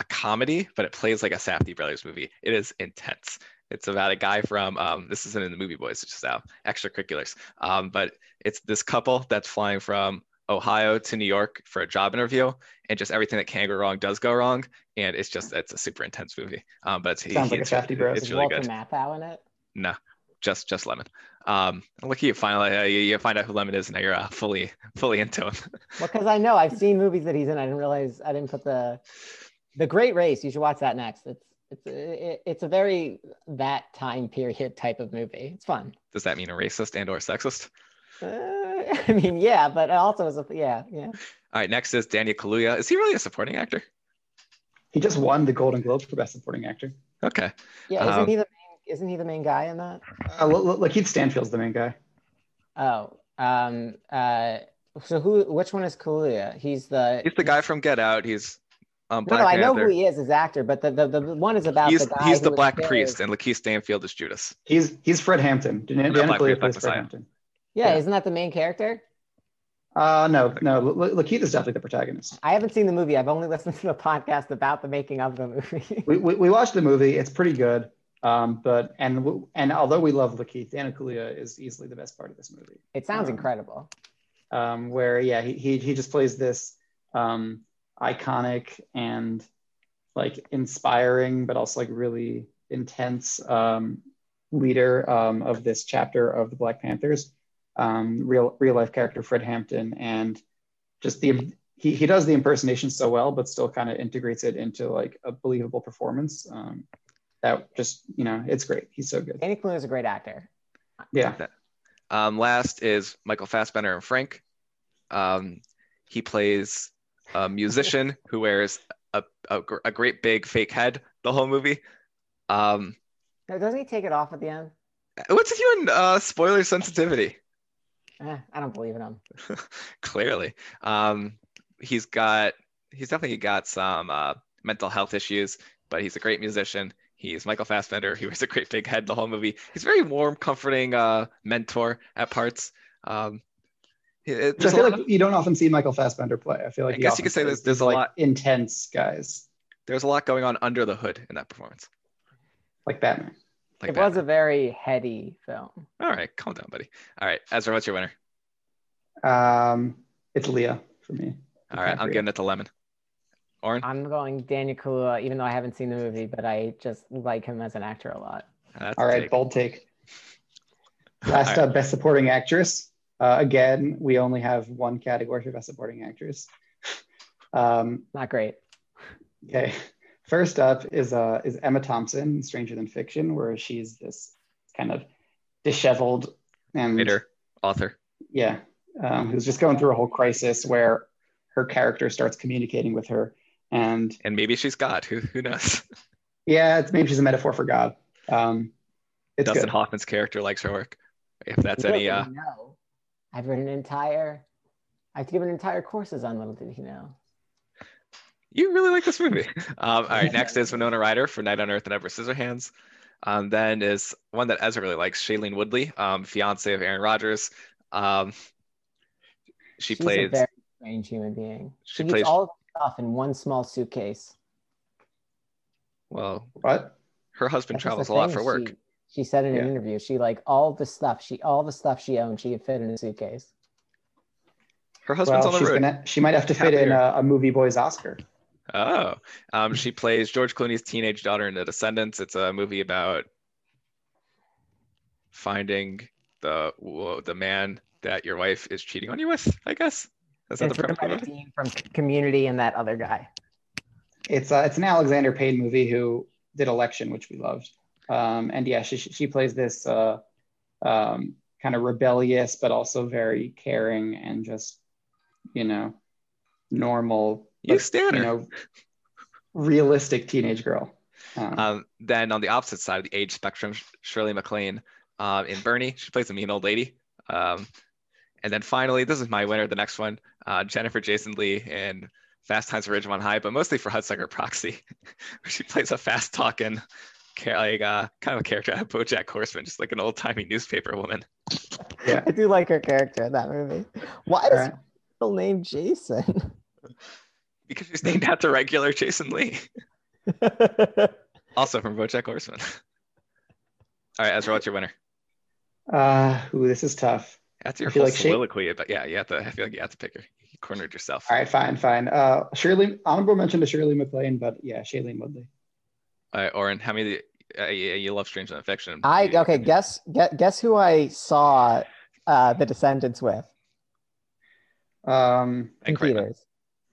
Speaker 2: a comedy, but it plays like a Safdie Brothers movie. It is intense. It's about a guy from, um, this isn't in the movie, boys, it's just out, extracurriculars. Um, but it's this couple that's flying from Ohio to New York for a job interview, and just everything that can go wrong does go wrong. And it's just, it's a super intense movie. Um, but it's,
Speaker 1: Sounds like a
Speaker 2: it's,
Speaker 1: Safdie Brothers.
Speaker 2: it's
Speaker 3: Is
Speaker 2: really
Speaker 3: Walter
Speaker 2: good
Speaker 3: Matthau in it?
Speaker 2: just just lemon um look you finally uh, you, you find out who lemon is and now you're uh, fully fully into him
Speaker 3: Well, because I know I've seen movies that he's in. I didn't realize I didn't put the the Great Race. You should watch that next. It's it's it, it's a very that time period type of movie. It's fun.
Speaker 2: does that mean a racist and or sexist
Speaker 3: Uh, I mean, yeah, but it also is a yeah, yeah.
Speaker 2: all right next is daniel kaluuya is he really a supporting actor
Speaker 1: He just won the Golden Globe for Best Supporting Actor.
Speaker 2: okay
Speaker 3: Yeah, isn't
Speaker 2: Um,
Speaker 3: he the main, isn't he the main guy in that?
Speaker 1: Uh, L- L- Lakeith Stanfield's the main guy.
Speaker 3: Oh, um, uh, so who? Which one is Kaluuya? He's the.
Speaker 2: he's the guy from get out he's um
Speaker 3: no,
Speaker 2: black
Speaker 3: no, I know
Speaker 2: Panther.
Speaker 3: who he is as actor, but the the, the one is about
Speaker 2: he's
Speaker 3: the guy.
Speaker 2: he's
Speaker 3: who
Speaker 2: the
Speaker 3: was
Speaker 2: black
Speaker 3: killed.
Speaker 2: priest and lakeith stanfield is judas
Speaker 1: He's he's Fred Hampton. Dan-
Speaker 2: Black
Speaker 1: Dan Kaluuya
Speaker 2: Panther,
Speaker 1: plays
Speaker 2: Black
Speaker 1: Fred
Speaker 2: Messiah.
Speaker 1: Hampton.
Speaker 3: Yeah,
Speaker 1: yeah.
Speaker 3: isn't that the main character?
Speaker 1: Uh, no, no. L- L- Lakeith is definitely the protagonist.
Speaker 3: I haven't seen the movie. I've only listened to the podcast about the making of the movie.
Speaker 1: we, we, we watched the movie. It's pretty good. Um, but and w- and although we love Lakeith, Anna Kalia is easily the best part of this movie.
Speaker 3: It sounds
Speaker 1: Um,
Speaker 3: incredible.
Speaker 1: Um, where yeah, he, he he just plays this um, iconic and like inspiring, but also like really intense um, leader um, of this chapter of the Black Panthers, um, real real life character Fred Hampton, and just the he, he does the impersonation so well, but still kind of integrates it into like a believable performance. Um, that just you know, it's great. He's so good.
Speaker 3: Danny Clune is a great actor.
Speaker 1: Yeah,
Speaker 2: Um, last is Michael Fassbender and Frank. Um, he plays a musician who wears a, a, gr- a great big fake head the whole movie. Um,
Speaker 3: Now, doesn't he take it off at the end?
Speaker 2: what's with you and uh, spoiler sensitivity?
Speaker 3: Eh, I don't believe in him.
Speaker 2: Clearly, um, he's got he's definitely got some uh, mental health issues, but he's a great musician. He's Michael Fassbender. He wears a great big head the whole movie. He's a very warm, comforting uh, mentor at parts. Um,
Speaker 1: So
Speaker 2: it-
Speaker 1: I
Speaker 2: there's a
Speaker 1: feel
Speaker 2: lot of-
Speaker 1: like you don't often see Michael Fassbender play. I feel like
Speaker 2: I
Speaker 1: he
Speaker 2: guess you could
Speaker 1: often
Speaker 2: say there's-
Speaker 1: plays
Speaker 2: there's
Speaker 1: these,
Speaker 2: a
Speaker 1: like
Speaker 2: lot-
Speaker 1: intense guys
Speaker 2: there's a lot going on under the hood in that performance.
Speaker 1: like Batman.
Speaker 2: Like
Speaker 3: it
Speaker 2: that.
Speaker 3: was a very heady film.
Speaker 2: All right, calm down, buddy. All right, Ezra, what's your winner?
Speaker 1: Um, it's Leah for me.
Speaker 2: All right, I'm
Speaker 1: DiCaprio.
Speaker 2: giving it to Lemon. Oren,
Speaker 3: I'm going Daniel Kaluuya, even though I haven't seen the movie, but I just like him as an actor a lot.
Speaker 2: that's
Speaker 1: All
Speaker 2: a
Speaker 1: right,
Speaker 2: take.
Speaker 1: bold take.
Speaker 2: All
Speaker 1: Last
Speaker 2: right.
Speaker 1: up, best supporting actress. Uh, again, we only have one category for best supporting actress. Um,
Speaker 3: Not great.
Speaker 1: okay, first up is uh, is Emma Thompson, in Stranger Than Fiction, where she's this kind of disheveled and
Speaker 2: Writer, author.
Speaker 1: yeah, um, who's just going through a whole crisis where her character starts communicating with her, and
Speaker 2: and maybe she's God. Who who knows?
Speaker 1: yeah, it's maybe she's a metaphor for God. Um, it's
Speaker 2: Dustin
Speaker 1: good.
Speaker 2: Hoffman's character likes her work. If that's
Speaker 3: Little
Speaker 2: any,
Speaker 3: did
Speaker 2: uh,
Speaker 3: he know, I've written an entire, I've given entire courses on Little Did He Know.
Speaker 2: you really like this movie. Um, all right, next is Winona Ryder for Night on Earth and Ever Scissorhands. Um, then is one that Ezra really likes, Shailene Woodley, um, fiance of Aaron Rodgers. Um, she
Speaker 3: She's a
Speaker 2: plays.
Speaker 3: very strange human being.
Speaker 2: She
Speaker 3: She, keeps
Speaker 2: plays-
Speaker 3: all of her stuff in one small suitcase.
Speaker 2: Well,
Speaker 1: What?
Speaker 2: her husband
Speaker 3: That's just
Speaker 2: travels a
Speaker 3: the
Speaker 2: lot
Speaker 3: thing
Speaker 2: for work.
Speaker 3: She, she said in an
Speaker 1: Yeah.
Speaker 3: interview, she like all the stuff she all the stuff she owned, she could fit in a suitcase.
Speaker 2: Her husband's
Speaker 1: well,
Speaker 2: on the
Speaker 1: she's
Speaker 2: road.
Speaker 1: gonna she might have to fit in a, a movie boy's Oscar.
Speaker 2: Oh, um, she plays George Clooney's teenage daughter in The Descendants. It's a movie about finding the whoa, the man that your wife is cheating on you with. I guess that's not
Speaker 3: It's
Speaker 2: the
Speaker 3: written
Speaker 2: premise. of
Speaker 3: by the
Speaker 2: the movie?
Speaker 3: dean from Community and that other guy.
Speaker 1: It's uh, it's an Alexander Payne movie who did Election, which we loved. Um, and yeah, she she plays this uh, um, kind of rebellious, but also very caring and just you know normal,
Speaker 2: You
Speaker 1: but,
Speaker 2: stand her.
Speaker 1: know realistic teenage girl. Um,
Speaker 2: Um, then on the opposite side of the age spectrum, Sh- Shirley MacLaine um, in Bernie. She plays a mean old lady. Um, and then finally, this is my winner. The next one, uh, Jennifer Jason Lee in Fast Times at Ridgemont High, but mostly for Hudsucker Proxy, where she plays a fast talking, like uh, kind of a character out of BoJack Horseman, just like an old timey newspaper woman.
Speaker 1: Yeah.
Speaker 3: I do like her character in that movie. Why does
Speaker 1: Alright.
Speaker 3: her middle name Jason?
Speaker 2: Because she's named after regular Jason Lee, also from BoJack Horseman. All right, Ezra, what's your winner?
Speaker 1: Uh, ooh, this is tough.
Speaker 2: That's your
Speaker 1: I feel
Speaker 2: whole
Speaker 1: like she-
Speaker 2: soliloquy, but yeah, you have to. I feel like you have to pick her. You cornered yourself.
Speaker 1: All right, fine, fine. Uh, Shirley, honorable mention to Shirley MacLaine, but yeah, Shailene Woodley.
Speaker 2: All right, Oren, how many? Uh, you, you love Stranger Than Fiction.
Speaker 3: I
Speaker 2: You-
Speaker 3: okay, guess guess, guess who I saw uh, the Descendants with
Speaker 1: Um,
Speaker 3: in
Speaker 2: Hank Reitman.
Speaker 3: theaters.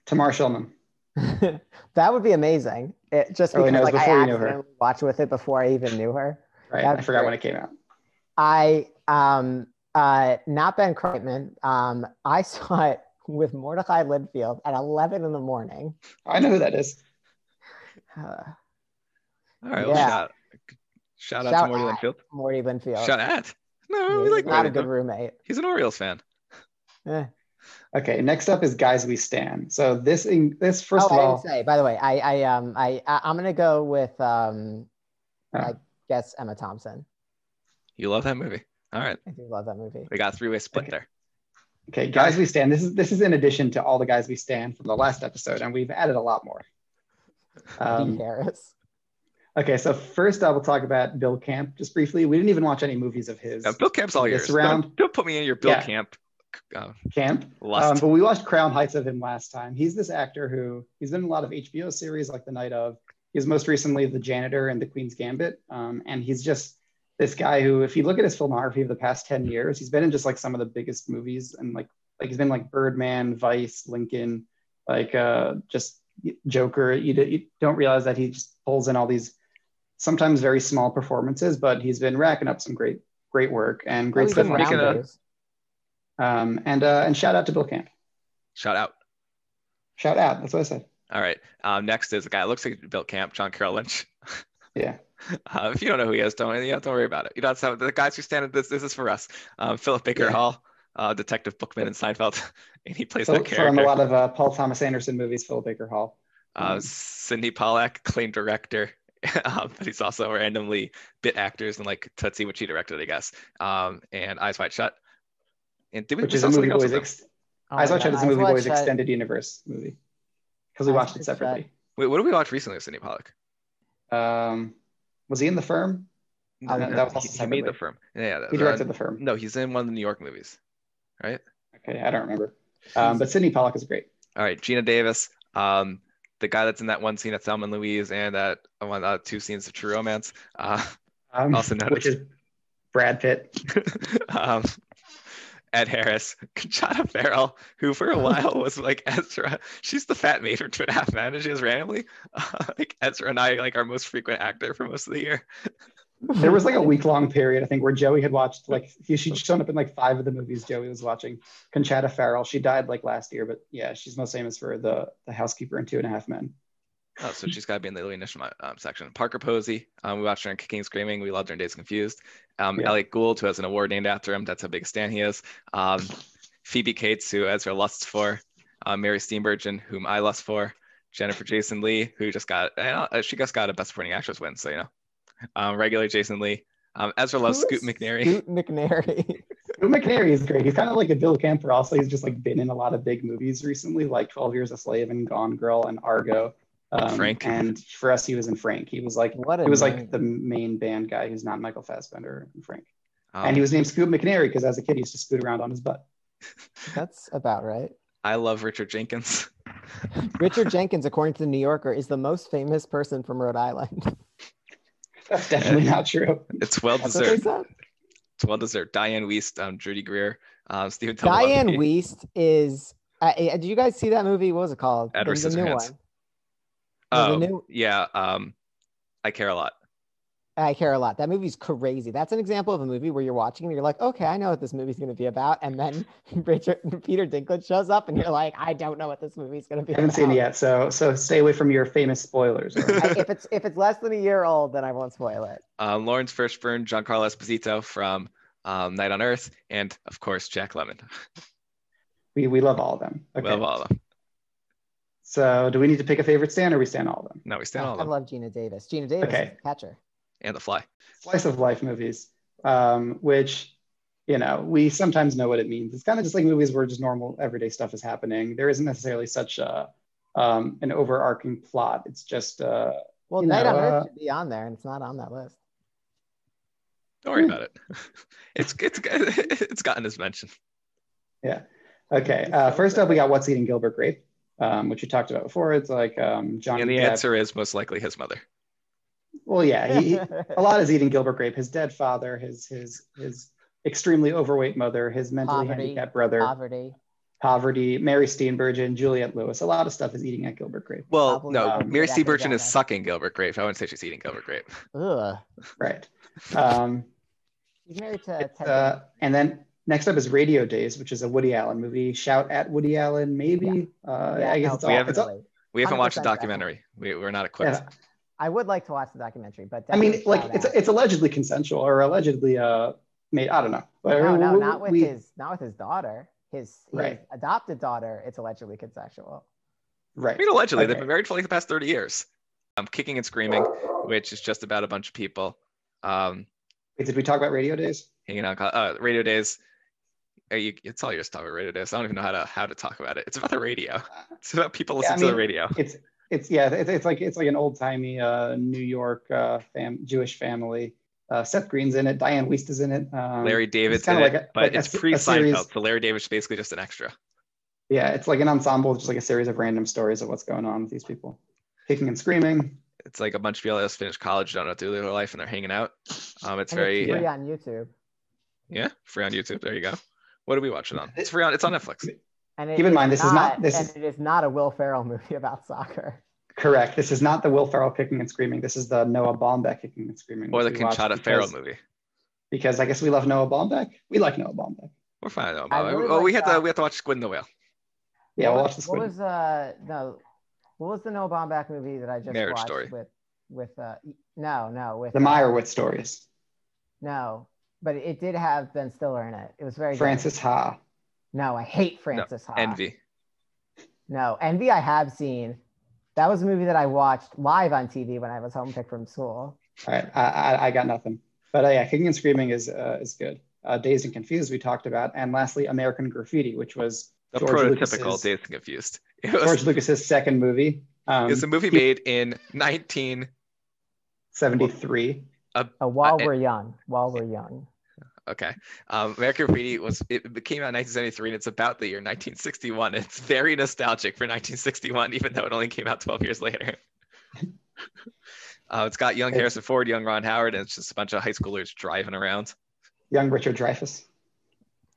Speaker 1: Tamar Shulman.
Speaker 3: that would be amazing. It just
Speaker 1: Oh, wait,
Speaker 3: because
Speaker 1: no, it was
Speaker 3: like I
Speaker 1: before you knew her.
Speaker 3: accidentally watched with it before I even knew her.
Speaker 1: Right. I
Speaker 3: That'd be
Speaker 1: forgot
Speaker 3: great.
Speaker 1: when it came out.
Speaker 3: I um uh not Ben Kreitman. Um I saw it with Mordecai Linfield at eleven in the morning.
Speaker 1: I know who that is.
Speaker 3: Uh,
Speaker 2: All right, well,
Speaker 3: Yeah.
Speaker 2: shout, shout out
Speaker 3: Shout
Speaker 2: to Morty
Speaker 3: out.
Speaker 2: Linfield.
Speaker 3: Morty Linfield.
Speaker 2: Shout out. No,
Speaker 3: Yeah,
Speaker 2: we
Speaker 3: he's
Speaker 2: like
Speaker 3: not
Speaker 2: Morty.
Speaker 3: a good roommate.
Speaker 2: He's an Orioles fan.
Speaker 3: Eh.
Speaker 1: Okay, next up is Guys We Stand. So this in, this first
Speaker 3: oh,
Speaker 1: of
Speaker 3: I
Speaker 1: all,
Speaker 3: didn't say. By the way, I I um I, I I'm gonna go with um
Speaker 1: Oh.
Speaker 3: I guess Emma Thompson.
Speaker 2: You love that movie. All right,
Speaker 3: I do love that movie.
Speaker 2: we got a three-way split
Speaker 1: Okay.
Speaker 2: there.
Speaker 1: okay, Guys We Stand. This is this is in addition to all the Guys We Stand from the last episode, and we've added a lot more.
Speaker 3: Dee
Speaker 1: Um,
Speaker 3: Harris.
Speaker 1: okay, so first I will talk about Bill Camp just briefly. We didn't even watch any movies of his.
Speaker 2: Now, Bill Camp's all
Speaker 1: This
Speaker 2: yours.
Speaker 1: round-
Speaker 2: Don't, don't put me in your Bill
Speaker 1: Yeah.
Speaker 2: Camp uh,
Speaker 1: camp. Um,
Speaker 2: lust.
Speaker 1: but we watched Crown Heights of him last time. He's this actor who he's been in a lot of HBO series like The Night of. He's most recently the janitor in The Queen's Gambit, um, and he's just this guy who, if you look at his filmography of the past ten years, he's been in just like some of the biggest movies, and like like he's been like Birdman, Vice, Lincoln, like uh, just Joker. You, d- you don't realize that he just pulls in all these sometimes very small performances, but he's been racking up some great great work and great
Speaker 3: Always
Speaker 1: stuff.
Speaker 2: been
Speaker 1: on
Speaker 2: making
Speaker 1: Amazon.
Speaker 2: a-
Speaker 3: nowadays.
Speaker 1: Um, and uh, and shout out to Bill Camp.
Speaker 2: Shout out.
Speaker 1: Shout out. That's what I said.
Speaker 2: All right. Um, next is a guy that looks like Bill Camp, John Carroll Lynch.
Speaker 1: Yeah.
Speaker 2: Uh, if you don't know who he is, don't yeah, don't worry about it. You don't have to- the guys who stand at this. This is for us. Um, Philip Baker
Speaker 1: Yeah.
Speaker 2: Hall, uh, Detective Bookman in Seinfeld, and he plays
Speaker 1: So,
Speaker 2: that character.
Speaker 1: from a lot of uh, Paul Thomas Anderson movies, Phil Baker Hall.
Speaker 2: uh, Cindy Pollack, acclaimed director, um, but he's also randomly bit actors in like Tootsie, which he directed, I guess, um, and Eyes Wide Shut. And did we
Speaker 1: which is a
Speaker 2: we saw
Speaker 1: movie
Speaker 2: something
Speaker 1: boys.
Speaker 2: else with him.
Speaker 1: Ex-
Speaker 3: Oh my
Speaker 1: Eyes Wide
Speaker 3: God,
Speaker 1: Shut is a
Speaker 3: Eyes
Speaker 1: movie
Speaker 3: Wide
Speaker 1: boys
Speaker 3: Shut.
Speaker 1: extended universe movie because we
Speaker 3: Eyes
Speaker 1: watched it
Speaker 3: Wide
Speaker 1: separately.
Speaker 2: Wait, what did we watch recently with Cindy Pollack?
Speaker 1: Um, was he in the firm?
Speaker 2: No,
Speaker 3: Oh, no, that
Speaker 2: no,
Speaker 1: Um, was also
Speaker 2: he, he made the
Speaker 1: separately.
Speaker 2: firm. Yeah, that,
Speaker 1: He directed
Speaker 2: uh,
Speaker 1: the firm.
Speaker 2: No, he's in one of the New York movies.
Speaker 1: Okay, I don't remember. Um, but Sidney Pollack is great.
Speaker 2: All right, Gina Davis, um, the guy that's in that one scene at Thelma and Louise and that one, uh, two scenes of True Romance. Uh,
Speaker 1: Um,
Speaker 2: Also noticed.
Speaker 1: which is Brad Pitt.
Speaker 2: um, Ed Harris, Conchata Farrell, who for a while was like Ezra. She's the fat maid from Two and a Half Men, and she is randomly uh, like Ezra and I like our most frequent actor for most of the year.
Speaker 1: There was like a week long period, I think, where Joey had watched like he, she'd shown up in like five of the movies Joey was watching. Conchata Farrell, she died like last year, but yeah, she's most famous for the the housekeeper in Two and a Half Men.
Speaker 2: Oh, so she's got to be in the initial um, section. Parker Posey, um, we watched her in Kicking and Screaming. We loved her in Days Confused. Um,
Speaker 1: Yeah.
Speaker 2: Elliot Gould, who has an award named after him. That's how big a stan he is. Um, Phoebe Cates, who Ezra lusts for. Um, Mary Steenburgen, whom I lust for. Jennifer Jason Lee, who just got, and, uh, she just got a Best Supporting Actress win. So, you know, um, regular Jason Lee. Um, Ezra loves
Speaker 3: Who is
Speaker 2: Scoot McNairy.
Speaker 3: Scoot McNairy.
Speaker 1: Drew McNary is great. He's kind of like a Bill Camper. Also, he's just like been in a lot of big movies recently, like Twelve Years a Slave and Gone Girl and Argo. Um,
Speaker 2: Frank.
Speaker 1: And for us, he was in Frank. He was like
Speaker 3: What a
Speaker 1: he was like
Speaker 3: name.
Speaker 1: the main band guy who's not Michael Fassbender and Frank.
Speaker 2: Um,
Speaker 1: and he was named Scoot McNary because as a kid he used to scoot around on his butt.
Speaker 3: That's about right.
Speaker 2: I love Richard Jenkins.
Speaker 3: Richard Jenkins, according to the New Yorker, is the most famous person from Rhode Island.
Speaker 1: That's definitely not true.
Speaker 2: It's well
Speaker 3: That's what they
Speaker 2: deserved.
Speaker 3: said.
Speaker 2: It's well deserved. Diane Wiest, um, Judy Greer, um, Stephen
Speaker 3: Diane
Speaker 2: Tobolowsky.
Speaker 3: Wiest is. Uh, did you guys see that movie? What was it called?
Speaker 2: Edward
Speaker 3: the, the new
Speaker 2: Scissorhands.
Speaker 3: one.
Speaker 2: Oh,
Speaker 3: No, the new-
Speaker 2: yeah. Um, I care a lot.
Speaker 3: I care a lot. That movie's crazy. That's an example of a movie where you're watching and you're like, okay, I know what this movie's going to be about. And then Richard Peter Dinklage shows up and you're like, I don't know what this movie's going to be
Speaker 1: I haven't
Speaker 3: about.
Speaker 1: seen it yet, so so stay away from your famous spoilers.
Speaker 3: I- if it's if it's less than a year old, then I won't spoil it.
Speaker 2: Um, Lawrence Fishburne, Giancarlo Esposito from um, Night on Earth, and of course Jack Lemmon.
Speaker 1: we, we love all of them.
Speaker 2: We
Speaker 1: Okay.
Speaker 2: Love all of them.
Speaker 1: So do we need to pick a favorite stand or we stand all of them?
Speaker 2: No, we stand
Speaker 3: I,
Speaker 2: all of
Speaker 3: I
Speaker 2: them.
Speaker 3: love Gina Davis. Gina Davis,
Speaker 1: Okay.
Speaker 3: is the catcher.
Speaker 2: and The Fly.
Speaker 1: slice of life movies, um, which you know we sometimes know what it means. It's kind of just like movies where just normal everyday stuff is happening. There isn't necessarily such a um, an overarching plot. It's just uh,
Speaker 3: Well,
Speaker 1: You
Speaker 3: Night
Speaker 1: know,
Speaker 3: on Earth
Speaker 1: uh,
Speaker 3: should be on there, and it's not on that list.
Speaker 2: Don't worry
Speaker 1: Hmm.
Speaker 2: about it. It's it's it's gotten his mention.
Speaker 1: okay. Uh, first up, we got What's Eating Gilbert Grape, um, which we talked about before. It's like um, Johnny.
Speaker 2: And the
Speaker 1: Depp-
Speaker 2: answer is most likely his mother.
Speaker 1: Well, yeah, he, oh, he- a lot is eating Gilbert Grape. His dead father, his his his extremely overweight mother, his mentally
Speaker 3: Poverty.
Speaker 1: handicapped brother,
Speaker 3: Poverty.
Speaker 1: poverty, Mary Steenburgen, Juliette Lewis. A lot of stuff is eating at Gilbert Grape.
Speaker 2: Well,
Speaker 3: Probably
Speaker 2: no,
Speaker 1: not.
Speaker 2: Mary
Speaker 3: Exactly,
Speaker 2: Seaburchin is
Speaker 3: Jack.
Speaker 2: sucking Gilbert Grape. I wouldn't say she's eating Gilbert Grape.
Speaker 3: Ugh.
Speaker 1: Right. Um,
Speaker 3: He's married to
Speaker 1: It's,
Speaker 3: Ted
Speaker 1: uh, and then next up is Radio Days, which is a Woody Allen movie. Shout at Woody Allen, maybe. Uh,
Speaker 3: Davis. Yeah,
Speaker 1: I guess
Speaker 3: no,
Speaker 1: it's
Speaker 2: we
Speaker 1: all.
Speaker 2: haven't-
Speaker 1: It's all
Speaker 3: definitely.
Speaker 2: We haven't watched the
Speaker 3: 100% Jack.
Speaker 2: documentary. We, we're not equipped.
Speaker 1: yeah.
Speaker 3: I would like to watch the documentary, but
Speaker 1: I mean,
Speaker 3: definitely
Speaker 1: like
Speaker 3: shout
Speaker 1: it's
Speaker 3: out.
Speaker 1: it's allegedly consensual or allegedly uh, made. I don't know. But
Speaker 3: no, no,
Speaker 1: we-
Speaker 3: not with
Speaker 1: we-
Speaker 3: his not with his daughter. His, his
Speaker 1: Right.
Speaker 3: adopted daughter. It's allegedly consensual.
Speaker 2: I
Speaker 1: Right.
Speaker 2: mean, allegedly, they've
Speaker 1: Okay.
Speaker 2: been married for like the past 30 years. Um, Kicking and Screaming, which is just about a bunch of people um,
Speaker 1: Wait, did we talk about Radio Days?
Speaker 2: hanging out. Uh, radio Days. Uh, you, it's all yours to talk about radio days. I don't even know how to how to talk about it. It's about the radio. It's about people
Speaker 1: Yeah, I
Speaker 2: listening to the
Speaker 1: mean-
Speaker 2: radio.
Speaker 1: It's it's yeah. It's, it's like it's like an old timey uh, New York uh, fam- Jewish family Uh, Seth Green's in it. Diane Weist is in it. Um,
Speaker 2: Larry David's in
Speaker 1: kinda
Speaker 2: it,
Speaker 1: like a-
Speaker 2: but
Speaker 1: like a
Speaker 2: it's
Speaker 1: se- a
Speaker 2: pre Seinfeld,
Speaker 1: series.
Speaker 2: so Larry David's basically just an extra.
Speaker 1: yeah, it's like an ensemble, just like a series of random stories of what's going on with these people, kicking and screaming.
Speaker 2: It's like a bunch of people that just finished college, don't know what to do with their life, and they're hanging out. Um, it's
Speaker 3: And
Speaker 2: very
Speaker 3: it's free
Speaker 2: yeah.
Speaker 3: on YouTube.
Speaker 2: free on YouTube. There you go. What are we watching on? It's free on. It's on Netflix.
Speaker 3: And it
Speaker 1: Keep in mind, this is not- this
Speaker 3: and
Speaker 1: is-
Speaker 3: it is not a Will Ferrell movie about soccer.
Speaker 1: Correct. This is not the Will Ferrell kicking and screaming. This is the Noah Baumbach kicking and screaming.
Speaker 2: Or the
Speaker 1: which we watched
Speaker 2: Conchata Farrell
Speaker 1: because-
Speaker 2: movie.
Speaker 1: Because I guess we love Noah Baumbach. We like Noah Baumbach.
Speaker 2: We're fine though.
Speaker 3: I
Speaker 2: Bob.
Speaker 3: really
Speaker 2: oh, we
Speaker 3: like
Speaker 2: had to
Speaker 3: that.
Speaker 2: we had to watch Squid and the Whale.
Speaker 1: Yeah, we'll
Speaker 3: What-
Speaker 1: watch this
Speaker 3: What
Speaker 1: one.
Speaker 3: was uh no? What was the Noah Baumbach movie that I just
Speaker 2: Marriage
Speaker 3: watched
Speaker 2: Story.
Speaker 3: with with uh no no with
Speaker 1: The
Speaker 3: uh,
Speaker 1: Meyerowitz stories.
Speaker 3: no, but it did have Ben Stiller in it. It was very good.
Speaker 1: Francis Ha.
Speaker 3: No, I hate Francis
Speaker 1: Ah,
Speaker 3: Ha.
Speaker 2: Envy.
Speaker 3: No, Envy I have seen. That was a movie that I watched live on TV when I was home picked from school.
Speaker 1: All right, I, I, I got nothing. But uh, yeah, kicking and screaming is uh, is good. Uh, Dazed and Confused we talked about, and lastly, American Graffiti, which was
Speaker 2: The
Speaker 1: George
Speaker 2: prototypical
Speaker 1: Lucas's-
Speaker 2: Dazed and Confused. It was,
Speaker 1: George Lucas's second movie, um,
Speaker 2: it's a movie made in 19.
Speaker 1: 73.
Speaker 3: Uh, while
Speaker 2: Uh,
Speaker 3: we're young, while we're young.
Speaker 2: Okay. Um, American Graffiti was it came out in 1973 and it's about the year 1961. It's very nostalgic for 1961, even though it only came out 12 years later. uh, it's got young
Speaker 1: It's-
Speaker 2: Harrison Ford, young Ron Howard, and it's just a bunch of high schoolers driving around
Speaker 1: Young Richard Dreyfuss.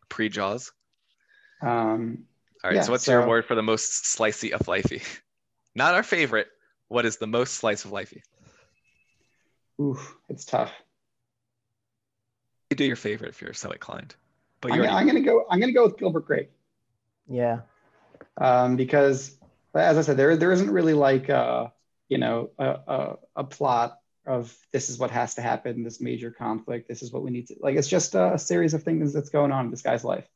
Speaker 2: pre Jaws.
Speaker 1: Um,
Speaker 2: All right.
Speaker 1: Yeah,
Speaker 2: so what's your
Speaker 1: so-
Speaker 2: award for the most slicey of lifey? Not our favorite. What is the most slice of lifey?
Speaker 1: oof, it's tough.
Speaker 2: You do your favorite if you're so inclined. But
Speaker 1: I'm,
Speaker 2: you're
Speaker 1: gonna- I'm gonna go. I'm gonna go with Gilbert Grape.
Speaker 3: Yeah.
Speaker 1: um, because as I said, there there isn't really like a, you know a, a, a plot of this is what has to happen, this major conflict, this is what we need to like. It's just a series of things that's going on in this guy's life.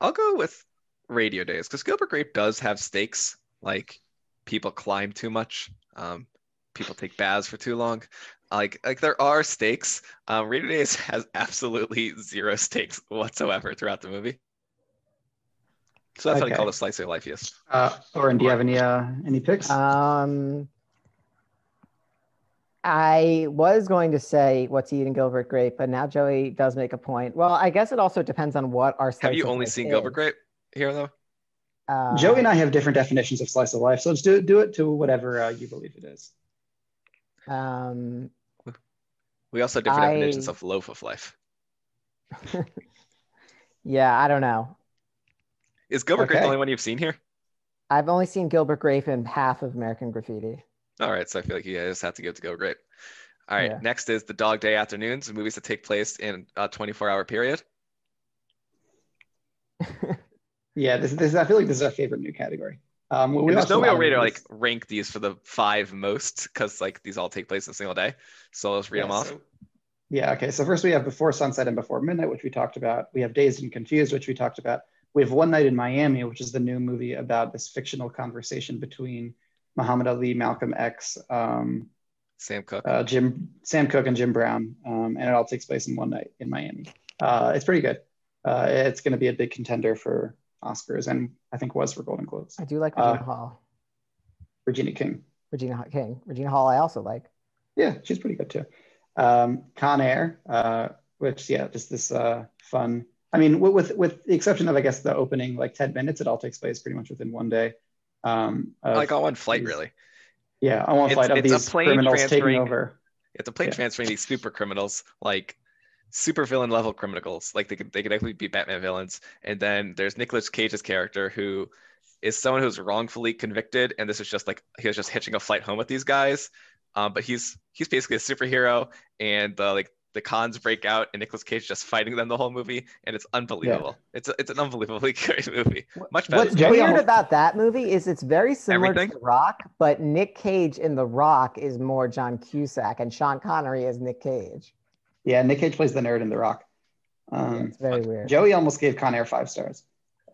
Speaker 2: I'll go with radio days because Gilbert Grape does have stakes. Like people climb too much, um, people take baths for too long. Like like there are stakes. Um, radio days has absolutely zero stakes whatsoever throughout the movie. So that's what I
Speaker 1: Okay.
Speaker 2: call the slice of life. Yes,
Speaker 1: Uh, Oren, do you have any uh, any picks?
Speaker 3: Um, I was going to say what's eating Gilbert Grape, but now Joey does make a point. Well, I guess it also depends on what our.
Speaker 2: have
Speaker 3: slice
Speaker 2: you
Speaker 3: of
Speaker 2: only
Speaker 3: life
Speaker 2: seen
Speaker 3: is.
Speaker 2: Gilbert Grape here though?
Speaker 3: Uh,
Speaker 1: Joey and I have different definitions of slice of life, so let's do do it to whatever uh, you believe it is.
Speaker 3: Um,
Speaker 2: We also have different
Speaker 3: I-
Speaker 2: definitions of loaf of life.
Speaker 3: yeah, I don't know.
Speaker 2: Is Gilbert Grape
Speaker 1: Okay.
Speaker 2: the only one you've seen here?
Speaker 3: I've only seen Gilbert Grape in half of American Graffiti.
Speaker 2: All right, so I feel like you guys have to give it to Go Grape. All right,
Speaker 3: Yeah.
Speaker 2: next is the Dog Day Afternoons, movies that take place in a 24-hour period.
Speaker 1: Yeah, this, this I feel like this is our favorite new category. Um, we
Speaker 2: And there's
Speaker 1: watched
Speaker 2: no
Speaker 1: a lot
Speaker 2: real
Speaker 1: of
Speaker 2: way to
Speaker 1: these.
Speaker 2: like rank these for the five most because like these all take place in a single day. So let's read them
Speaker 1: Yeah,
Speaker 2: off.
Speaker 1: so- yeah, okay. So first we have Before Sunset and Before Midnight, which we talked about. We have Dazed and Confused, which we talked about. We have One Night in Miami, which is the new movie about this fictional conversation between Muhammad Ali, Malcolm X, um,
Speaker 2: Sam Cook.
Speaker 1: uh, Jim, Sam Cooke, and Jim Brown, um, and it all takes place in one night in Miami. Uh, it's pretty good. Uh, it's going to be a big contender for Oscars, and I think was for Golden Globes.
Speaker 3: I do like
Speaker 1: Uh,
Speaker 3: Regina Hall,
Speaker 1: Regina King.
Speaker 3: Regina Hall- King, Regina Hall. I also like.
Speaker 1: Yeah, she's pretty good too. Um, Con Air, uh, which yeah, just this uh, fun. I mean, with, with with the exception of I guess the opening like ten minutes, it all takes place pretty much within one day. Um, of-
Speaker 2: like on one flight,
Speaker 1: these-
Speaker 2: really.
Speaker 1: yeah, on one
Speaker 2: it's-
Speaker 1: flight of
Speaker 2: it's a
Speaker 1: these
Speaker 2: plane
Speaker 1: criminals
Speaker 2: transferring-
Speaker 1: taking over.
Speaker 2: It's a plane
Speaker 1: Yeah.
Speaker 2: transferring these super criminals, like super villain level criminals. Like they could they could actually be Batman villains. And then there's Nicolas Cage's character who is someone who's wrongfully convicted, and this is just like he was just hitching a flight home with these guys. Um, but he's he's basically a superhero, and uh, like the cons break out, and Nicolas Cage just fighting them the whole movie, and it's unbelievable. It's a, it's an unbelievably great movie. Much better.
Speaker 3: What's
Speaker 1: Joey
Speaker 3: weird
Speaker 1: almost-
Speaker 3: about that movie is it's very similar
Speaker 2: Everything?
Speaker 3: to The Rock, but Nick Cage in The Rock is more John Cusack, and Sean Connery is Nick Cage.
Speaker 1: Yeah, Nick Cage plays the nerd in The Rock.
Speaker 2: Hmm.
Speaker 1: Um,
Speaker 3: It's very weird.
Speaker 1: Joey almost gave Con Air five stars.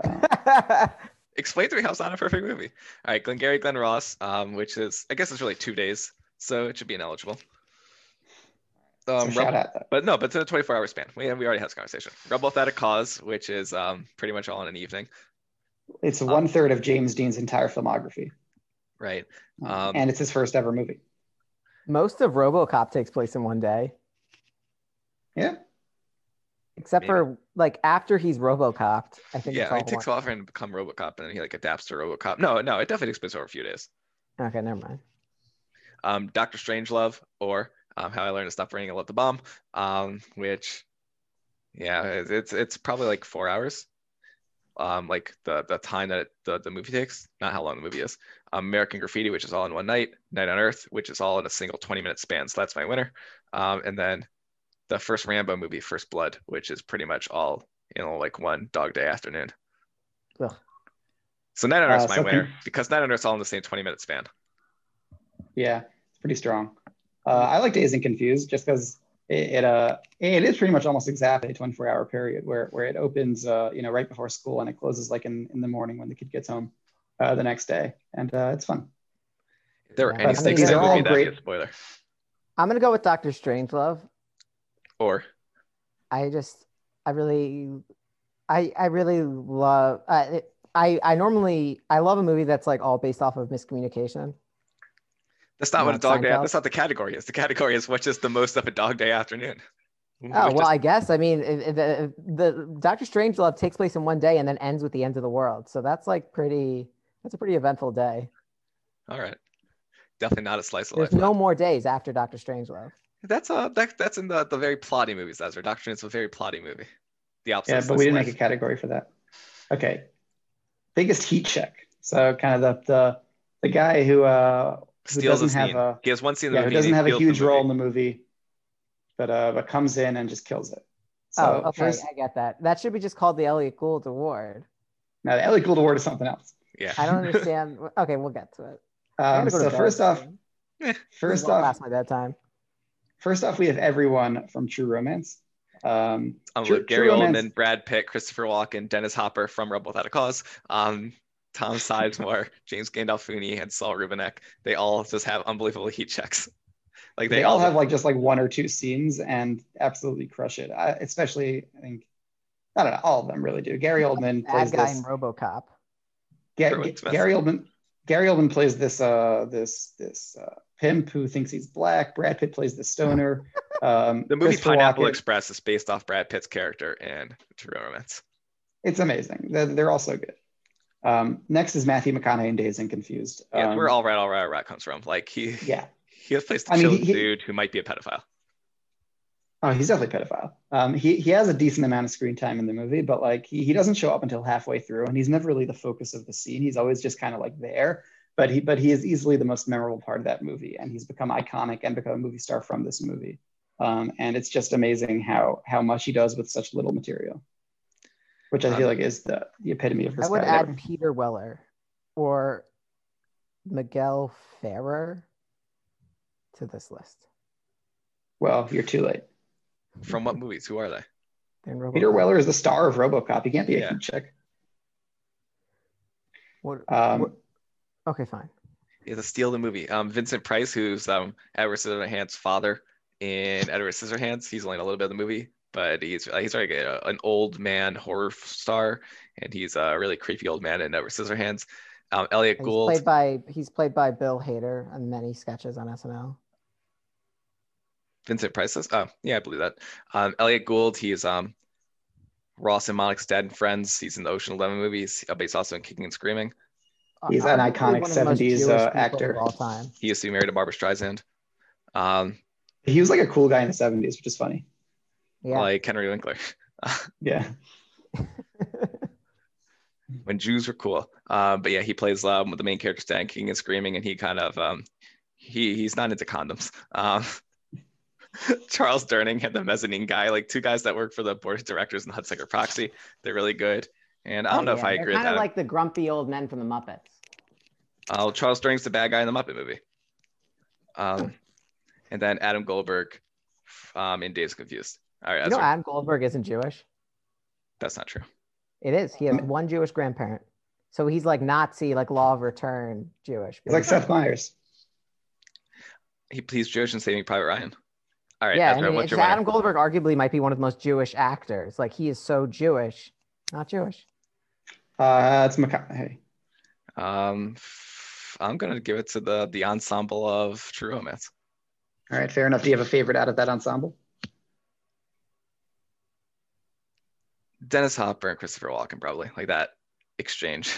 Speaker 1: Uh,
Speaker 2: explain to me how it's not a perfect movie. All right, Glengarry Glen Ross, um, which is I guess it's really two days, so it should be ineligible.
Speaker 1: so
Speaker 2: Um,
Speaker 1: shout
Speaker 2: Rebel-
Speaker 1: out though.
Speaker 2: but no, but it's a 24 hour span. We, we already had this conversation. Rebel Without a Cause, which is um, pretty much all in an evening,
Speaker 1: It's
Speaker 2: Uh,
Speaker 1: one third of James Dean's entire filmography,
Speaker 2: right?
Speaker 1: Uh,
Speaker 2: Um,
Speaker 1: and it's his first ever movie.
Speaker 3: Most of RoboCop takes place in one day.
Speaker 1: Yeah.
Speaker 3: Except for like after he's Robocopped, I think. it's
Speaker 2: Yeah,
Speaker 3: all
Speaker 2: it takes a
Speaker 3: one.
Speaker 2: while for him to become RoboCop, and then he like adapts to RoboCop. No, no, it definitely takes place over a few days.
Speaker 3: Okay, never mind.
Speaker 2: um, Doctor Strangelove or um, How I Learned to Stop Raining and Love the Bomb, um, which, yeah, it's it's- it's probably like four hours, um, like the the time that it, the the movie takes, not how long the movie is. Um, American Graffiti, which is all in one night, Night on Earth, which is all in a single twenty minute span. So that's my winner, um, and then the first Rambo movie, First Blood, which is pretty much all in like one dog day afternoon.
Speaker 3: Ugh.
Speaker 2: So Night on
Speaker 1: Uh,
Speaker 2: Earth's my
Speaker 1: so can-
Speaker 2: winner because Night on Earth's all in the same twenty minute span.
Speaker 1: Yeah, it's pretty strong. Uh, I like Dazed and Confused just because it, it uh it is pretty much almost exactly a 24 hour period where where it opens uh you know right before school and it closes like in, in the morning when the kid gets home uh, the next day and uh, it's fun.
Speaker 2: If there were
Speaker 3: Yeah.
Speaker 2: any
Speaker 3: I think
Speaker 2: stakes in
Speaker 3: these
Speaker 2: that
Speaker 3: are
Speaker 1: all
Speaker 2: movie, that'd be
Speaker 1: great-
Speaker 2: a spoiler.
Speaker 3: I'm gonna go with Doctor Strangelove.
Speaker 2: Or
Speaker 3: I just, I really, I I really love. Uh, I I normally I love a movie that's like all based off of miscommunication.
Speaker 2: that's not what
Speaker 3: Not
Speaker 2: a dog day.
Speaker 3: Seinfeld?
Speaker 2: That's not the category. Is the category is what is the most of a dog day afternoon.
Speaker 3: Oh
Speaker 2: Which
Speaker 3: well,
Speaker 2: is-
Speaker 3: I guess. I mean, it- it- the, the Doctor Strangelove takes place in one day and then ends with the end of the world. So that's like pretty. That's a pretty eventful day.
Speaker 2: all right. Definitely not a slice of
Speaker 3: There's
Speaker 2: life.
Speaker 3: no more days after Doctor Strangelove.
Speaker 2: That's uh that, that's in the, the very plotty movies, Ezra. Doctor Strange is a very plotty movie. The opposite.
Speaker 1: Yeah,
Speaker 2: of
Speaker 1: but
Speaker 2: slice
Speaker 1: we
Speaker 2: of
Speaker 1: didn't make a
Speaker 2: life.
Speaker 1: category for that. Okay, biggest heat check. So kind of the the, the guy who uh who
Speaker 2: Steals a
Speaker 1: doesn't have
Speaker 2: scene.
Speaker 1: a-
Speaker 2: he has one scene in the
Speaker 1: yeah, who
Speaker 2: movie. and
Speaker 1: doesn't
Speaker 2: he
Speaker 1: have a
Speaker 2: steals the
Speaker 1: huge
Speaker 2: movie.
Speaker 1: role in the movie, but uh but comes in and just kills it. So
Speaker 3: oh, okay,
Speaker 1: first,
Speaker 3: I get that. That should be just called the Elliot Gould Award.
Speaker 1: now the Ellie Gould Award is something else.
Speaker 2: Yeah.
Speaker 3: I don't understand. okay, we'll get to it. I
Speaker 1: Um,
Speaker 3: gotta go to
Speaker 1: so
Speaker 3: bed
Speaker 1: first off,
Speaker 3: soon. This
Speaker 1: first
Speaker 3: won't
Speaker 1: off,
Speaker 3: last my bedtime.
Speaker 1: first off, we have everyone from True Romance. Um,
Speaker 2: Um,
Speaker 1: True-
Speaker 2: with Gary
Speaker 1: True
Speaker 2: Oldman,
Speaker 1: Romance-
Speaker 2: Brad Pitt, Christopher Walken, Dennis Hopper from Rebel Without a Cause, um, Tom Sizemore, James Gandolfini, and Saul Rubinek. They all just have unbelievable heat checks. Like
Speaker 1: they, all have like just like one or two scenes and absolutely crush it. I, especially, I think, I don't know, all of them really do. Gary Oldman plays
Speaker 3: Bad guy
Speaker 1: this.
Speaker 3: in RoboCop.
Speaker 1: Ga-
Speaker 2: Sure,
Speaker 1: Ga-
Speaker 2: it's messy.
Speaker 1: Gary Oldman. Gary Oldman plays this uh this this uh, pimp who thinks he's black. Brad Pitt plays the stoner. Um,
Speaker 2: the movie
Speaker 1: Christopher
Speaker 2: Pineapple
Speaker 1: Walken-
Speaker 2: Express is based off Brad Pitt's character in True Romance.
Speaker 1: It's amazing. They're, they're all so good. Um, next is Matthew McConaughey in Days and Confused.
Speaker 2: Yeah,
Speaker 1: Um,
Speaker 2: where all right, all right, all right comes from. Like he
Speaker 1: Yeah.
Speaker 2: he has placed
Speaker 1: I
Speaker 2: a
Speaker 1: mean,
Speaker 2: chill
Speaker 1: he- he-
Speaker 2: dude who might be a pedophile.
Speaker 1: Oh, he's definitely a pedophile. Um, he, he has a decent amount of screen time in the movie, but like he, he doesn't show up until halfway through, and he's never really the focus of the scene. He's always just kind of like there. But he but he is easily the most memorable part of that movie, and he's become iconic and become a movie star from this movie. Um, and it's just amazing how how much he does with such little material, which I feel like is the, the epitome of this
Speaker 3: Uh, I would
Speaker 1: guy.
Speaker 3: add Peter Weller or Miguel Ferrer to this list.
Speaker 1: well, you're too late.
Speaker 2: From what movies? Who are they?
Speaker 3: They're in RoboCop.
Speaker 1: Peter Weller is the star of RoboCop. He can't be a
Speaker 2: Yeah.
Speaker 1: heat check.
Speaker 3: What-
Speaker 1: Um,
Speaker 3: what- okay, fine.
Speaker 2: Yeah, the steal of the movie. Um, Vincent Price, who's um Edward Scissorhands' father in Edward Scissorhands. He's only in a little bit of the movie, but he's uh, he's like a, an old man horror f- star, and he's a really creepy old man in Edward Scissorhands. Um, Elliot
Speaker 3: He's
Speaker 2: Gould.
Speaker 3: played by he's played by Bill Hader on many sketches on SNL.
Speaker 2: Vincent Price says, oh, yeah, I believe that. Um, Elliot Gould, he's um, Ross and Monica's dad and friends. He's in the Ocean Eleven movies, uh, but he's also in Kicking and Screaming.
Speaker 1: He's
Speaker 3: Uh,
Speaker 1: an
Speaker 3: arguably
Speaker 1: iconic
Speaker 3: one of the most
Speaker 1: 70s,
Speaker 3: Jewish
Speaker 1: uh,
Speaker 3: people of
Speaker 1: actor.
Speaker 3: all time.
Speaker 2: He used to be married to Barbara Streisand. Um,
Speaker 1: He was like a cool guy in the '70s, which is funny.
Speaker 3: Yeah.
Speaker 2: Like Henry Winkler,
Speaker 1: Yeah.
Speaker 2: when Jews were cool. Um, but yeah, he plays um, with the main character Stan Kicking and Screaming, and he kind of, um, he he's not into condoms. Um, Charles Durning and the mezzanine guy, like two guys that work for the board of directors in Hudsucker Proxy. They're really good. And I don't
Speaker 3: Oh,
Speaker 2: know if I agree with
Speaker 5: Kind
Speaker 2: that.
Speaker 5: of like the grumpy old men from the Muppets.
Speaker 2: Oh, Charles Durning's the bad guy in the Muppet movie. Um, and then Adam Goldberg um, in Days Confused. All right,
Speaker 3: you
Speaker 2: that's,
Speaker 3: know, Adam Goldberg isn't Jewish.
Speaker 2: that's not true.
Speaker 3: It is. He has
Speaker 1: Mm.
Speaker 3: one Jewish grandparent, so he's like Nazi, like law of return Jewish.
Speaker 1: He's like Seth Meyers.
Speaker 2: He plays Jewish in Saving Private Ryan. All right,
Speaker 3: yeah,
Speaker 2: Ezra,
Speaker 3: I mean,
Speaker 2: what's
Speaker 3: it's
Speaker 2: your winner?
Speaker 3: Adam Goldberg arguably might be one of the most Jewish actors. Like he is so Jewish, not Jewish.
Speaker 1: Uh, it's McConaughey.
Speaker 2: Um, f- I'm gonna give it to the the ensemble of True Romance.
Speaker 1: All right, fair enough. Do you have a favorite out of that ensemble?
Speaker 2: Dennis Hopper and Christopher Walken, probably like that exchange.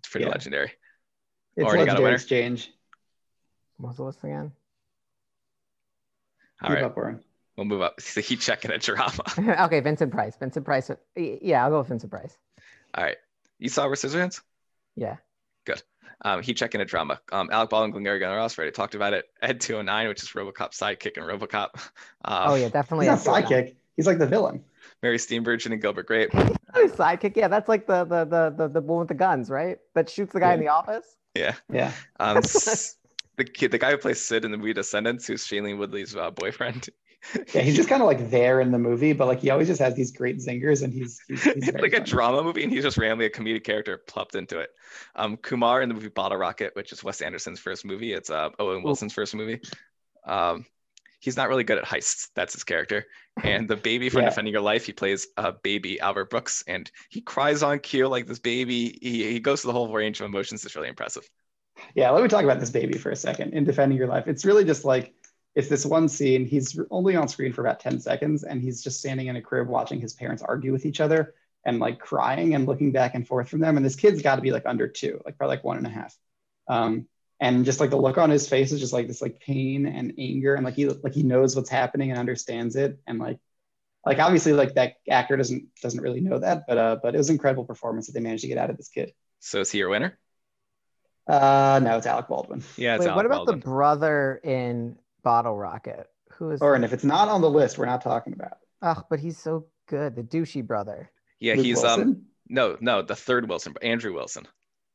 Speaker 2: it's pretty
Speaker 1: Yeah.
Speaker 2: legendary.
Speaker 1: It's
Speaker 2: Already got
Speaker 1: legendary
Speaker 2: a winner?
Speaker 1: exchange.
Speaker 3: What was the list again?
Speaker 2: All
Speaker 1: Keep
Speaker 2: right,
Speaker 1: up, Warren.
Speaker 2: we'll move up. He's a heat check and a drama.
Speaker 3: okay, Vincent Price. Vincent Price. y- Yeah, I'll go with Vincent Price.
Speaker 2: All right, you saw Scissorhands?
Speaker 3: Yeah.
Speaker 2: Um, heat check and a drama. Um, Alec Baldwin, Glengarry Gunnar Ross already talked about it. Ed 209, which is Robocop sidekick and Robocop. Um,
Speaker 3: Oh yeah, definitely.
Speaker 1: He's not
Speaker 3: I saw that.
Speaker 1: sidekick. He's like the villain.
Speaker 2: Mary Steenburgen and Gilbert Grape.
Speaker 3: Oh, sidekick. Yeah, that's like the the the the, the one with the guns, right? That shoots the guy in the office.
Speaker 2: Yeah.
Speaker 1: Yeah.
Speaker 2: Um, s- the kid, the guy who plays Sid in the movie Descendants, who's Shailene Woodley's uh, boyfriend.
Speaker 1: Yeah. He's just kind of like there in the movie, but like he always just has these great zingers and he's, he's, he's
Speaker 2: it's
Speaker 1: very
Speaker 2: like a
Speaker 1: funny.
Speaker 2: drama movie, and he's just randomly a comedic character plopped into it. Um, Kumar in the movie Bottle Rocket, which is Wes Anderson's first movie. It's uh, Owen Wilson's first movie. Um, he's not really good at heists. That's his character. And the baby from
Speaker 1: Yeah.
Speaker 2: Defending Your Life, he plays a baby Albert Brooks, and he cries on cue like this baby. He, he goes through the whole range of emotions. It's really impressive.
Speaker 1: Yeah, let me talk about this baby for a second in defending your life. It's really just like it's this one scene. He's only on screen for about 10 seconds and he's just standing in a crib watching his parents argue with each other and like crying and looking back and forth from them. And this kid's got to be like under two, like probably like one and a half. Um, and just like the look on his face is just like this like pain and anger and like he like he knows what's happening and understands it and like like obviously like that actor doesn't doesn't really know that but uh but it was an incredible performance that they managed to get out of this kid.
Speaker 2: So is he your winner?
Speaker 1: Uh no, it's Alec Baldwin.
Speaker 2: Yeah. It's
Speaker 3: Wait,
Speaker 2: Alec
Speaker 3: what about
Speaker 2: Baldwin.
Speaker 3: the brother in Bottle Rocket? Who is?
Speaker 1: Or and if it's not on the list, we're not talking about it.
Speaker 3: Ugh, but he's so good. The douchey brother.
Speaker 2: Yeah,
Speaker 1: Luke
Speaker 2: he's um
Speaker 1: Wilson?
Speaker 2: no no the third Wilson, Andrew Wilson.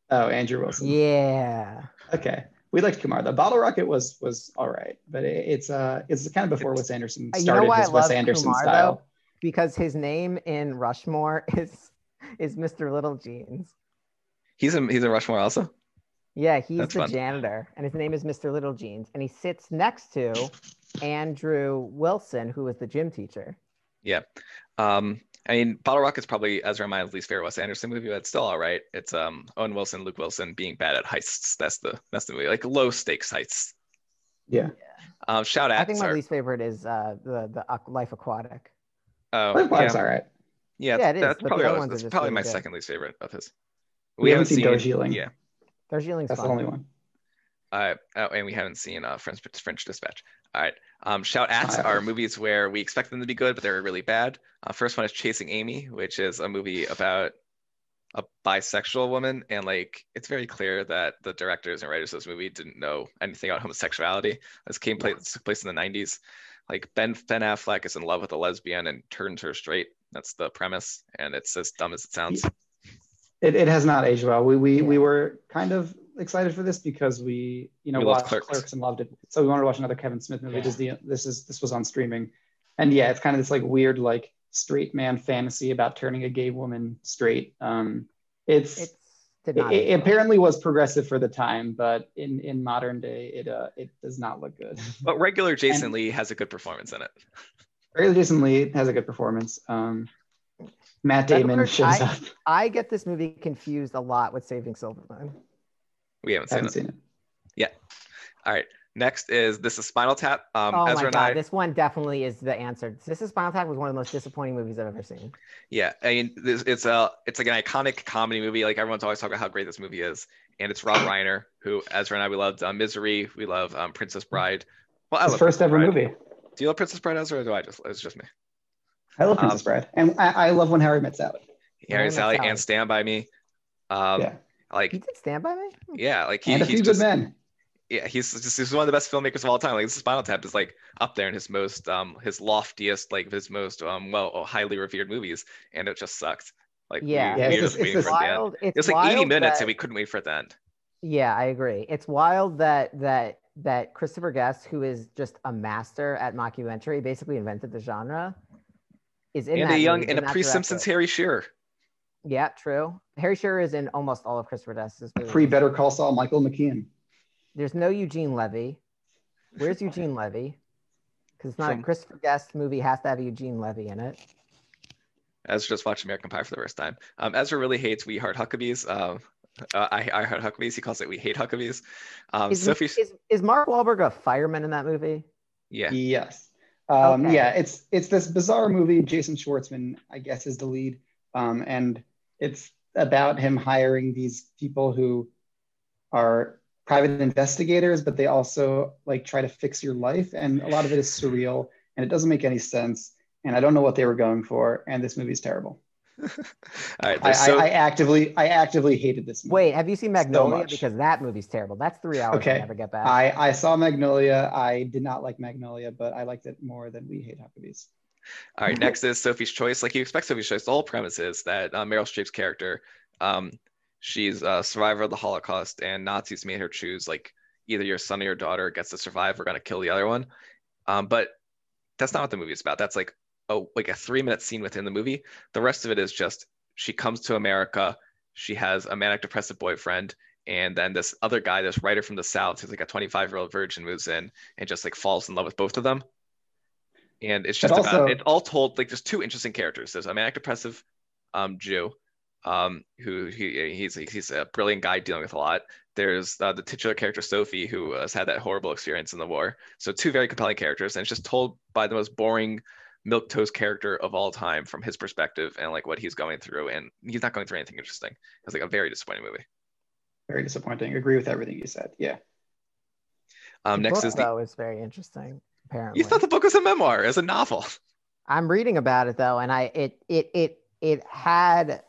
Speaker 1: Oh, Andrew
Speaker 3: Hmm.
Speaker 1: Wilson.
Speaker 3: Yeah.
Speaker 1: Okay, we liked Kumar. The Bottle Rocket was was all right, but it, it's uh it's kind of before Wes Anderson
Speaker 3: Uh, you know
Speaker 1: started
Speaker 3: why I
Speaker 1: his Wes
Speaker 3: love
Speaker 1: Anderson
Speaker 3: Kumar,
Speaker 1: style.
Speaker 3: though? Because his name in Rushmore is is Mr. Little Jeans.
Speaker 2: He's in he's in Rushmore also.
Speaker 3: Yeah, he's
Speaker 2: That's
Speaker 3: the
Speaker 2: fun.
Speaker 3: janitor, and his name is Mr. Little Jeans, and he sits next to Andrew Wilson, who was the gym teacher.
Speaker 2: Um, I mean, Bottle Rocket's probably Ezra Mind's least favorite Wes Anderson movie, but it's still all right. It's um Owen Wilson, Luke Wilson being bad at heists. That's the that's the movie like low stakes heists.
Speaker 1: Yeah.
Speaker 2: Um, shout
Speaker 3: I
Speaker 2: out.
Speaker 3: think my
Speaker 2: sorry.
Speaker 3: least favorite is uh, the the Aqu- Life Aquatic.
Speaker 2: Oh,
Speaker 1: Live Block's
Speaker 2: yeah,
Speaker 1: all right.
Speaker 2: yeah,
Speaker 3: Yeah, it is,
Speaker 2: that's
Speaker 3: but the
Speaker 2: probably
Speaker 3: other
Speaker 2: ours.
Speaker 3: ones are
Speaker 2: that's
Speaker 3: just
Speaker 2: probably
Speaker 3: really
Speaker 2: my
Speaker 3: good.
Speaker 2: second least favorite of his.
Speaker 1: We haven't seen Darjeeling.
Speaker 2: Yeah.
Speaker 3: Darjeeling's
Speaker 1: That's
Speaker 3: fun.
Speaker 1: the only one.
Speaker 2: Uh, oh, and we haven't seen uh, French, French Dispatch. All right. Um, shout outs
Speaker 1: All right.
Speaker 2: are movies where we expect them to be good, but they're really bad. Uh, first one is Chasing Amy, which is a movie about a bisexual woman. And like, it's very clear that the directors and writers of this movie didn't know anything about homosexuality. This came place, this took place in the 90s. Like, Ben, ben Affleck is in love with a lesbian and turns her straight. That's the premise. And it's as dumb as it sounds.
Speaker 1: It, it has not aged well. We we we
Speaker 3: Yeah.
Speaker 1: were kind of excited for this because we you know
Speaker 2: We loved
Speaker 1: watched
Speaker 2: Clerks.
Speaker 1: Clerks. and loved it, so we wanted to watch another Kevin Smith movie.
Speaker 3: Yeah.
Speaker 1: Just the, this is this was on streaming, and yeah, it's kind of this like weird like straight man fantasy about turning a gay woman straight. Um, it's
Speaker 3: It's did
Speaker 1: it,
Speaker 3: not.
Speaker 1: it
Speaker 3: age well.
Speaker 1: apparently was progressive for the time, but in in modern day, it uh, it does not look good.
Speaker 2: But regular Jason
Speaker 1: And-
Speaker 2: Lee has a good performance in it.
Speaker 1: Ray Jason Lee has a good performance. Um, Matt
Speaker 3: That
Speaker 1: Damon
Speaker 3: worked.
Speaker 1: shows
Speaker 3: I
Speaker 1: up.
Speaker 3: I get this movie confused a lot with Saving Silverman.
Speaker 2: Um, We haven't
Speaker 1: I
Speaker 2: seen it.
Speaker 1: haven't seen it.
Speaker 2: All right. Next is this is Spinal Tap. Um,
Speaker 3: oh
Speaker 2: Ezra
Speaker 3: my
Speaker 2: and
Speaker 3: god,
Speaker 2: I,
Speaker 3: this one definitely is the answer. This is Spinal Tap was one of the most disappointing movies I've ever seen.
Speaker 2: yeah, I mean, this, it's a it's like an iconic comedy movie. Like everyone's always talking about how great this movie is, and it's Rob Reiner, who Ezra and I we loved uh, Misery, we love um, Princess Bride. Well, I
Speaker 1: His
Speaker 2: love
Speaker 1: first
Speaker 2: Princess
Speaker 1: ever
Speaker 2: Bride.
Speaker 1: movie.
Speaker 2: Do you love Princess Bride, Ezra, or do I just it's just me?
Speaker 1: I love
Speaker 2: Um,
Speaker 1: Princess Bride, and I, I love When Harry Met Sally.
Speaker 2: Harry
Speaker 3: that's
Speaker 2: Sally and
Speaker 3: ours.
Speaker 2: Stand by Me. Um,
Speaker 1: yeah,
Speaker 3: You
Speaker 2: like
Speaker 3: did Stand by Me.
Speaker 2: yeah, like he,
Speaker 1: and a few
Speaker 2: he's
Speaker 1: good
Speaker 2: just
Speaker 1: men.
Speaker 2: yeah, he's just he's one of the best filmmakers of all time. Like Spinal Tap is like up there in his most um his loftiest like his most um well highly revered movies, and it just sucked. Like we-
Speaker 3: Yeah.
Speaker 2: we,
Speaker 1: Yeah, it's
Speaker 2: were
Speaker 1: just-
Speaker 2: just
Speaker 1: it's
Speaker 2: waiting
Speaker 1: just-
Speaker 2: for it to end.
Speaker 3: wild. It's
Speaker 2: It was like 80
Speaker 3: wild
Speaker 2: minutes
Speaker 3: that-
Speaker 2: and we couldn't wait for it to end.
Speaker 3: Yeah, I agree. It's wild that that that Christopher Guest, who is just a master at mockumentary, basically invented the genre, is in
Speaker 2: and
Speaker 3: that
Speaker 2: a young
Speaker 3: movie,
Speaker 2: and
Speaker 3: did
Speaker 2: a
Speaker 3: not
Speaker 2: pre
Speaker 3: direct
Speaker 2: Simpsons
Speaker 3: it.
Speaker 2: Harry Shearer.
Speaker 3: Yeah, true. Harry Shearer is in almost all of Christopher Guest's movies.
Speaker 1: Pre Better Call Saul, Michael McKean.
Speaker 3: There's no Eugene Levy. Where's Eugene Levy? Because it's not
Speaker 2: From-
Speaker 3: a Christopher Guest movie has to have Eugene Levy in it.
Speaker 2: Ezra just watched American Pie for the first time. Um, Ezra really hates We Heart Huckabees. Um, uh, I, I Heart Huckabees. He calls it We Hate Huckabees. Um,
Speaker 3: Is,
Speaker 2: Sophie,
Speaker 3: is, is Mark Wahlberg a fireman in that movie?
Speaker 2: yeah.
Speaker 1: Yes. Um,
Speaker 3: Okay.
Speaker 1: Yeah, it's it's this bizarre movie. Jason Schwartzman, I guess, is the lead, um, and it's about him hiring these people who are private investigators, but they also like try to fix your life, and a lot of it is surreal, and it doesn't make any sense. And I don't know what they were going for, and this movie's terrible.
Speaker 2: All
Speaker 1: I,
Speaker 2: right, there's so
Speaker 1: I, I actively, I actively hated this movie.
Speaker 3: Wait, have you seen Magnolia?
Speaker 1: much.
Speaker 3: because that movie's terrible. That's three hours
Speaker 1: Okay.
Speaker 3: I never get back.
Speaker 1: I, I saw Magnolia. I did not like Magnolia, but I liked it more than We Hate Huckabees.
Speaker 2: All right, next is Sophie's Choice. Like you expect Sophie's Choice, the whole premise is that uh, Meryl Streep's character, um, she's a survivor of the Holocaust, and Nazis made her choose like either your son or your daughter gets to survive, we're gonna kill the other one. Um, but that's not what the movie is about. That's like a like a three minute scene within the movie. The rest of it is just she comes to America, she has a manic depressive boyfriend, and then this other guy, this writer from the South, who's like a 25 year old virgin, moves in and just like falls in love with both of them. And it's
Speaker 1: But
Speaker 2: just about
Speaker 1: also-
Speaker 2: it's all told like there's two interesting characters. There's a manic depressive um, Jew um, who he, he's he's a brilliant guy dealing with a lot. There's uh, the titular character Sophie who has had that horrible experience in the war. So two very compelling characters, and it's just told by the most boring milk toast character of all time from his perspective and like what he's going through and he's not going through anything interesting it's like a very disappointing movie
Speaker 1: Very disappointing. Agree with everything you said. Yeah.
Speaker 2: um
Speaker 3: the
Speaker 2: next
Speaker 3: book,
Speaker 2: is the
Speaker 3: though is very interesting. Apparently,
Speaker 2: you thought the book was a memoir as a novel
Speaker 3: I'm reading about it though, and I it it it it had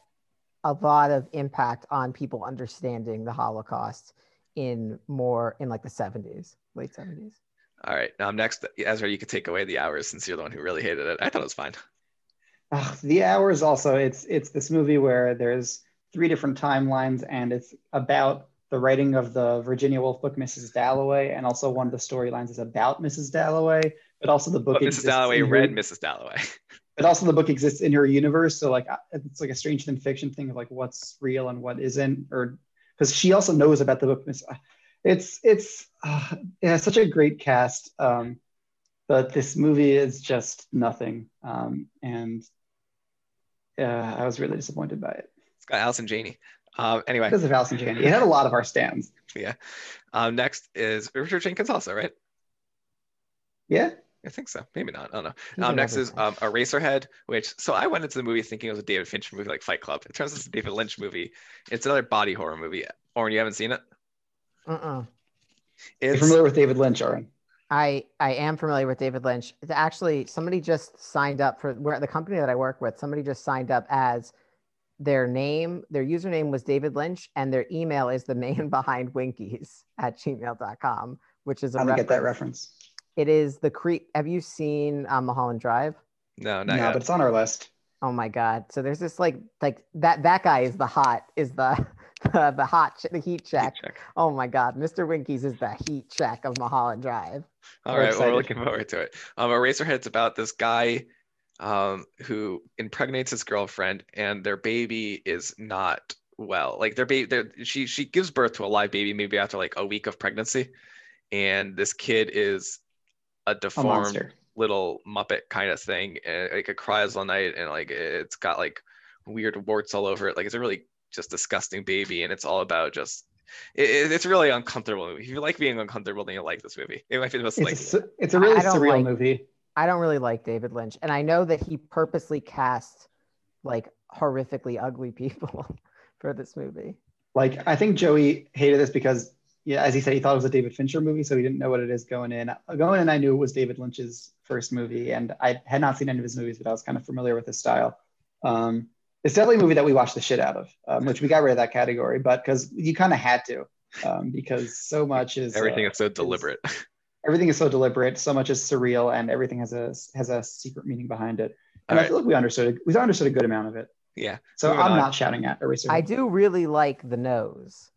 Speaker 3: a lot of impact on people understanding the Holocaust in more in like the 70s, late 70s.
Speaker 2: all right um next ezra you could take away the hours since you're the one who really hated it i thought it was fine
Speaker 1: Ugh, the hours also. It's it's this movie where there's three different timelines, and it's about the writing of the Virginia Woolf book Mrs. Dalloway, and also one of the storylines is about Mrs. Dalloway, but also the book.
Speaker 2: but mrs
Speaker 1: exists
Speaker 2: Oh, dalloway
Speaker 1: in her-
Speaker 2: read mrs dalloway
Speaker 1: but also the book exists in her universe. So like I- it's like a strange than fiction thing of like what's real and what isn't, or because she also knows about the book. Miss- uh, It's it's uh, it has such a great cast, um, but this movie is just nothing, um, and uh, I was really disappointed by it.
Speaker 2: it's got allison janey um anyway
Speaker 1: Because of Alison Janney, it had a lot of our stands.
Speaker 2: um next is richard jenkins also right
Speaker 1: Yeah,
Speaker 2: i think so maybe not i don't know
Speaker 3: He's
Speaker 2: um
Speaker 3: in
Speaker 2: next is
Speaker 3: everything.
Speaker 2: um eraserhead which so i went into the movie thinking it was a david fincher movie like fight club it turns out it's a david lynch movie it's another body horror movie Orin, you haven't seen it
Speaker 3: Uh-uh.
Speaker 1: you're
Speaker 2: It's
Speaker 1: familiar with David Lynch, Aaron.
Speaker 3: I I am familiar with David Lynch. It's Actually, somebody just signed up for where the company that I work with. Somebody just signed up as their name, their username was David Lynch, and their email is the man behind Winkies at gmail.com, which is a
Speaker 1: I don't
Speaker 3: reference.
Speaker 1: get that reference.
Speaker 3: It is the creep. Have you seen um, Mulholland Drive?
Speaker 1: No,
Speaker 2: no, not yet.
Speaker 1: but it's on our list.
Speaker 3: Oh my God! So there's this like like that that guy is the hot is the the, hot ch- the heat check.
Speaker 2: Check.
Speaker 3: Oh my God, Mr. Winkies is the heat check of Mulholland Drive.
Speaker 2: All
Speaker 1: We're
Speaker 2: right, well,
Speaker 1: excited.
Speaker 2: we're looking forward to it. Um, Eraserhead's about this guy um, who impregnates his girlfriend, and their baby is not well. Like their baby, their, she she gives birth to a live baby maybe after like a week of pregnancy, and this kid is a
Speaker 1: A
Speaker 2: deformed
Speaker 1: monster.
Speaker 2: little Muppet kind of thing. And like it cries all night, and like it's got like weird warts all over it. Like it's a really just disgusting baby, and it's all about just. It, it- it's a really uncomfortable movie. If you like being uncomfortable, then you like this movie. It might be the most
Speaker 1: It's
Speaker 2: like.
Speaker 1: a, su- it's a
Speaker 3: I-
Speaker 1: really
Speaker 3: I don't
Speaker 1: surreal
Speaker 3: like-
Speaker 1: movie.
Speaker 3: I don't really like David Lynch, and I know that he purposely cast like horrifically ugly people for this movie.
Speaker 1: like I think Joey hated this because yeah, as he said, he thought it was a David Fincher movie, so he didn't know what it is going in. Going in, I knew it was David Lynch's first movie, and I had not seen any of his movies, but I was kind of familiar with his style. Um, it's definitely a movie that we watched the shit out of, um, which we got rid of that category, but because you kind of had to, um, because so much is uh,
Speaker 2: everything is so deliberate.
Speaker 1: everything is so deliberate, so much is surreal, and everything has a has a secret meaning behind it. And I
Speaker 2: Alright.
Speaker 1: feel like we understood we understood a good amount of it.
Speaker 2: Yeah.
Speaker 1: So
Speaker 2: Moving
Speaker 1: I'm
Speaker 2: on.
Speaker 1: not shouting at Eraser.
Speaker 3: I do really like The Nose,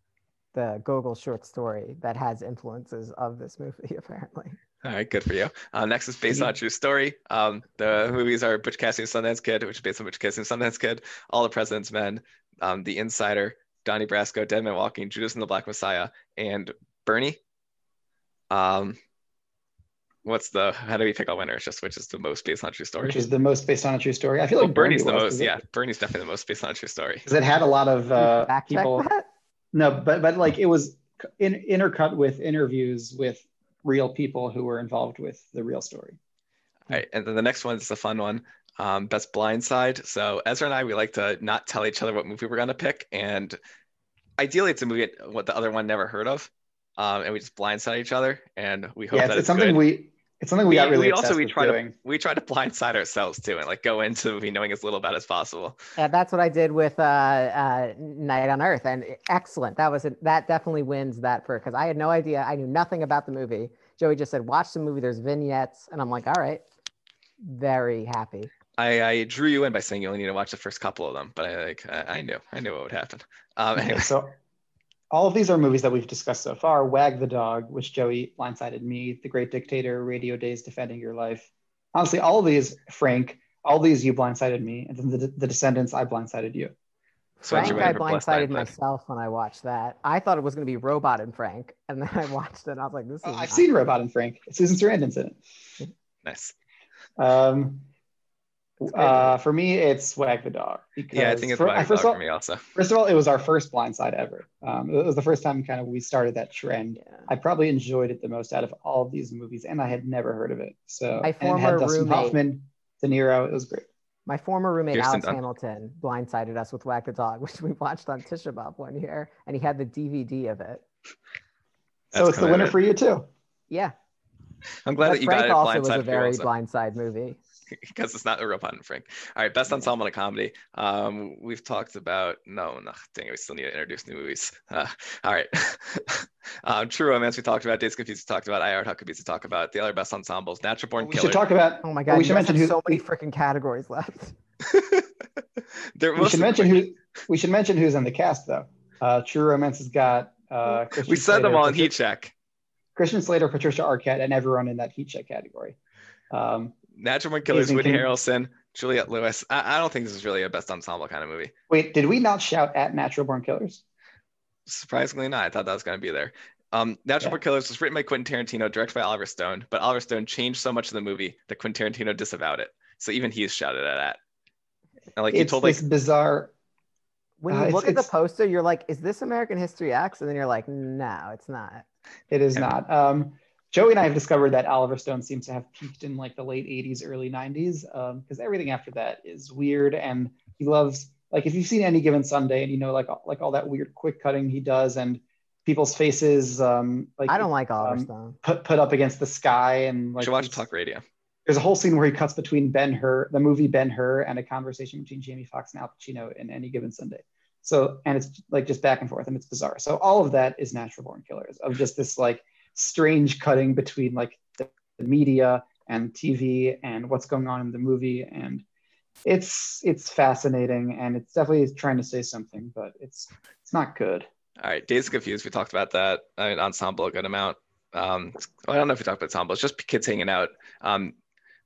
Speaker 3: the Gogol short story that has influences of this movie. Apparently,
Speaker 2: All right, good for you. Uh, next is based on a true story. Um, the movies are Butch Cassidy and Sundance Kid, which is based on Butch Cassidy and Sundance Kid, All the President's Men, um, The Insider, Donnie Brasco, Dead Man Walking, Judas and the Black Messiah, and Bernie. Um, what's the how do we pick a winner? It's just which is the most based on a true story.
Speaker 1: which is the most based on a true story. I feel
Speaker 2: Well,
Speaker 1: like Bernie
Speaker 2: Bernie's the
Speaker 1: was,
Speaker 2: most,
Speaker 1: 'cause it-
Speaker 2: yeah. Bernie's definitely the most based on a true story.
Speaker 1: because it had a lot of uh,
Speaker 3: fact check
Speaker 1: people.
Speaker 3: that.
Speaker 1: No, but but like it was in, intercut with interviews with real people who were involved with the real story.
Speaker 2: All right, and then the next one is a fun one. Um, best blind side. So Ezra and I, we like to not tell each other what movie we're gonna pick, and ideally, it's a movie what the other one never heard of, um, and we just blindside each other, and we hope
Speaker 1: yeah,
Speaker 2: that
Speaker 1: it's,
Speaker 2: it's,
Speaker 1: it's something
Speaker 2: good.
Speaker 1: we it's something we got really
Speaker 2: we also
Speaker 1: obsessed
Speaker 2: we
Speaker 1: with
Speaker 2: try
Speaker 1: doing.
Speaker 2: to we try to blindside ourselves too, and like go into the movie knowing as little about as possible.
Speaker 6: Yeah, that's what I did with uh, uh, Night on Earth, and excellent. That was a, that definitely wins that for because I had no idea. I knew nothing about the movie. Joey just said, "Watch the movie." There's vignettes, and I'm like, "All right." Very happy.
Speaker 2: I, I drew you in by saying you only need to watch the first couple of them, but I like I, I knew I knew what would happen. Um,
Speaker 1: Okay,
Speaker 2: anyway,
Speaker 1: so all of these are movies that we've discussed so far. Wag the Dog, which Joey blindsided me, The Great Dictator, Radio Days, Defending Your Life. Honestly, all of these, Frank, all these you blindsided me, and then the, the Descendants, I blindsided you.
Speaker 2: so
Speaker 6: Frank,
Speaker 2: drew
Speaker 6: I
Speaker 2: in for Blessed
Speaker 6: blindsided
Speaker 2: Night, but-
Speaker 6: myself when I watched that. I thought it was going to be Robot and Frank, and then I watched it, and I was like, "This is."
Speaker 1: Uh,
Speaker 6: not-
Speaker 1: I've seen Robot and Frank. Susan Sarandon's in
Speaker 2: Nice.
Speaker 1: it. Um,
Speaker 6: great.
Speaker 1: uh, for me, it's Wag the Dog. Because
Speaker 2: Yeah, I think it's
Speaker 1: for-
Speaker 2: Wag the
Speaker 1: first,
Speaker 2: Dog
Speaker 1: of all,
Speaker 2: for me also.
Speaker 1: first of all, it was our first blindside ever. Um, it was the first time kind of we started that trend.
Speaker 6: Yeah.
Speaker 1: I probably enjoyed it the most out of all of these movies, and I had never heard of it. So
Speaker 6: My
Speaker 1: and it had
Speaker 6: former
Speaker 1: Dustin
Speaker 6: roommate-
Speaker 1: Hoffman, De Niro. It was great.
Speaker 6: My former roommate
Speaker 2: Kirsten
Speaker 6: Alex
Speaker 2: Dunst.
Speaker 6: Hamilton blindsided us with Whack the Dog, which we watched on Tisha B'av one year, and he had the DVD of it.
Speaker 1: so
Speaker 2: That's
Speaker 1: it's the
Speaker 2: kinda
Speaker 1: winner
Speaker 2: it.
Speaker 1: for you too.
Speaker 6: Yeah,
Speaker 2: I'm glad
Speaker 6: but
Speaker 2: that you
Speaker 6: Frank
Speaker 2: got
Speaker 6: also
Speaker 2: it
Speaker 6: was
Speaker 2: blindsided
Speaker 6: a
Speaker 2: for
Speaker 6: very
Speaker 2: also.
Speaker 6: blindside movie.
Speaker 2: because it's not a real pun, Frank. All right, best ensemble in a comedy. Um, we've talked about no, no, dang it, we still need to introduce new movies. Uh, all right, um, True Romance we talked about, Days Confused we talked about, IR Huckabees we talked about. The other best ensembles, Natural Born
Speaker 1: We
Speaker 2: Killers.
Speaker 1: should talk about.
Speaker 6: Oh my
Speaker 1: Well,
Speaker 6: god,
Speaker 1: we
Speaker 6: you
Speaker 1: should
Speaker 6: guys
Speaker 1: mention
Speaker 6: have
Speaker 1: who-
Speaker 6: so many freaking categories left.
Speaker 2: They're
Speaker 1: We should
Speaker 2: mostly
Speaker 1: mention
Speaker 2: quick.
Speaker 1: who. We should mention who's in the cast though. Uh, True Romance has got. Uh, Christian
Speaker 2: we said them
Speaker 1: Slater,
Speaker 2: all in
Speaker 1: Patri-
Speaker 2: heat check.
Speaker 1: Christian Slater, Patricia Arquette, and everyone in that heat check category. Um,
Speaker 2: Natural Born Killers,
Speaker 1: Amazing
Speaker 2: Woody
Speaker 1: King.
Speaker 2: Harrelson, Juliette Lewis. I, I don't think this is really a best ensemble kind of movie.
Speaker 1: wait, did we not shout at Natural Born Killers?
Speaker 2: Surprisingly not. I thought that was going to be there. Um, Natural
Speaker 1: Yeah.
Speaker 2: Born Killers was written by Quentin Tarantino, directed by Oliver Stone, but Oliver Stone changed so much of the movie that Quentin Tarantino disavowed it. So even he's shouted at that. And like he
Speaker 1: it's
Speaker 2: told like
Speaker 1: this bizarre.
Speaker 6: When
Speaker 1: Uh,
Speaker 6: you
Speaker 1: it's-
Speaker 6: look at the
Speaker 1: it's-
Speaker 6: poster, you're like, "Is this American History X?" And then you're like, "No, it's not."
Speaker 1: It is
Speaker 2: Yeah.
Speaker 1: not. Um, Joey and I have discovered that Oliver Stone seems to have peaked in like the late 80s, early 90s, because everything after that is weird. And he loves, like, if you've seen Any Given Sunday and you know, like, all- like all that weird quick cutting he does and people's faces, um, like,
Speaker 6: I don't like Oliver
Speaker 1: um,
Speaker 6: Stone.
Speaker 1: put, put up against the sky. And
Speaker 2: you
Speaker 1: like,
Speaker 2: should watch
Speaker 1: there's-
Speaker 2: Talk Radio.
Speaker 1: there's a whole scene where he cuts between Ben Hur, the movie Ben Hur, and a conversation between Jamie Foxx and Al Pacino in any given Sunday. So, and it's like just back and forth, and it's bizarre. So, all of that is natural born killers of just this like strange cutting between like the, the media and TV and what's going on in the movie, and it's it's fascinating, and it's definitely trying to say something, but it's it's not good.
Speaker 2: All right, Days Confused. We talked about that. I mean, ensemble a good amount. Um, I don't know if we talked about ensemble. It's just kids hanging out. Um,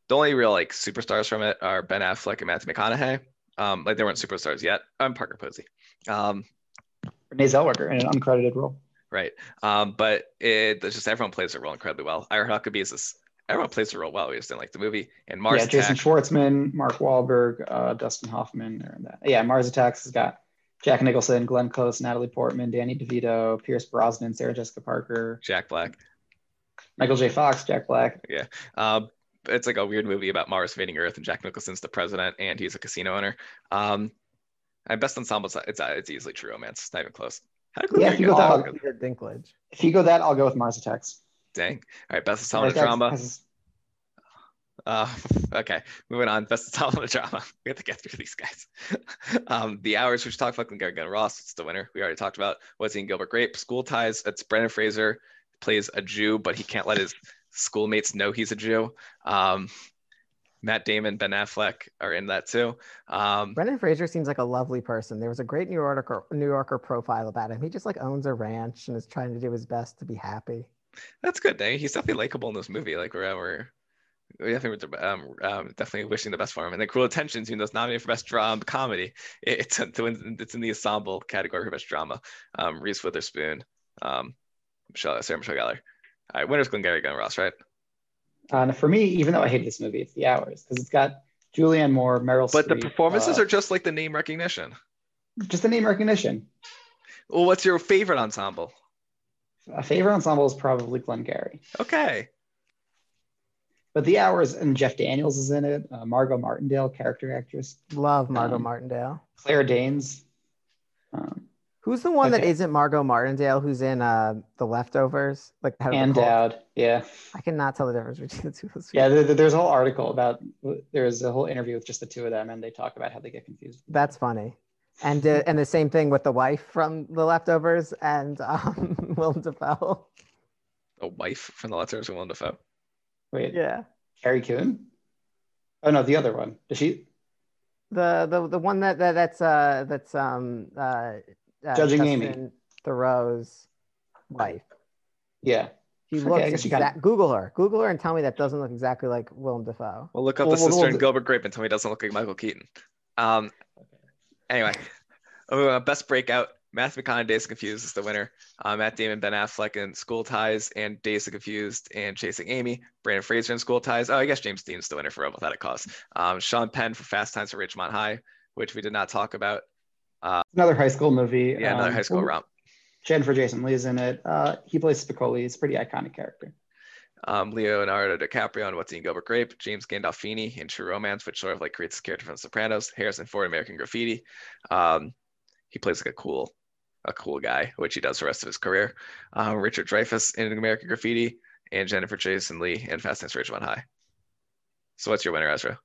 Speaker 2: the only real like superstars from it are Ben Affleck and Matthew McConaughey. Um, like they weren't superstars yet. I'm Parker Posey. Um,
Speaker 1: Renee Zellweger in an uncredited role.
Speaker 2: Right. Um, but it, it's just everyone plays their role incredibly well. I heard Huckabees is everyone plays their role well. We just didn't like the movie. And Mars
Speaker 1: yeah, Jason
Speaker 2: Attack,
Speaker 1: Schwartzman, Mark Wahlberg, uh, Dustin Hoffman, or that. Yeah, Mars Attacks has got Jack Nicholson, Glenn Close, Natalie Portman, Danny DeVito, Pierce Brosnan, Sarah Jessica Parker,
Speaker 2: Jack Black.
Speaker 1: Michael J. Fox, Jack Black.
Speaker 2: Um, it's like a weird movie about Mars invading Earth, and Jack Nicholson's the president, and he's a casino owner. Um, and best ensemble, it's uh, it's easily True Romance. It's not even close. How did Glenn
Speaker 1: Yeah, if you
Speaker 2: Gary
Speaker 1: go
Speaker 2: get
Speaker 1: that-
Speaker 2: all
Speaker 1: Dog.
Speaker 6: Peter Dinklage.
Speaker 1: If you go that, I'll go with Mars Attacks.
Speaker 2: Dang. All right, best
Speaker 1: Mars
Speaker 2: ensemble
Speaker 1: Attacks
Speaker 2: drama.
Speaker 1: has-
Speaker 2: Uh, okay, moving on. Best ensemble in drama. We have to get through these guys. um, the hours, which talked about Gunnar Gunnar Ross, it's the winner. We already talked about what's in Gilbert Grape. School ties. It's Brendan Fraser plays a Jew, but he can't let his schoolmates know he's a Jew. Um, Matt Damon, Ben Affleck are in that too. Um,
Speaker 6: Brendan Fraser seems like a lovely person. There was a great New Yorker New Yorker profile about him. He just like owns a ranch and is trying to do his best to be happy.
Speaker 2: that's good. Eh? He's definitely likable in this movie. Like we're, we're we definitely were, um, um, definitely wishing the best for him. And then Cruel Intentions, even though it's nominated for best drama comedy, it, it's in the- it's in the ensemble category for best drama. Um, Reese Witherspoon, um, Michelle, Sarah Michelle Gellar. All right, winner's Glengarry Glenn Ross, right?
Speaker 1: uh, for me, even though I hate this movie, it's The Hours because it's got Julianne Moore, Meryl
Speaker 2: But the
Speaker 1: Streep,
Speaker 2: performances
Speaker 1: uh,
Speaker 2: are just like the name recognition.
Speaker 1: just the name recognition.
Speaker 2: Well, what's your favorite ensemble?
Speaker 1: A favorite ensemble is probably Glenn Gary.
Speaker 2: Okay,
Speaker 1: But the hours and Jeff Daniels is in it. Uh, Margot Martindale, character actress.
Speaker 3: Love Margot
Speaker 1: Um,
Speaker 3: Martindale.
Speaker 1: Claire Danes. Um,
Speaker 3: Who's the one that
Speaker 1: okay.
Speaker 3: isn't Margot Martindale? Who's in uh, The Leftovers? Like how
Speaker 1: and Dowd. Yeah.
Speaker 3: I cannot tell the difference between the two. of those
Speaker 1: Yeah. There, there- there's a whole article about, there's a whole interview with just the two of them and they talk about how they get confused.
Speaker 3: That's funny. And uh, and the same thing with the wife from The Leftovers and um, Willem Dafoe.
Speaker 2: A wife from the letters of Willem Dafoe.
Speaker 1: Wait,
Speaker 3: Yeah,
Speaker 1: Carrie Coon? Oh, no, the other one. Does she?
Speaker 3: the the the one that, that that's uh that's um uh, uh
Speaker 1: Judging Amy.
Speaker 3: Thoreau's wife.
Speaker 1: Yeah.
Speaker 3: She
Speaker 1: Okay, I
Speaker 3: looks
Speaker 1: guess you got it.
Speaker 3: exact- Google her, Google her, and tell me that doesn't look exactly like Willem Dafoe.
Speaker 2: We'll look up
Speaker 1: Well,
Speaker 2: the
Speaker 1: well,
Speaker 2: sister
Speaker 1: well,
Speaker 2: in
Speaker 1: the-
Speaker 2: Gilbert Grape and tell me it doesn't look like Michael Keaton. Um, anyway, uh, best breakout. Matthew McConaughey, Days of Confused is the winner. Uh, Matt Damon, Ben Affleck in School Ties and Days of Confused and Chasing Amy. Brandon Fraser in School Ties. Oh, I guess James Dean's the winner for Rebel Without a Cause. Um, Sean Penn for Fast Times at Ridgemont High, which we did not talk about.
Speaker 1: Another high school movie.
Speaker 2: Yeah, another
Speaker 1: Um,
Speaker 2: high school romp.
Speaker 1: Jennifer Jason Lee's in it. Uh, he plays Spicoli. He's a pretty iconic character.
Speaker 2: um, Leonardo DiCaprio and What's Eating Gilbert Grape, James Gandolfini in True Romance, which sort of like creates his character from The Sopranos, Harrison Ford, American Graffiti. Um, he plays like a cool, a cool guy, which he does the rest of his career. Um, Richard Dreyfuss in American Graffiti, and Jennifer Jason Lee in Fast and Furious High. So what's your winner, Ezra?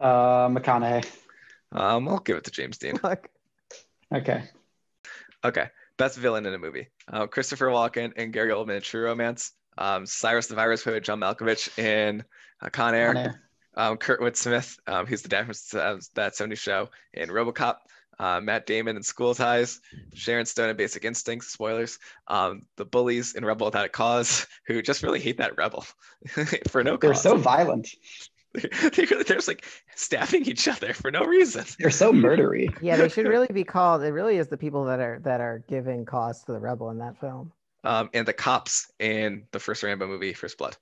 Speaker 1: Uh, McConaughey.
Speaker 2: Um, I'll give it to James Dean.
Speaker 3: Look,
Speaker 1: Okay.
Speaker 2: Okay, best villain in a movie: uh, Christopher Walken and Gary Oldman in True Romance. Um, Cyrus the Virus, played by John Malkovich in uh, Con Air.
Speaker 1: Con Air.
Speaker 2: um, Kurtwood Smith, um, who's the difference to uh, that 70 show in Robocop, uh, Matt Damon in School Ties, Sharon Stone in Basic Instincts, spoilers, um, the bullies in Rebel Without a Cause, who just really hate that rebel for no
Speaker 1: They're
Speaker 2: cause.
Speaker 1: so violent.
Speaker 2: they really, they're just like stabbing each other for no reason.
Speaker 1: They're so murdery.
Speaker 3: yeah, they should really be called. It really is the people that are that are giving cause to the rebel in that film.
Speaker 2: Um, and the cops in the first Rambo movie, First Blood. Eh,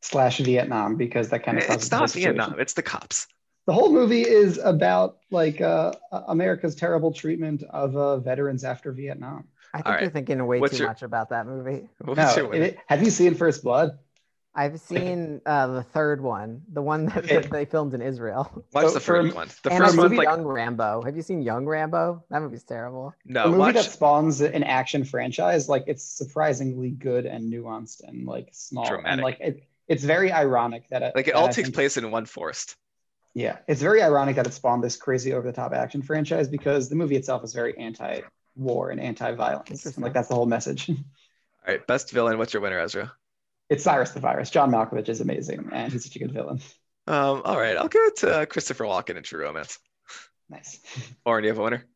Speaker 1: Slash Vietnam because that kind of causes
Speaker 2: It's
Speaker 1: the whole
Speaker 2: not
Speaker 1: situation.
Speaker 2: Vietnam, it's the cops.
Speaker 1: The whole movie is about like uh, America's terrible treatment of uh, veterans after Vietnam.
Speaker 3: I think
Speaker 2: All
Speaker 3: you're
Speaker 2: right.
Speaker 3: thinking way
Speaker 2: What's
Speaker 3: too
Speaker 2: your-
Speaker 3: much about that movie.
Speaker 2: What's
Speaker 1: no,
Speaker 2: your winner?
Speaker 1: it- have you seen First Blood?
Speaker 3: I've seen uh, the third one, the one that,
Speaker 1: Okay.
Speaker 3: that they filmed in Israel.
Speaker 2: Watch
Speaker 1: so
Speaker 2: the
Speaker 1: for-
Speaker 2: first one. The
Speaker 3: and
Speaker 2: first
Speaker 3: I've
Speaker 2: one's
Speaker 3: seen
Speaker 2: like,
Speaker 3: Young Rambo. Have you seen Young Rambo? That movie's terrible.
Speaker 1: a
Speaker 2: no,
Speaker 1: movie
Speaker 2: watch
Speaker 1: that spawns an action franchise, like it's surprisingly good and nuanced and like small and
Speaker 2: Dramatic.
Speaker 1: like it, it's very ironic that
Speaker 2: like it
Speaker 1: that
Speaker 2: all
Speaker 1: I
Speaker 2: takes
Speaker 1: think-
Speaker 2: place in one forest.
Speaker 1: Yeah, it's very ironic that it spawned this crazy over the top action franchise because the movie itself is very anti-war and anti-violence, and
Speaker 3: Interesting.
Speaker 1: like that's the whole message.
Speaker 2: All right, best villain. What's your winner, Ezra?
Speaker 1: it's Cyrus the Virus. John Malkovich is amazing, and he's such a good villain.
Speaker 2: Um, all right, I'll give it to uh, Christopher Walken in True Romance.
Speaker 1: Nice.
Speaker 2: Oren, do you have a winner?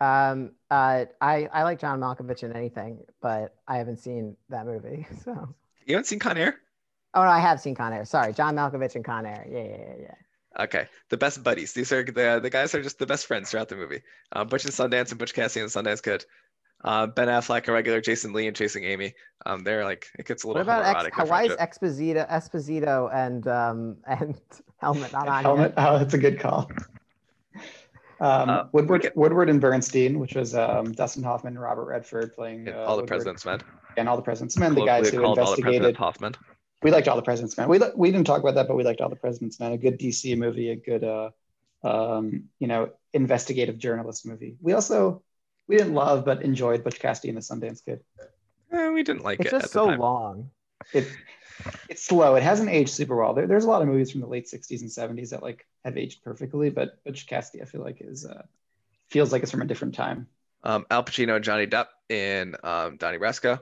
Speaker 3: Um, uh, I I like John Malkovich in anything, but I haven't seen that movie. So,
Speaker 2: You haven't seen Con Air?
Speaker 3: oh no, I have seen Con Air. Sorry, John Malkovich and Con Air. Yeah, yeah, yeah, yeah.
Speaker 2: Okay, the best buddies. These are the the guys are just the best friends throughout the movie. Um, Butch and Sundance and Butch Cassidy and Sundance Kid. Uh, ben Affleck, a regular, Jason Lee and Chasing Amy. Um, they're like it gets a
Speaker 3: What
Speaker 2: little
Speaker 3: about
Speaker 2: homoerotic.
Speaker 3: Ex-
Speaker 2: their
Speaker 3: why is
Speaker 2: friendship.
Speaker 3: Exposito, Esposito, and um and Helmet not on
Speaker 1: Helmet. Oh, that's a good call. Um,
Speaker 2: Uh,
Speaker 1: Woodward,
Speaker 2: we get-
Speaker 1: Woodward and Bernstein, which was um, Dustin Hoffman and Robert Redford playing
Speaker 2: And
Speaker 1: uh,
Speaker 3: Oh,
Speaker 2: all the
Speaker 1: Woodward
Speaker 2: president's men.
Speaker 1: and all the presidents men, the guys
Speaker 2: Colloquially
Speaker 1: who
Speaker 2: called all the
Speaker 1: investigated.
Speaker 2: president Hoffman.
Speaker 1: we liked all the presidents men. We li- we didn't talk about that, but we liked all the presidents men. A good DC movie, a good uh, um, you know investigative journalist movie. We also we didn't love but enjoyed Butch Cassidy and the Sundance Kid.
Speaker 2: Eh, we didn't like
Speaker 3: It's
Speaker 2: it. at
Speaker 3: just
Speaker 2: the
Speaker 3: so
Speaker 2: time.
Speaker 3: long.
Speaker 1: It, it's slow. It hasn't aged super well. There, there's a lot of movies from the late '60s and '70s that like have aged perfectly, but Butch Cassidy, I feel like, is uh, feels like it's from a different time.
Speaker 2: Um, Al Pacino and Johnny Depp in um, Donnie Brasco,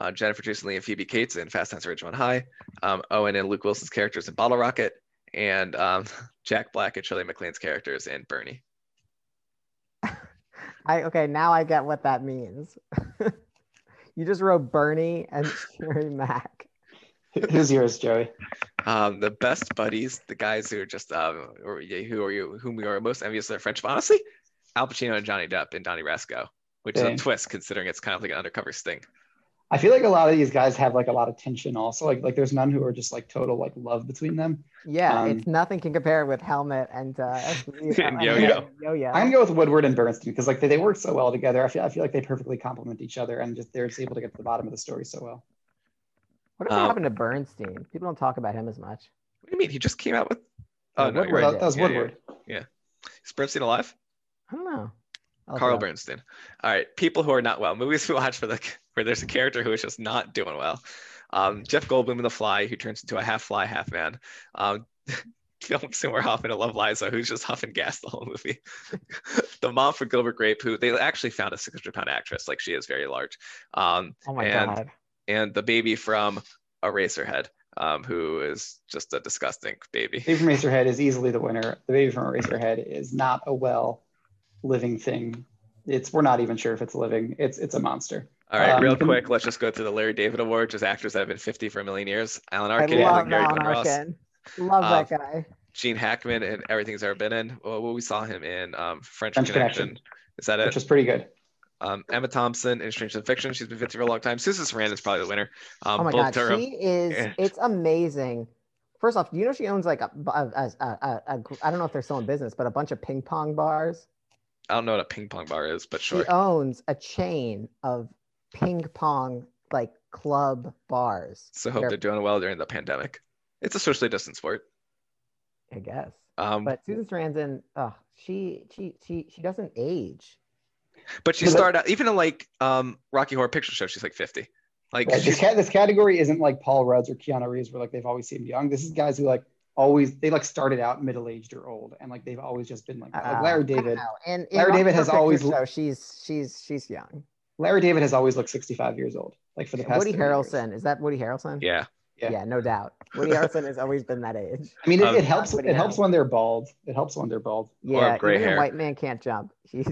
Speaker 2: uh, Jennifer Jason Leigh and Phoebe Cates in Fast Times at Ridgemont High, um, Owen and Luke Wilson's characters in Bottle Rocket, and um, Jack Black and Shirley MacLaine's characters in Bernie.
Speaker 3: I okay, now I get what that means. you just wrote Bernie and Sherry Mack.
Speaker 1: Who's yours, Joey?
Speaker 2: Um, the best buddies, the guys who are just um, or, yeah, who are you, whom you are most envious of their friendship. Honestly, Al Pacino and Johnny Depp in Donnie Brasco, which
Speaker 1: Dang.
Speaker 2: is a twist considering it's kind of like an undercover sting.
Speaker 1: I feel like a lot of these guys have like a lot of tension. Also, like like there's none who are just like total like love between them.
Speaker 3: Yeah,
Speaker 1: Um,
Speaker 3: it's nothing can compare with Helmet and uh, Esposito
Speaker 2: And
Speaker 3: and
Speaker 2: Yo-Yo.
Speaker 3: Yo-Yo.
Speaker 1: I'm gonna go with Woodward and Bernstein because like they, they work so well together. I feel I feel like they perfectly complement each other and just they're just able to get to the bottom of the story so well.
Speaker 3: Whatever
Speaker 2: Um,
Speaker 3: happened to Bernstein? People don't talk about him as much.
Speaker 2: What do you mean? He just came out with? Oh
Speaker 3: Yeah,
Speaker 2: no, you're
Speaker 3: Woodward.
Speaker 2: right.
Speaker 1: That, that was
Speaker 2: Yeah, yeah.
Speaker 1: Woodward.
Speaker 2: Is Bernstein alive?
Speaker 3: I don't know. I'll
Speaker 2: Carl
Speaker 3: look it up.
Speaker 2: Bernstein. All right, people who are not well. Movies we watch for the where there's a character who is just not doing well. Um, Jeff Goldblum in The Fly, who turns into a half fly, half man. Um, Philip Seymour Hoffman in Love Liza, who's just huffing gas the whole movie. the mom for Gilbert Grape, who they actually found a 600 pound actress, like she is very large. Um,
Speaker 3: Oh my
Speaker 2: and-
Speaker 3: god.
Speaker 2: and the baby from Eraserhead, um, who is just a disgusting baby.
Speaker 1: The baby from Eraserhead is easily the winner. The baby from Eraserhead is not a well living thing. It's we're not even sure if it's living. It's it's a monster.
Speaker 2: All right,
Speaker 1: Um,
Speaker 2: real
Speaker 1: can-
Speaker 2: quick, let's just go through the Larry David Award, just actors that have been 50 for a million years. Alan
Speaker 3: I
Speaker 2: Arkin,
Speaker 3: love
Speaker 2: Gary
Speaker 3: Alan
Speaker 2: Glenn Ross,
Speaker 3: Arkin. Love
Speaker 2: Uh,
Speaker 3: that guy.
Speaker 2: Gene Hackman, and everything's ever been in. uh, Well, well, we saw him in um, French,
Speaker 1: French
Speaker 2: Connection.
Speaker 1: Connection,
Speaker 2: Is that
Speaker 1: which
Speaker 2: it?
Speaker 1: was pretty good.
Speaker 2: Um, Emma Thompson in Strange and Fiction. She's been 50 for a long time. Susan Sarandon is probably the winner. Um,
Speaker 3: oh my
Speaker 2: Bull
Speaker 3: god,
Speaker 2: Durham.
Speaker 3: she is.
Speaker 2: and-
Speaker 3: It's amazing. First off, do you know she owns like a, a, a, a, a, a gr- I don't know if they're still in business, but a bunch of ping pong bars.
Speaker 2: I don't know what a ping pong bar is, but sure.
Speaker 3: She uh, owns a chain of ping pong like club bars.
Speaker 2: so
Speaker 3: that
Speaker 2: hope
Speaker 3: are-
Speaker 2: they're doing well during the pandemic. It's a socially distant sport.
Speaker 3: I guess.
Speaker 2: Um, but,
Speaker 3: But Susan Sarandon, oh, she she she she doesn't age.
Speaker 2: she
Speaker 1: but-
Speaker 2: started out, even in like um, Rocky Horror Picture Show, she's like 50. Like,
Speaker 1: Right,
Speaker 2: she's-
Speaker 1: this, ca- this category isn't like Paul Rudd's or Keanu Reeves, where like they've always seemed young. This is guys who like always they like started out middle aged or old, and like they've always just been like, that. like
Speaker 3: Uh,
Speaker 1: Larry
Speaker 3: I don't
Speaker 1: David.
Speaker 3: know. And
Speaker 1: Larry David has always
Speaker 3: So
Speaker 1: lo-
Speaker 3: she's she's she's young.
Speaker 1: Larry David has always looked sixty five years old, like for the past.
Speaker 3: Woody
Speaker 1: 30 years.
Speaker 3: Harrelson is that Woody Harrelson?
Speaker 2: yeah.
Speaker 3: Yeah,
Speaker 1: Yeah.
Speaker 3: no doubt. Woody Harrelson has always been that age.
Speaker 1: I mean, it,
Speaker 2: Um,
Speaker 1: it helps.
Speaker 3: Woody
Speaker 1: It helps
Speaker 3: Harrelson.
Speaker 1: when they're bald. It helps when they're bald.
Speaker 3: Yeah,
Speaker 2: gray
Speaker 3: even a
Speaker 2: hair.
Speaker 3: white man can't jump. He's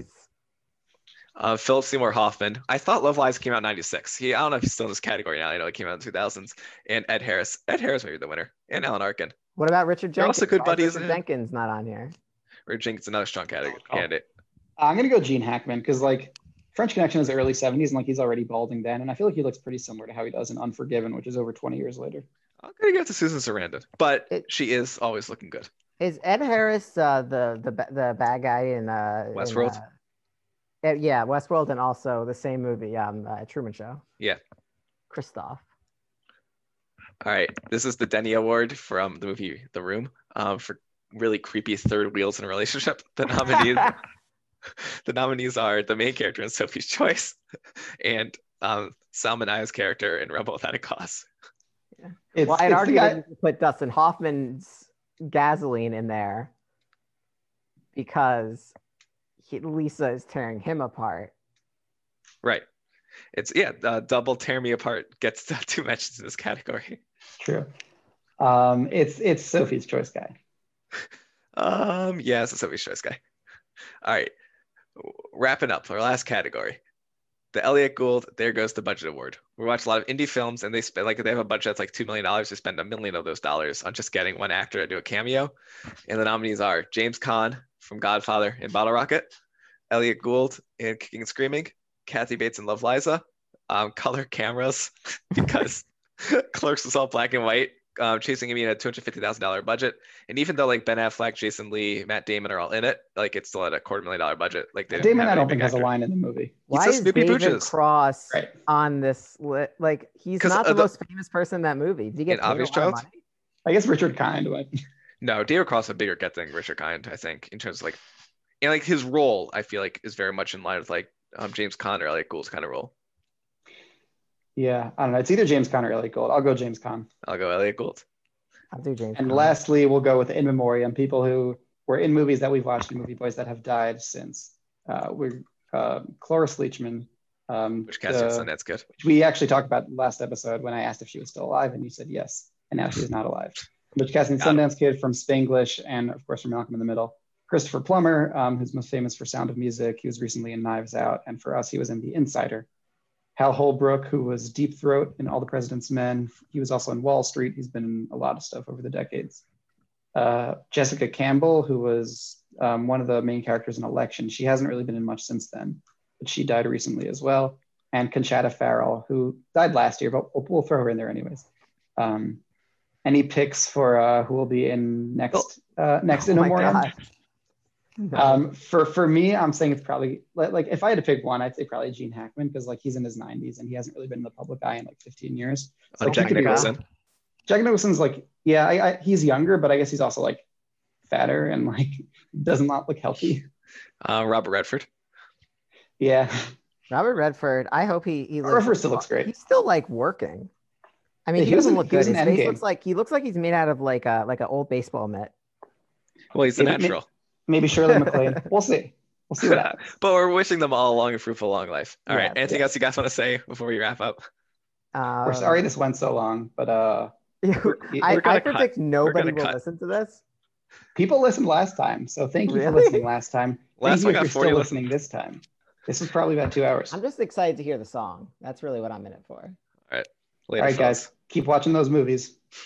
Speaker 2: Uh, Philip Seymour Hoffman. I thought Love Lies came out in 96. He, I don't know if he's still in this category now. I know it came out in 2000s. And Ed Harris. Ed Harris may be the winner. And Alan Arkin.
Speaker 3: what about Richard
Speaker 2: They're
Speaker 3: Jenkins?
Speaker 2: also good
Speaker 3: Why is
Speaker 2: buddies, eh?
Speaker 3: Richard
Speaker 2: yeah.
Speaker 3: Jenkins not on here.
Speaker 2: Richard Jenkins, another strong category
Speaker 1: Oh.
Speaker 2: candidate.
Speaker 1: I'm gonna go Gene Hackman because like French Connection is the early '70s, and like he's already balding then, and I feel like he looks pretty similar to how he does in Unforgiven, which is over 20 years later.
Speaker 2: I'm going to give it to Susan Sarandon, but
Speaker 3: It-
Speaker 2: she is always looking good.
Speaker 3: Is Ed Harris uh, the the ba- the bad guy in uh, in,
Speaker 2: Westworld?
Speaker 3: uh, Ed- yeah, Westworld, and also the same movie, um, uh, Truman Show.
Speaker 2: Yeah.
Speaker 3: Christoph.
Speaker 2: All right. This is the Denny Award from the movie The Room um, for really creepy third wheels in a relationship. The nominees, the nominees are the main character in Sophie's Choice and um, Salman Aya's character in Rebel Without a Cause.
Speaker 1: It's,
Speaker 3: Well, I'd
Speaker 1: it's the
Speaker 3: argue
Speaker 1: guy-
Speaker 3: that you could put Dustin Hoffman's gasoline in there because he, Lisa is tearing him apart.
Speaker 2: Right. It's yeah, uh, double tear me apart gets two mentions in this category.
Speaker 1: True. Um, it's it's Sophie's choice guy.
Speaker 2: Um, yeah, it's a Sophie's Choice guy. All right, wrapping up our last category, the Elliot Gould. There goes the budget award. We watch a lot of indie films, and they spend like they have a budget that's like two million dollars. They spend a million of those dollars on just getting one actor to do a cameo, and the nominees are James Caan from Godfather and Bottle Rocket, Elliot Gould in Kicking and Screaming, Kathy Bates in Love Liza, um, color cameras because Clerks was all black and white. Um, Chasing Amy in a two hundred fifty thousand dollar budget, and even though like Ben Affleck, Jason Lee, Matt Damon are all in it, like it's still at a quarter million dollar budget. Like they didn't
Speaker 1: Damon,
Speaker 2: have
Speaker 1: I
Speaker 2: any
Speaker 1: don't
Speaker 2: big
Speaker 1: think has a
Speaker 2: actor.
Speaker 1: line in the movie.
Speaker 3: Why
Speaker 2: says
Speaker 3: is
Speaker 2: Snoopy
Speaker 3: David
Speaker 2: Booches.
Speaker 3: Cross
Speaker 1: Right.
Speaker 3: on this li- Like he's
Speaker 2: 'Cause,
Speaker 3: not
Speaker 2: uh,
Speaker 3: the,
Speaker 2: the-
Speaker 3: most famous person in that movie. Did he
Speaker 2: In
Speaker 3: get paid
Speaker 2: Obvious
Speaker 3: a lot of
Speaker 2: Child?
Speaker 3: money?
Speaker 1: I guess Richard Kind. Like,
Speaker 2: No, David Cross is a bigger get than Richard Kind, I think, in terms of like, and like his role, I feel like is very much in line with like um, James Conn or like Gould's kind of role.
Speaker 1: yeah, I don't know. It's either James Conn or Elliot Gould. I'll go James Conn.
Speaker 2: I'll go Elliot Gould.
Speaker 3: I'll do James.
Speaker 1: And
Speaker 3: Caan.
Speaker 1: lastly, we'll go with in memoriam people who were in movies that we've watched and movie boys that have died since. Uh, we're uh, Cloris Leachman, um,
Speaker 2: Which Cassidy
Speaker 1: the-
Speaker 2: on that's good.
Speaker 1: which we actually talked about last episode when I asked if she was still alive, and you said yes, and now she's not alive. Which casting
Speaker 2: Got it.
Speaker 1: Sundance Kid from Spanglish, and of course from Malcolm in the Middle. Christopher Plummer, um, who's most famous for Sound of Music, he was recently in Knives Out, and for us, he was in The Insider. Hal Holbrook, who was Deep Throat in All the President's Men, he was also in Wall Street. He's been in a lot of stuff over the decades. Uh, Jessica Campbell, who was um, one of the main characters in Election, she hasn't really been in much since then, but she died recently as well and Conchata Farrell, who died last year, but we'll, we'll throw her in there anyways. Um, any picks for uh, who will be in next uh, next
Speaker 3: Oh
Speaker 1: in
Speaker 3: my
Speaker 1: Memoriam?
Speaker 3: God.
Speaker 1: Um, for for me, I'm saying it's probably like, like if I had to pick one, I'd say probably Gene Hackman because like he's in his 90s and he hasn't really been in the public eye in like 15 years. So,
Speaker 2: Uh,
Speaker 1: like, he
Speaker 2: Jack
Speaker 1: could be wrong.
Speaker 2: Nicholson.
Speaker 1: Jack Nicholson's like yeah, I, I, he's younger, but I guess he's also like fatter and like doesn't not look healthy.
Speaker 2: Uh, Robert Redford.
Speaker 1: Yeah,
Speaker 3: Robert Redford. I hope he he lives
Speaker 1: Redford still looks great.
Speaker 3: He's still like working. I mean,
Speaker 1: Yeah,
Speaker 3: he,
Speaker 1: he was
Speaker 3: doesn't
Speaker 1: in-
Speaker 3: look
Speaker 1: he
Speaker 3: good.
Speaker 1: was
Speaker 3: His
Speaker 1: in
Speaker 3: face
Speaker 1: Endgame.
Speaker 3: looks like he looks like he's made out of like a like an old baseball mitt.
Speaker 2: Well, he's the
Speaker 1: Maybe-
Speaker 2: natural.
Speaker 1: maybe Shirley MacLaine. We'll see. We'll see what happens.
Speaker 2: but we're wishing them all a long and fruitful long life. All right.
Speaker 3: Yeah,
Speaker 2: Anything else you guys want to say before we wrap up?
Speaker 3: Um,
Speaker 1: We're sorry this went so long, but uh, we're-
Speaker 3: I,
Speaker 2: we're gonna
Speaker 3: I
Speaker 2: cut.
Speaker 3: predict nobody
Speaker 2: gonna
Speaker 3: will
Speaker 2: cut.
Speaker 3: listen to this.
Speaker 1: people listened last time, so thank you for
Speaker 3: Really?
Speaker 1: listening last time.
Speaker 2: Last
Speaker 1: thank
Speaker 2: one
Speaker 1: you if
Speaker 2: got
Speaker 1: you're
Speaker 2: 40
Speaker 1: still
Speaker 2: listeners.
Speaker 1: listening this time. This was probably about two hours.
Speaker 3: I'm just excited to hear the song. That's really what I'm in it for.
Speaker 2: Later,
Speaker 1: All right,
Speaker 2: fellas.
Speaker 1: guys, keep watching those movies.